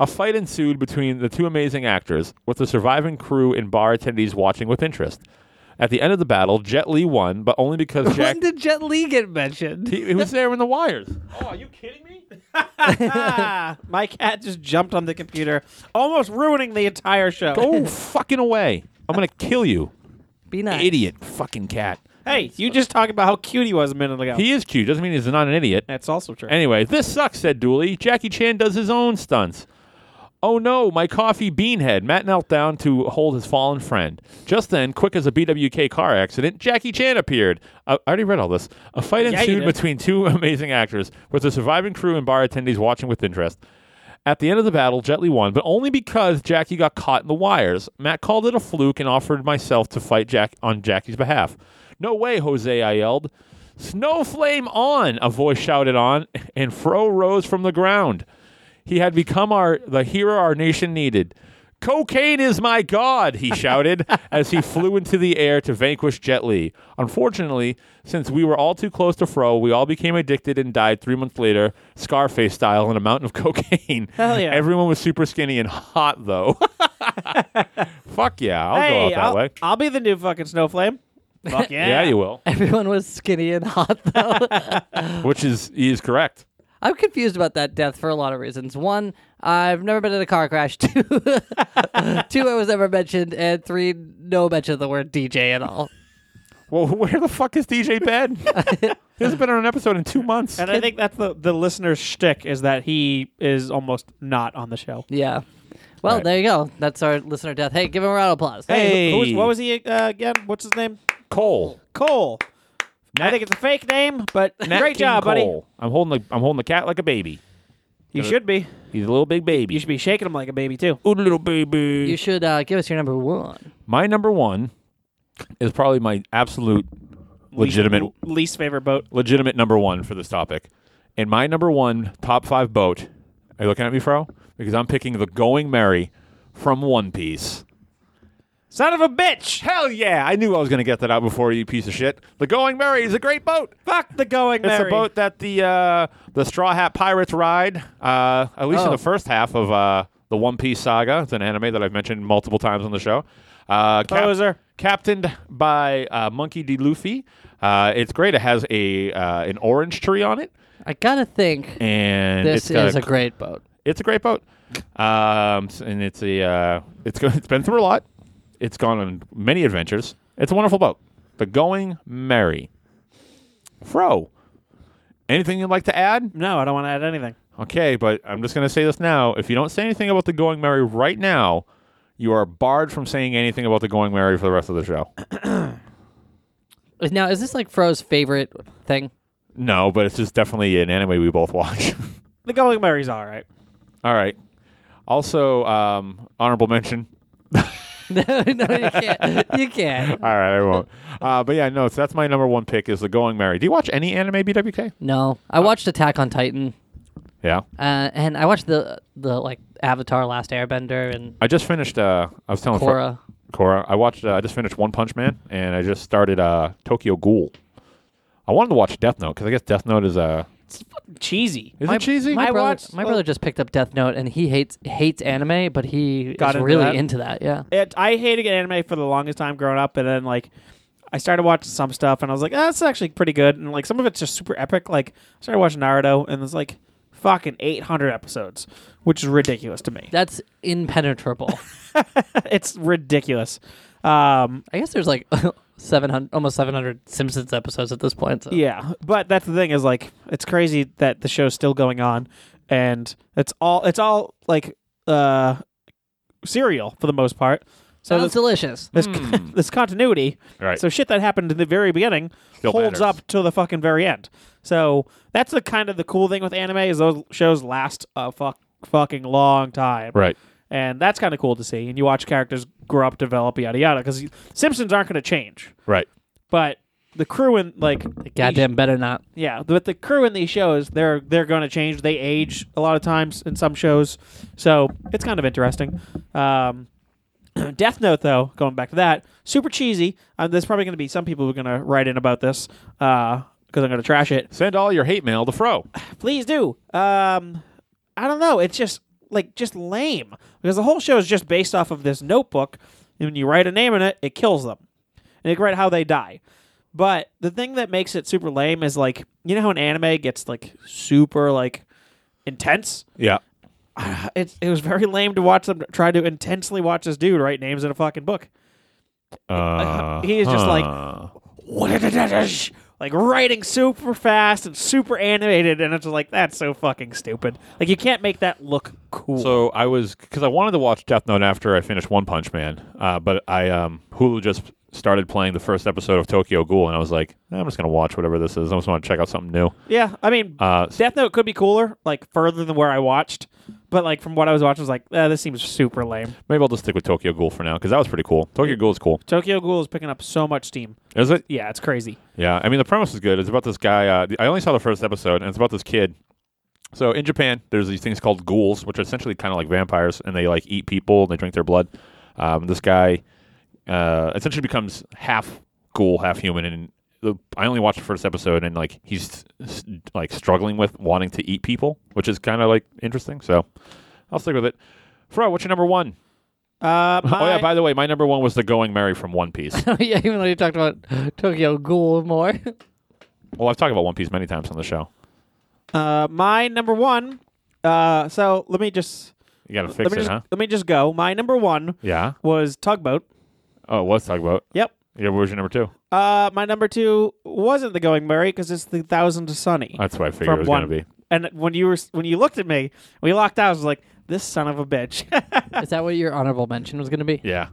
Speaker 2: a fight ensued between the two amazing actors, with the surviving crew and bar attendees watching with interest. At the end of the battle, Jet Li won, but only because Jack
Speaker 3: When did Jet Li get mentioned?
Speaker 2: he, he was there in the wires.
Speaker 5: Ah, my cat just jumped on the computer, almost ruining the entire show.
Speaker 2: Go fucking away! I'm gonna kill you,
Speaker 3: Be nice.
Speaker 2: idiot! Fucking cat.
Speaker 5: Hey, you just talked about how cute he was a minute ago.
Speaker 2: He is cute. Doesn't mean he's not an idiot.
Speaker 5: That's also true.
Speaker 2: Anyway, this sucks, said Dooley. Jackie Chan does his own stunts. Oh no, my coffee beanhead. Matt knelt down to hold his fallen friend. Just then, quick as a BWK car accident, Jackie Chan appeared. Uh, I already read all this. A fight
Speaker 5: you
Speaker 2: ensued
Speaker 5: did.
Speaker 2: between two amazing actors, with the surviving crew and bar attendees watching with interest. At the end of the battle, Jet Li won, but only because Jackie got caught in the wires. Matt called it a fluke and offered myself to fight Jack on Jackie's behalf. No way, Jose, I yelled. Snowflame on, a voice shouted on, and Fro rose from the ground. He had become our the hero our nation needed. Cocaine is my god, he shouted as he flew into the air to vanquish Jet Li. Unfortunately, since we were all too close to Fro, we all became addicted and died three months later, Scarface style, in a mountain of cocaine.
Speaker 5: Hell yeah.
Speaker 2: Everyone was super skinny and hot, though. Fuck yeah, I'll go out
Speaker 5: hey,
Speaker 2: that
Speaker 5: I'll,
Speaker 2: way.
Speaker 5: I'll be the new fucking snowflame. Fuck yeah.
Speaker 2: yeah, you will.
Speaker 3: Everyone was skinny and hot, though.
Speaker 2: Which is he is correct.
Speaker 3: I'm confused about that death for a lot of reasons. One, I've never been in a car crash. Two, two, I was never mentioned, and three, no mention of the word DJ at all.
Speaker 2: Well, where the fuck is DJ Ben? he hasn't been on an episode in two months.
Speaker 5: And I think that's the the listener's shtick is that he is almost not on the show.
Speaker 3: Yeah. Well,
Speaker 2: Right.
Speaker 3: there you go. That's our listener death. Hey, give him a round of applause.
Speaker 5: Hey, who- who was-
Speaker 2: Hey.
Speaker 5: what was he uh, again? What's his name?
Speaker 2: Cole.
Speaker 5: Cole. I think it's a fake name, but
Speaker 2: Nat
Speaker 5: great
Speaker 2: King
Speaker 5: job, buddy.
Speaker 2: Cole. I'm holding the I'm holding the cat like a baby.
Speaker 5: You should be.
Speaker 2: He's a little big baby.
Speaker 5: You should be shaking him like a baby too.
Speaker 2: Ooh, little baby.
Speaker 3: You should uh, give us your number one.
Speaker 2: my number one is probably my absolute legitimate
Speaker 5: Least, least favorite boat.
Speaker 2: legitimate number one for this topic. And my number one top five boat. Are you looking at me, Fro? Because I'm picking the Going Merry from One Piece.
Speaker 5: Son of a bitch!
Speaker 2: Hell yeah! I knew I was going to get that out before you piece of shit. The Going Merry is a great boat.
Speaker 5: Fuck the going
Speaker 2: It's
Speaker 5: Mary.
Speaker 2: a boat that the uh, the Straw Hat Pirates ride, uh, at least in
Speaker 3: Oh.
Speaker 2: the first half of uh, the One Piece saga. It's an anime that I've mentioned multiple times on the show. Uh,
Speaker 5: Poser.
Speaker 2: captained by uh, Monkey D. Luffy. Uh, it's great. It has a uh, an orange tree on it,
Speaker 3: I gotta think
Speaker 2: and it's
Speaker 3: this
Speaker 2: got
Speaker 3: is a great boat.
Speaker 2: it's a great boat. Um, s- and it's a uh, it's go- it's been through a lot. It's gone on many adventures. It's a wonderful boat. The Going Merry. Fro, Anything you'd like to add?
Speaker 5: No, I don't want to add anything.
Speaker 2: Okay, but I'm just going to say this now. If you don't say anything about the Going Merry right now, you are barred from saying anything about the Going Merry for the rest of the show.
Speaker 3: Now, is this like Fro's favorite thing?
Speaker 2: No, but it's just definitely an anime we both watch.
Speaker 5: The Going Mary's all right.
Speaker 2: All right. Also, um, honorable mention.
Speaker 3: no, no, you can't. You can't.
Speaker 2: All right, I won't. Uh, but yeah, no, so that's my number one pick is the Going Merry. Do you watch any anime, BWK?
Speaker 3: No, I watched Attack on Titan,
Speaker 2: Yeah.
Speaker 3: uh, and I watched the the like Avatar: Last Airbender, and
Speaker 2: I just finished. Uh, I was telling Fro-
Speaker 3: Korra.
Speaker 2: Cora, I watched. Uh, I just finished One Punch Man, and I just started uh, Tokyo Ghoul. I wanted to watch Death Note because I guess Death Note is uh,
Speaker 5: It's fucking cheesy.
Speaker 2: is
Speaker 3: my,
Speaker 2: it cheesy?
Speaker 3: My
Speaker 5: I
Speaker 3: brother,
Speaker 5: watched-
Speaker 3: my brother just picked up Death Note, and he hates hates anime, but he
Speaker 5: Got
Speaker 3: got
Speaker 5: into
Speaker 3: really
Speaker 5: that.
Speaker 3: into that. Yeah,
Speaker 5: It, I hated anime for the longest time growing up, and then like I started watching some stuff, and I was like, ah, "That's actually pretty good." And like some of it's just super epic. Like I started watching Naruto, and it's like fucking 800 episodes, which is ridiculous to me.
Speaker 3: that's impenetrable.
Speaker 5: it's ridiculous. Um,
Speaker 3: I guess there's like seven hundred, almost seven hundred Simpsons episodes at this point. So.
Speaker 5: yeah, but that's the thing is like it's crazy that the show's still going on, and it's all it's all like uh serial for the most part. So
Speaker 3: sounds hmm.
Speaker 5: this,
Speaker 3: delicious.
Speaker 5: this, this continuity
Speaker 2: Right.
Speaker 5: So shit that happened in the very beginning
Speaker 2: Still
Speaker 5: holds
Speaker 2: matters.
Speaker 5: up to the fucking very end. So that's the kind of the cool thing with anime is those shows last a fuck fucking long time.
Speaker 2: right.
Speaker 5: And that's kind of cool to see. And you watch characters grow up, develop, yada yada. Because Simpsons aren't going to change,
Speaker 2: Right.
Speaker 5: but the crew in like
Speaker 3: Goddamn, better not.
Speaker 5: yeah, but the crew in these shows they're they're going to change. They age a lot of times in some shows, so it's kind of interesting. Um, Death Note, though, going back to that, super cheesy. Uh, there's probably going to be some people who are going to write in about this because I'm going to trash it.
Speaker 2: Send all your hate mail to Fro.
Speaker 5: Please do. Um, I don't know. It's just like just lame because the whole show is just based off of this notebook, and when you write a name in it, it kills them, and you write how they die. But the thing that makes it super lame is like you know how an anime gets like super like intense.
Speaker 2: Yeah.
Speaker 5: It it was very lame to watch them try to intensely watch this dude write names in a fucking book.
Speaker 2: Uh,
Speaker 5: He is just like-
Speaker 2: huh.
Speaker 5: like writing super fast and super animated, and it's just like that's so fucking stupid. Like you can't make that look cool.
Speaker 2: So I was because I wanted to watch Death Note after I finished One Punch Man, uh, but I um, Hulu just started playing the first episode of Tokyo Ghoul, and I was like, "Nah, I'm just gonna watch whatever this is. I just want to check out something new.
Speaker 5: yeah, I mean,
Speaker 2: Uh,
Speaker 5: Death Note could be cooler, like further than where I watched, but like from what I was watching, I was like, eh, this seems super lame.
Speaker 2: maybe I'll just stick with Tokyo Ghoul for now because that was pretty cool. Tokyo Ghoul is cool,
Speaker 5: Tokyo Ghoul is picking up so much steam.
Speaker 2: is it?
Speaker 5: Yeah, it's crazy.
Speaker 2: Yeah, I mean the premise is good. It's about this guy. Uh, th- I only saw the first episode, and it's about this kid. So in Japan, there's these things called ghouls, which are essentially kind of like vampires, and they like eat people and they drink their blood. Um, this guy uh, essentially becomes half ghoul, half human, and the, I only watched the first episode, and like he's s- like struggling with wanting to eat people, which is kind of like interesting. So I'll stick with it. Fro, what's your number one?
Speaker 5: Uh,
Speaker 2: Oh yeah,
Speaker 5: my-
Speaker 2: by the way, my number one was the Going Merry from One Piece.
Speaker 3: yeah, even though you talked about Tokyo Ghoul more.
Speaker 2: well, I've talked about One Piece many times on the show.
Speaker 5: uh, my number one. Uh, so let me just
Speaker 2: You got to
Speaker 5: let
Speaker 2: fix
Speaker 5: me
Speaker 2: it,
Speaker 5: just
Speaker 2: huh?
Speaker 5: let me just go. My number one
Speaker 2: Yeah.
Speaker 5: was Tugboat.
Speaker 2: Oh, let's talk about.
Speaker 5: Yep.
Speaker 2: Yeah, what was your number two?
Speaker 5: Uh, my number two wasn't the Going Merry because it's the Thousand to Sunny.
Speaker 2: That's what I figured
Speaker 5: from
Speaker 2: it was
Speaker 5: one.
Speaker 2: going to be.
Speaker 5: And when you were when you looked at me, we locked eyes. I was like, "This son of a bitch."
Speaker 3: Is that what your honorable mention was going to be?
Speaker 2: Yeah.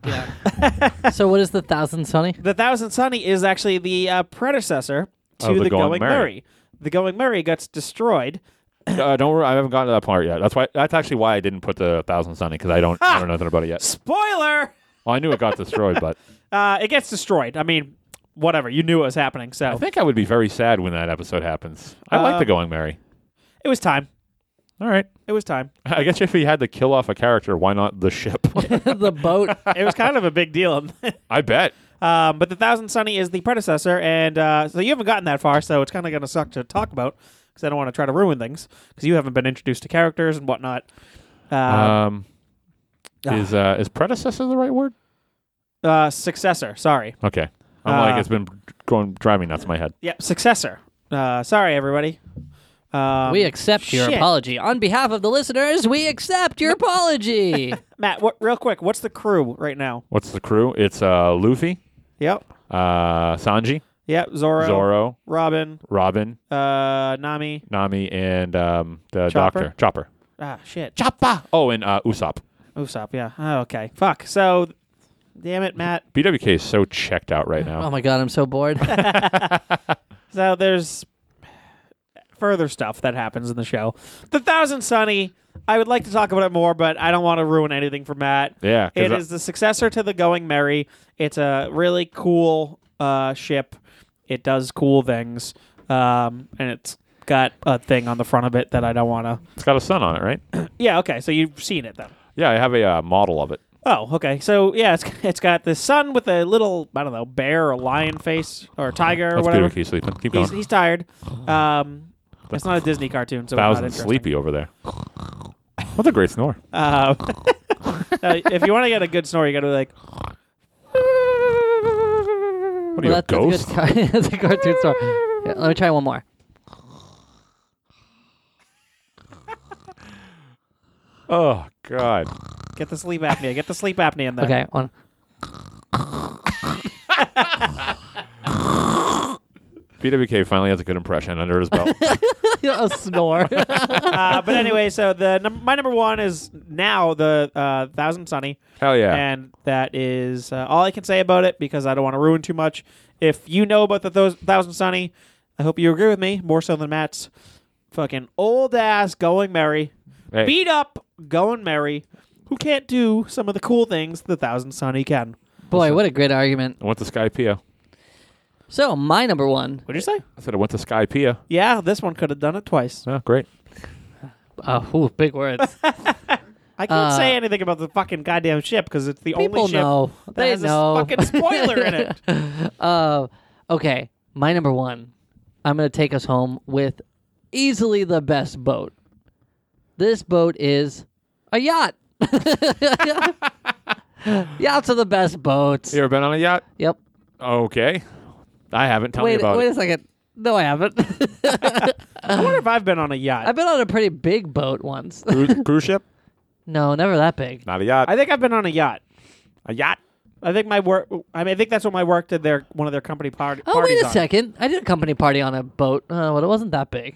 Speaker 3: So what is the Thousand Sunny?
Speaker 5: the Thousand Sunny is actually the uh, predecessor to
Speaker 2: Of
Speaker 5: the,
Speaker 2: Oh, the Going
Speaker 5: Going
Speaker 2: Merry.
Speaker 5: Merry. The Going Merry gets destroyed.
Speaker 2: uh, don't worry, I haven't gotten to that part yet. That's why. That's actually why I didn't put the thousand sunny because I don't. I don't know nothing about it yet.
Speaker 5: Spoiler.
Speaker 2: Well, I knew it got destroyed, but
Speaker 5: Uh, it gets destroyed. I mean, whatever. You knew it was happening, so
Speaker 2: I think I would be very sad when that episode happens. I like the
Speaker 5: Uh,
Speaker 2: Going Merry.
Speaker 5: it was time.
Speaker 2: All right.
Speaker 5: It was time.
Speaker 2: I guess if he had to kill off a character, why not the ship?
Speaker 3: the boat.
Speaker 5: it was kind of a big deal.
Speaker 2: I bet.
Speaker 5: Um, but the Thousand Sunny is the predecessor, and uh, so you haven't gotten that far, so it's kind of going to suck to talk about because I don't want to try to ruin things because you haven't been introduced to characters and whatnot. Uh, ah.
Speaker 2: Um, is uh, is predecessor the right word?
Speaker 5: uh, successor, sorry.
Speaker 2: Okay. I'm
Speaker 5: Uh,
Speaker 2: like it's been going driving nuts in my head.
Speaker 5: Yep, successor. Uh, sorry, everybody. Um,
Speaker 3: we accept your
Speaker 5: shit.
Speaker 3: apology on behalf of the listeners. We accept your apology.
Speaker 5: Matt, what, real quick, what's the crew right now?
Speaker 2: What's the crew? It's uh, Luffy,
Speaker 5: Yep.
Speaker 2: uh, Sanji,
Speaker 5: Yep, Zorro,
Speaker 2: Zorro,
Speaker 5: Robin,
Speaker 2: Robin,
Speaker 5: uh, Nami.
Speaker 2: Nami, and um, the
Speaker 5: Chopper?
Speaker 2: Doctor Chopper.
Speaker 5: Ah, shit.
Speaker 2: Chopper. Oh, and uh, Usopp.
Speaker 5: Usopp, yeah. Oh, okay. Fuck. So, damn it, Matt.
Speaker 2: BWK is so checked out right now.
Speaker 3: Oh my god, I'm so bored.
Speaker 5: So there's further stuff that happens in the show. The Thousand Sunny. I would like to talk about it more, but I don't want to ruin anything for Matt.
Speaker 2: Yeah, 'cause
Speaker 5: it is
Speaker 2: I-
Speaker 5: the successor to the Going Merry. It's a really cool uh, ship. It does cool things, um, and it's got a thing on the front of it that I don't want to.
Speaker 2: It's got a sun on it, right?
Speaker 5: Yeah, okay. So you've seen it then.
Speaker 2: Yeah, I have a uh, model of it.
Speaker 5: Oh, okay. So yeah, it's it's got the sun with a little I don't know bear or lion face or tiger or
Speaker 2: That's
Speaker 5: whatever.
Speaker 2: BWK sleeping. Keep
Speaker 5: He's,
Speaker 2: going.
Speaker 5: he's tired. Um, it's not a Disney cartoon, so it's not
Speaker 2: Thousand
Speaker 5: interesting.
Speaker 2: sleepy over there. What a great snore.
Speaker 5: Uh, uh, if you want to get a good snore, you got to be like,
Speaker 2: What are
Speaker 3: Well,
Speaker 2: you, a
Speaker 3: that's, that's
Speaker 2: ghost?
Speaker 3: a good car- that's a cartoon story. Yeah, let me try one more.
Speaker 2: Oh God.
Speaker 5: get the sleep apnea, get the sleep apnea in there.
Speaker 3: Okay, one.
Speaker 2: BWK finally has a good impression under his belt.
Speaker 3: a snore.
Speaker 5: Uh, but anyway, so the num- my number one is now the uh, Thousand Sunny.
Speaker 2: Hell yeah.
Speaker 5: And that is uh, all I can say about it because I don't want to ruin too much. If you know about the thos- Thousand Sunny, I hope you agree with me more so than Matt's fucking old ass going merry,
Speaker 2: Hey.
Speaker 5: beat up going merry, who can't do some of the cool things the Thousand Sunny can.
Speaker 3: Boy, what a great argument.
Speaker 2: I went to Sky Pia.
Speaker 3: So my number one.
Speaker 5: What'd you say?
Speaker 2: I said I went to Sky Pia.
Speaker 5: Yeah, this one could have done it twice.
Speaker 2: Oh, great.
Speaker 3: Uh, ooh, big words.
Speaker 5: I can't
Speaker 3: Uh,
Speaker 5: say anything about the fucking goddamn ship because it's the only
Speaker 3: People
Speaker 5: ship
Speaker 3: know.
Speaker 5: that
Speaker 3: They
Speaker 5: has
Speaker 3: know.
Speaker 5: a fucking spoiler in it.
Speaker 3: Uh, okay, my number one. I'm gonna take us home with easily the best boat. This boat is a yacht. Yachts are the best boats.
Speaker 2: You ever been on a yacht?
Speaker 3: Yep.
Speaker 2: Okay. I haven't. Tell
Speaker 3: wait,
Speaker 2: me about
Speaker 3: wait
Speaker 2: it.
Speaker 3: a second. No, I haven't.
Speaker 5: I wonder if I've been on a yacht.
Speaker 3: I've been on a pretty big boat once.
Speaker 2: Cruise, cruise ship?
Speaker 3: no, never that big.
Speaker 2: Not a yacht.
Speaker 5: I think I've been on a yacht.
Speaker 2: a yacht.
Speaker 5: I think my work. I mean, I think that's what my work did. Their one of their company party.
Speaker 3: Oh,
Speaker 5: parties
Speaker 3: wait a
Speaker 5: on.
Speaker 3: second. I did a company party on a boat. Uh, well, it wasn't that big.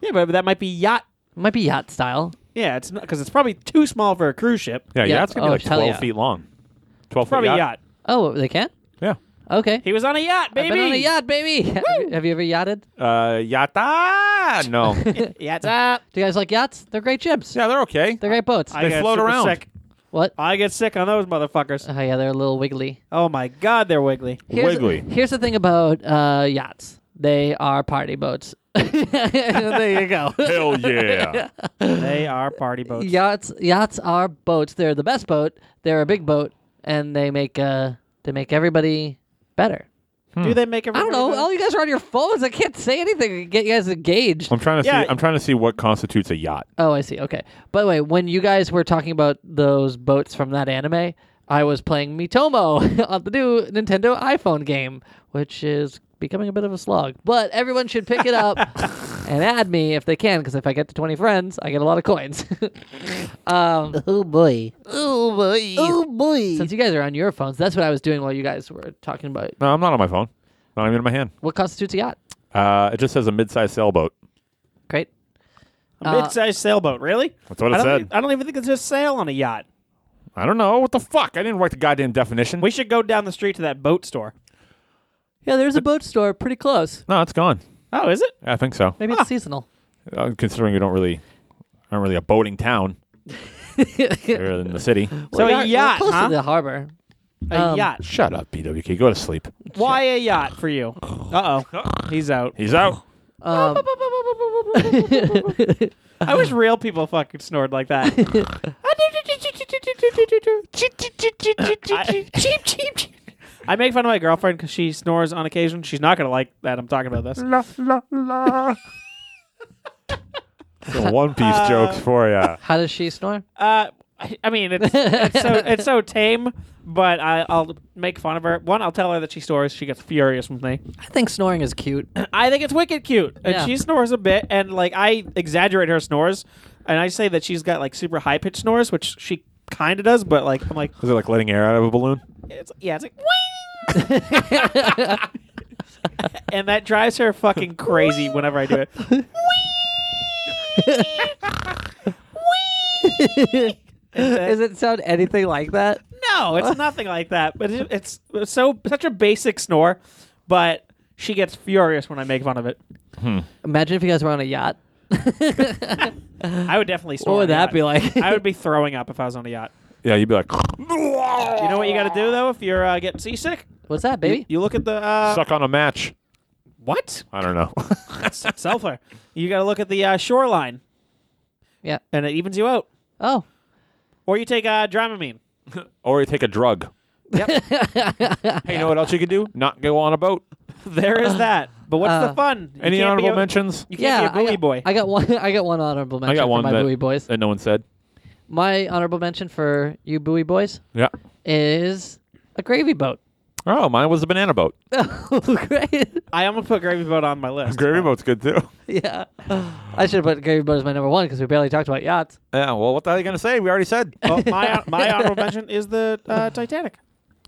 Speaker 5: Yeah, but that might be yacht.
Speaker 3: It might be yacht style.
Speaker 5: Yeah, it's not because it's probably too small for a cruise ship.
Speaker 2: Yeah,
Speaker 3: Yeah.
Speaker 2: yacht's gonna
Speaker 3: Oh,
Speaker 2: be like
Speaker 3: hell
Speaker 2: twelve
Speaker 3: yeah.
Speaker 2: feet long. Twelve
Speaker 5: Probably
Speaker 2: foot
Speaker 5: yacht.
Speaker 2: yacht.
Speaker 3: Oh, they can? Okay.
Speaker 5: He was on a yacht, baby.
Speaker 3: I've been on a yacht, baby. Have you- have you ever yachted?
Speaker 2: Yeah. Uh, yatta. No.
Speaker 5: Yacht's up.
Speaker 3: Do you guys like yachts? They're great ships.
Speaker 2: yeah, they're okay.
Speaker 3: They're great boats.
Speaker 5: I
Speaker 2: They
Speaker 5: get
Speaker 2: float
Speaker 5: super
Speaker 2: around.
Speaker 5: Sick.
Speaker 3: what?
Speaker 5: I get sick on those motherfuckers.
Speaker 3: Oh yeah, they're a little wiggly.
Speaker 5: Oh my god, they're wiggly.
Speaker 3: Here's,
Speaker 2: Wiggly.
Speaker 3: Here's the thing about uh, yachts. They are party boats. there you go.
Speaker 2: Hell yeah.
Speaker 5: They are party boats.
Speaker 3: yachts yachts are boats. They're the best boat. They're a big boat, and they make uh they make everybody better.
Speaker 5: Do they make
Speaker 3: I
Speaker 5: everybody?
Speaker 3: don't know.
Speaker 5: better?
Speaker 3: All you guys are on your phones. I can't say anything to get you guys engaged.
Speaker 2: I'm trying to
Speaker 5: Yeah.
Speaker 2: see. I'm trying to see what constitutes a yacht.
Speaker 3: Oh, I see. Okay. By the way, when you guys were talking about those boats from that anime, I was playing Mitomo on the new Nintendo iPhone game, which is becoming a bit of a slog. But everyone should pick it up and add me if they can, because if I get to 20 friends, I get a lot of coins. um, oh, boy. Oh, boy. Oh, boy. Since you guys are on your phones, that's what I was doing while you guys were talking about
Speaker 2: No, I'm not on my phone. Not even in my hand.
Speaker 3: what constitutes a yacht.
Speaker 2: Uh, it just says a mid-sized sailboat.
Speaker 3: Great.
Speaker 5: A
Speaker 3: Uh,
Speaker 5: mid-sized sailboat, really?
Speaker 2: That's what
Speaker 5: I
Speaker 2: it
Speaker 5: don't
Speaker 2: said.
Speaker 5: think- I don't even think it's a sail on a yacht.
Speaker 2: I don't know what the fuck. I didn't write the goddamn definition.
Speaker 5: We should go down the street to that boat store.
Speaker 3: Yeah, there's a boat store pretty close.
Speaker 2: no, it's gone.
Speaker 5: Oh, is it?
Speaker 2: I think so.
Speaker 3: Maybe it's seasonal.
Speaker 2: Uh, considering you don't really, aren't really a boating town. You're in the city.
Speaker 5: So
Speaker 3: We
Speaker 5: a
Speaker 3: are- we're
Speaker 5: yacht,
Speaker 3: close
Speaker 5: huh?
Speaker 3: to the harbor.
Speaker 5: A
Speaker 3: Um,
Speaker 5: yacht.
Speaker 2: Shut up, BWK. Go to sleep.
Speaker 5: Why a yacht for you? Uh oh, he's out.
Speaker 2: He's out.
Speaker 3: Um,
Speaker 5: I wish real people fucking snored like that. I- I make fun of my girlfriend because she snores on occasion. She's not gonna like that I'm talking about this.
Speaker 2: Some One Piece jokes for ya.
Speaker 3: How does she snore?
Speaker 5: Uh, I, I mean, it's, it's so it's so tame, but I, I'll make fun of her. One, I'll tell her that she snores. She gets furious with me.
Speaker 3: I think snoring is cute.
Speaker 5: I think it's wicked cute. And
Speaker 3: Yeah.
Speaker 5: she snores a bit, and like I exaggerate her snores, and I say that she's got like super high pitched snores, which she kind of does, but like I'm like,
Speaker 2: Is it like letting air out of a balloon?
Speaker 5: it's, yeah, it's like, "Wing!" and that drives her fucking crazy whenever I do it.
Speaker 3: Does it sound anything like that?
Speaker 5: No, it's nothing like that. But it, it's it's so such a basic snore, but she gets furious when I make fun of it.
Speaker 3: Imagine if you guys were on a yacht.
Speaker 5: I would definitely snore.
Speaker 3: would
Speaker 5: on a
Speaker 3: that
Speaker 5: yacht.
Speaker 3: be like?
Speaker 5: I would be throwing up if I was on a yacht.
Speaker 2: Yeah, you'd be like,
Speaker 5: You know what you got to do though if you're uh, getting seasick?
Speaker 3: What's that, baby?
Speaker 5: You look at the uh,
Speaker 2: suck on a match.
Speaker 5: what?
Speaker 2: I don't know.
Speaker 5: Sulfur. You got to look at the uh, shoreline,
Speaker 3: Yeah.
Speaker 5: and it evens you out.
Speaker 3: Oh,
Speaker 5: Or you take uh, Dramamine.
Speaker 2: or you take a drug. Yep. hey, you know what else you could do? Not go on a boat.
Speaker 5: There is that. But what's
Speaker 3: Uh,
Speaker 5: the fun?
Speaker 2: Any
Speaker 5: You can't be
Speaker 2: honorable
Speaker 5: a-
Speaker 2: mentions?
Speaker 5: You can't
Speaker 3: yeah.
Speaker 5: be a buoy
Speaker 3: I got,
Speaker 5: boy.
Speaker 3: I got one. I got one honorable mention
Speaker 2: I got one
Speaker 3: for my
Speaker 2: that,
Speaker 3: buoy boys.
Speaker 2: that no one said.
Speaker 3: my honorable mention for you buoy boys
Speaker 2: Yeah.
Speaker 3: is a gravy boat.
Speaker 2: Oh, mine was a banana boat.
Speaker 3: Oh, great.
Speaker 5: I almost put gravy boat on my list. Uh,
Speaker 2: Gravy boat's good too.
Speaker 3: yeah. I should have put gravy boat as my number one because we barely talked about yachts.
Speaker 2: Yeah. Well, what the hell are you gonna say? We already said.
Speaker 5: Well, my my honorable mention is the uh, Titanic.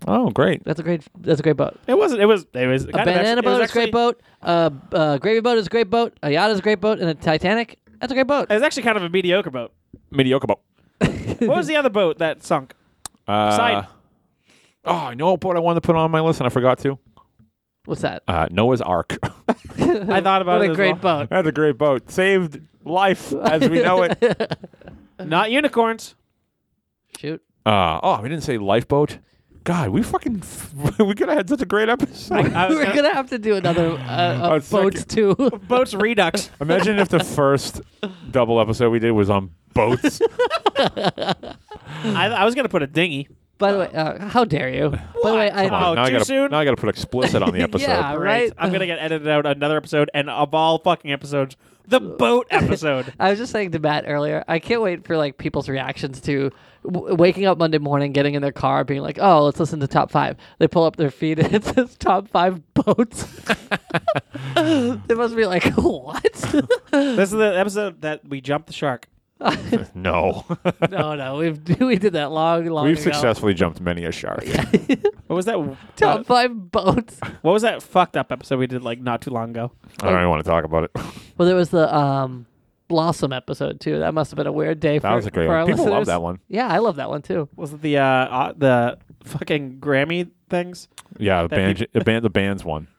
Speaker 2: Oh, great.
Speaker 3: That's a great. That's a great boat.
Speaker 5: It wasn't. It was. It was
Speaker 3: A
Speaker 5: kind of
Speaker 3: banana
Speaker 5: actually- it was
Speaker 3: boat is a
Speaker 5: actually-
Speaker 3: great boat. A uh, gravy boat is a great boat. A yacht is a great boat, and a Titanic. That's a great boat.
Speaker 5: It was actually kind of a mediocre boat.
Speaker 2: Mediocre boat.
Speaker 5: What was the other boat that sunk?
Speaker 2: Uh,
Speaker 5: Side.
Speaker 2: Oh, I know what boat I wanted to put on my list and I forgot to.
Speaker 3: What's that?
Speaker 2: Uh, Noah's Ark.
Speaker 5: I thought about
Speaker 3: What
Speaker 5: it.
Speaker 3: a
Speaker 5: as
Speaker 3: great
Speaker 5: well.
Speaker 3: boat.
Speaker 2: That's a great boat. Saved life as we know it.
Speaker 5: Not unicorns.
Speaker 3: Shoot.
Speaker 2: Uh, oh, we didn't say lifeboat. God, we fucking we could have had such a great episode.
Speaker 5: I was
Speaker 3: We're
Speaker 5: gonna-
Speaker 3: gonna have to do another uh, uh, boats
Speaker 2: second-
Speaker 3: too.
Speaker 5: boats redux.
Speaker 2: Imagine if the first double episode we did was on boats.
Speaker 5: I, I was gonna put a dinghy.
Speaker 3: By the way, uh, how dare you? By the way, I,
Speaker 5: Come on. Oh,
Speaker 2: now I
Speaker 5: too
Speaker 2: gotta,
Speaker 5: soon?
Speaker 2: Now I got to put explicit on the episode.
Speaker 3: yeah, right.
Speaker 5: Great. I'm gonna get edited out another episode, and of all fucking episodes, the boat episode.
Speaker 3: I was just saying to Matt earlier, I can't wait for like people's reactions to w- waking up Monday morning, getting in their car, being like, "Oh, let's listen to top five. They pull up their feed and it says top five boats. they must be like, "What?
Speaker 5: this is the episode that we jumped the shark.
Speaker 2: No,
Speaker 3: no, no, we've we did that long, long
Speaker 2: we've
Speaker 3: ago.
Speaker 2: successfully jumped many a shark.
Speaker 5: What was that?
Speaker 3: Top
Speaker 5: uh,
Speaker 3: five boats.
Speaker 5: what was that fucked up episode we did like not too long ago?
Speaker 2: I don't even want to talk about it.
Speaker 3: Well, there was the um, Blossom episode too. That must have been a weird day for,
Speaker 2: That was a great
Speaker 3: for our
Speaker 2: one. People love
Speaker 3: listeners.
Speaker 2: that one.
Speaker 3: Yeah, I love that one too.
Speaker 5: Was it the uh, uh the fucking Grammy things?
Speaker 2: Yeah, the
Speaker 5: That
Speaker 2: band, the band, the band's one.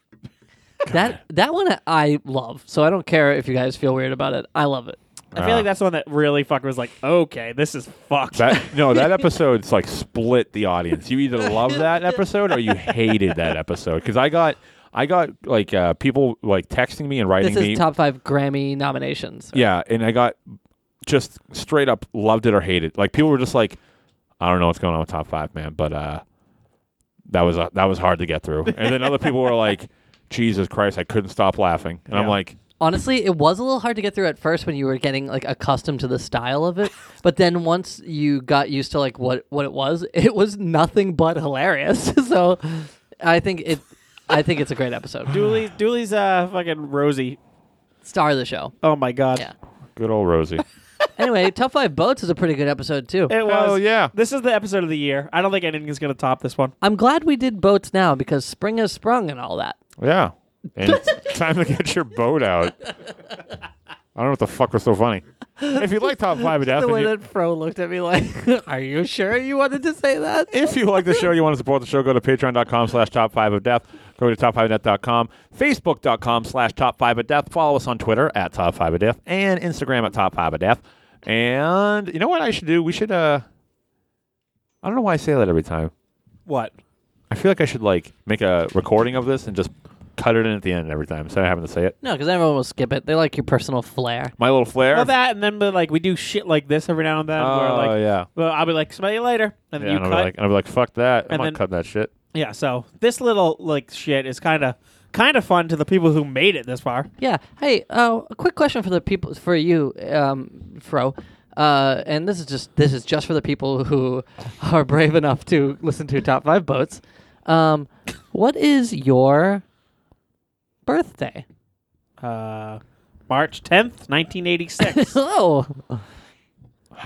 Speaker 3: That that one I love. So I don't care if you guys feel weird about it. I love it.
Speaker 5: I feel like that's the one that really fucking was like, okay, this is fucked.
Speaker 2: Uh. That no, that episode's like split the audience. You either love that episode or you hated that episode. Because I got, I got like uh, people like texting me and writing
Speaker 3: This is
Speaker 2: me.
Speaker 3: top five Grammy nominations.
Speaker 2: Yeah, and I got just straight up loved it or hated. Like people were just like, I don't know what's going on with top five, man, but uh, that was uh, that was hard to get through. And then other people were like, Jesus Christ, I couldn't stop laughing. And I'm
Speaker 5: Yeah.
Speaker 2: like,
Speaker 3: Honestly, it was a little hard to get through at first when you were getting like accustomed to the style of it. But then once you got used to like what what it was, it was nothing but hilarious. so I think it I think it's a great episode.
Speaker 5: Dooley, Dooley's uh fucking Rosie.
Speaker 3: Star of the show.
Speaker 5: Oh my god.
Speaker 3: Yeah.
Speaker 2: good old Rosie.
Speaker 3: Anyway, Top Five Boats is a pretty good episode too.
Speaker 5: It was.
Speaker 2: Hell yeah.
Speaker 5: This is the episode of the year. I don't think anything's gonna top this one.
Speaker 3: I'm glad we did boats now because spring has sprung and all that.
Speaker 2: yeah, and it's time to get your boat out. I don't know what the fuck was so funny. If you like top five of death,
Speaker 3: The
Speaker 2: and
Speaker 3: way
Speaker 2: you-
Speaker 3: that Fro looked at me like, "Are you sure you wanted to say that?"
Speaker 2: if you like the show, you want to support the show, go to patreon.com slash top five of death. Go to top5death.com, facebook.com slash top five of death. Follow us on Twitter at top five of death and Instagram at top five of death. And you know what I should do? We should, uh, I don't know why I say that every time.
Speaker 5: What?
Speaker 2: I feel like I should like make a recording of this and just cut it in at the end every time instead of having to say it.
Speaker 3: No, because everyone will skip it. They like your personal flair.
Speaker 2: My little flair.
Speaker 5: Well, that and then but, like we do shit like this every now and then. where,
Speaker 2: Oh,
Speaker 5: like,
Speaker 2: yeah.
Speaker 5: Well, I'll be like, "Smell you later," and then
Speaker 2: Yeah,
Speaker 5: you
Speaker 2: and I'll
Speaker 5: cut.
Speaker 2: be like, and I'll be like, fuck that. I'm
Speaker 5: And
Speaker 2: not
Speaker 5: then-
Speaker 2: cutting that shit.
Speaker 5: yeah. So this little like shit is kind of kind of fun to the people who made it this far.
Speaker 3: Yeah. Hey, uh, a quick question for the people for you, um, Fro. Uh, and this is just this is just for the people who are brave enough to listen to top five boats. Um, what is your birthday?
Speaker 5: Uh, March tenth, nineteen eighty six.
Speaker 3: Oh,
Speaker 2: Hot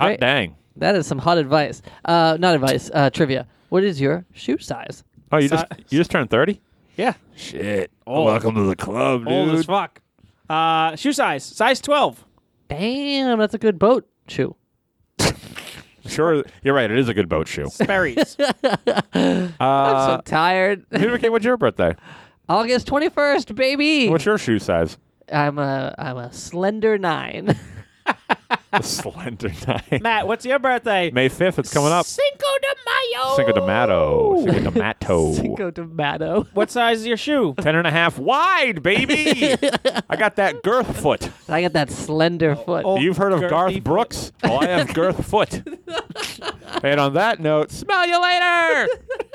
Speaker 3: Right.
Speaker 2: dang.
Speaker 3: that is some hot advice. Uh, not advice. Uh, trivia. What is your shoe size?
Speaker 2: Oh, you just
Speaker 5: Si-
Speaker 2: you just turned 30?
Speaker 5: Yeah.
Speaker 6: Shit. Welcome to the club, dude.
Speaker 5: Old as fuck. Uh, shoe size, size 12.
Speaker 3: Damn, that's a good boat shoe.
Speaker 2: Sure, you're right. It is a good boat shoe.
Speaker 5: Sperry's.
Speaker 3: I'm so tired.
Speaker 2: Peter McKay, what's your birthday?
Speaker 3: August 21st, baby.
Speaker 2: What's your shoe size?
Speaker 3: I'm a I'm a slender nine.
Speaker 2: Slender nine.
Speaker 5: Matt, what's your birthday?
Speaker 2: May 5th, it's coming up.
Speaker 5: Cinco de Mayo.
Speaker 2: Cinco de Mato. Cinco de Mato.
Speaker 3: Cinco de Mato.
Speaker 5: What size is your shoe?
Speaker 2: Ten and a half wide, baby. I got that girth foot.
Speaker 3: I got that slender foot.
Speaker 2: You've heard of
Speaker 5: girthy
Speaker 2: Garth Oh,
Speaker 5: foot.
Speaker 2: Brooks? Oh, I have girth foot. and on that note, smell you later.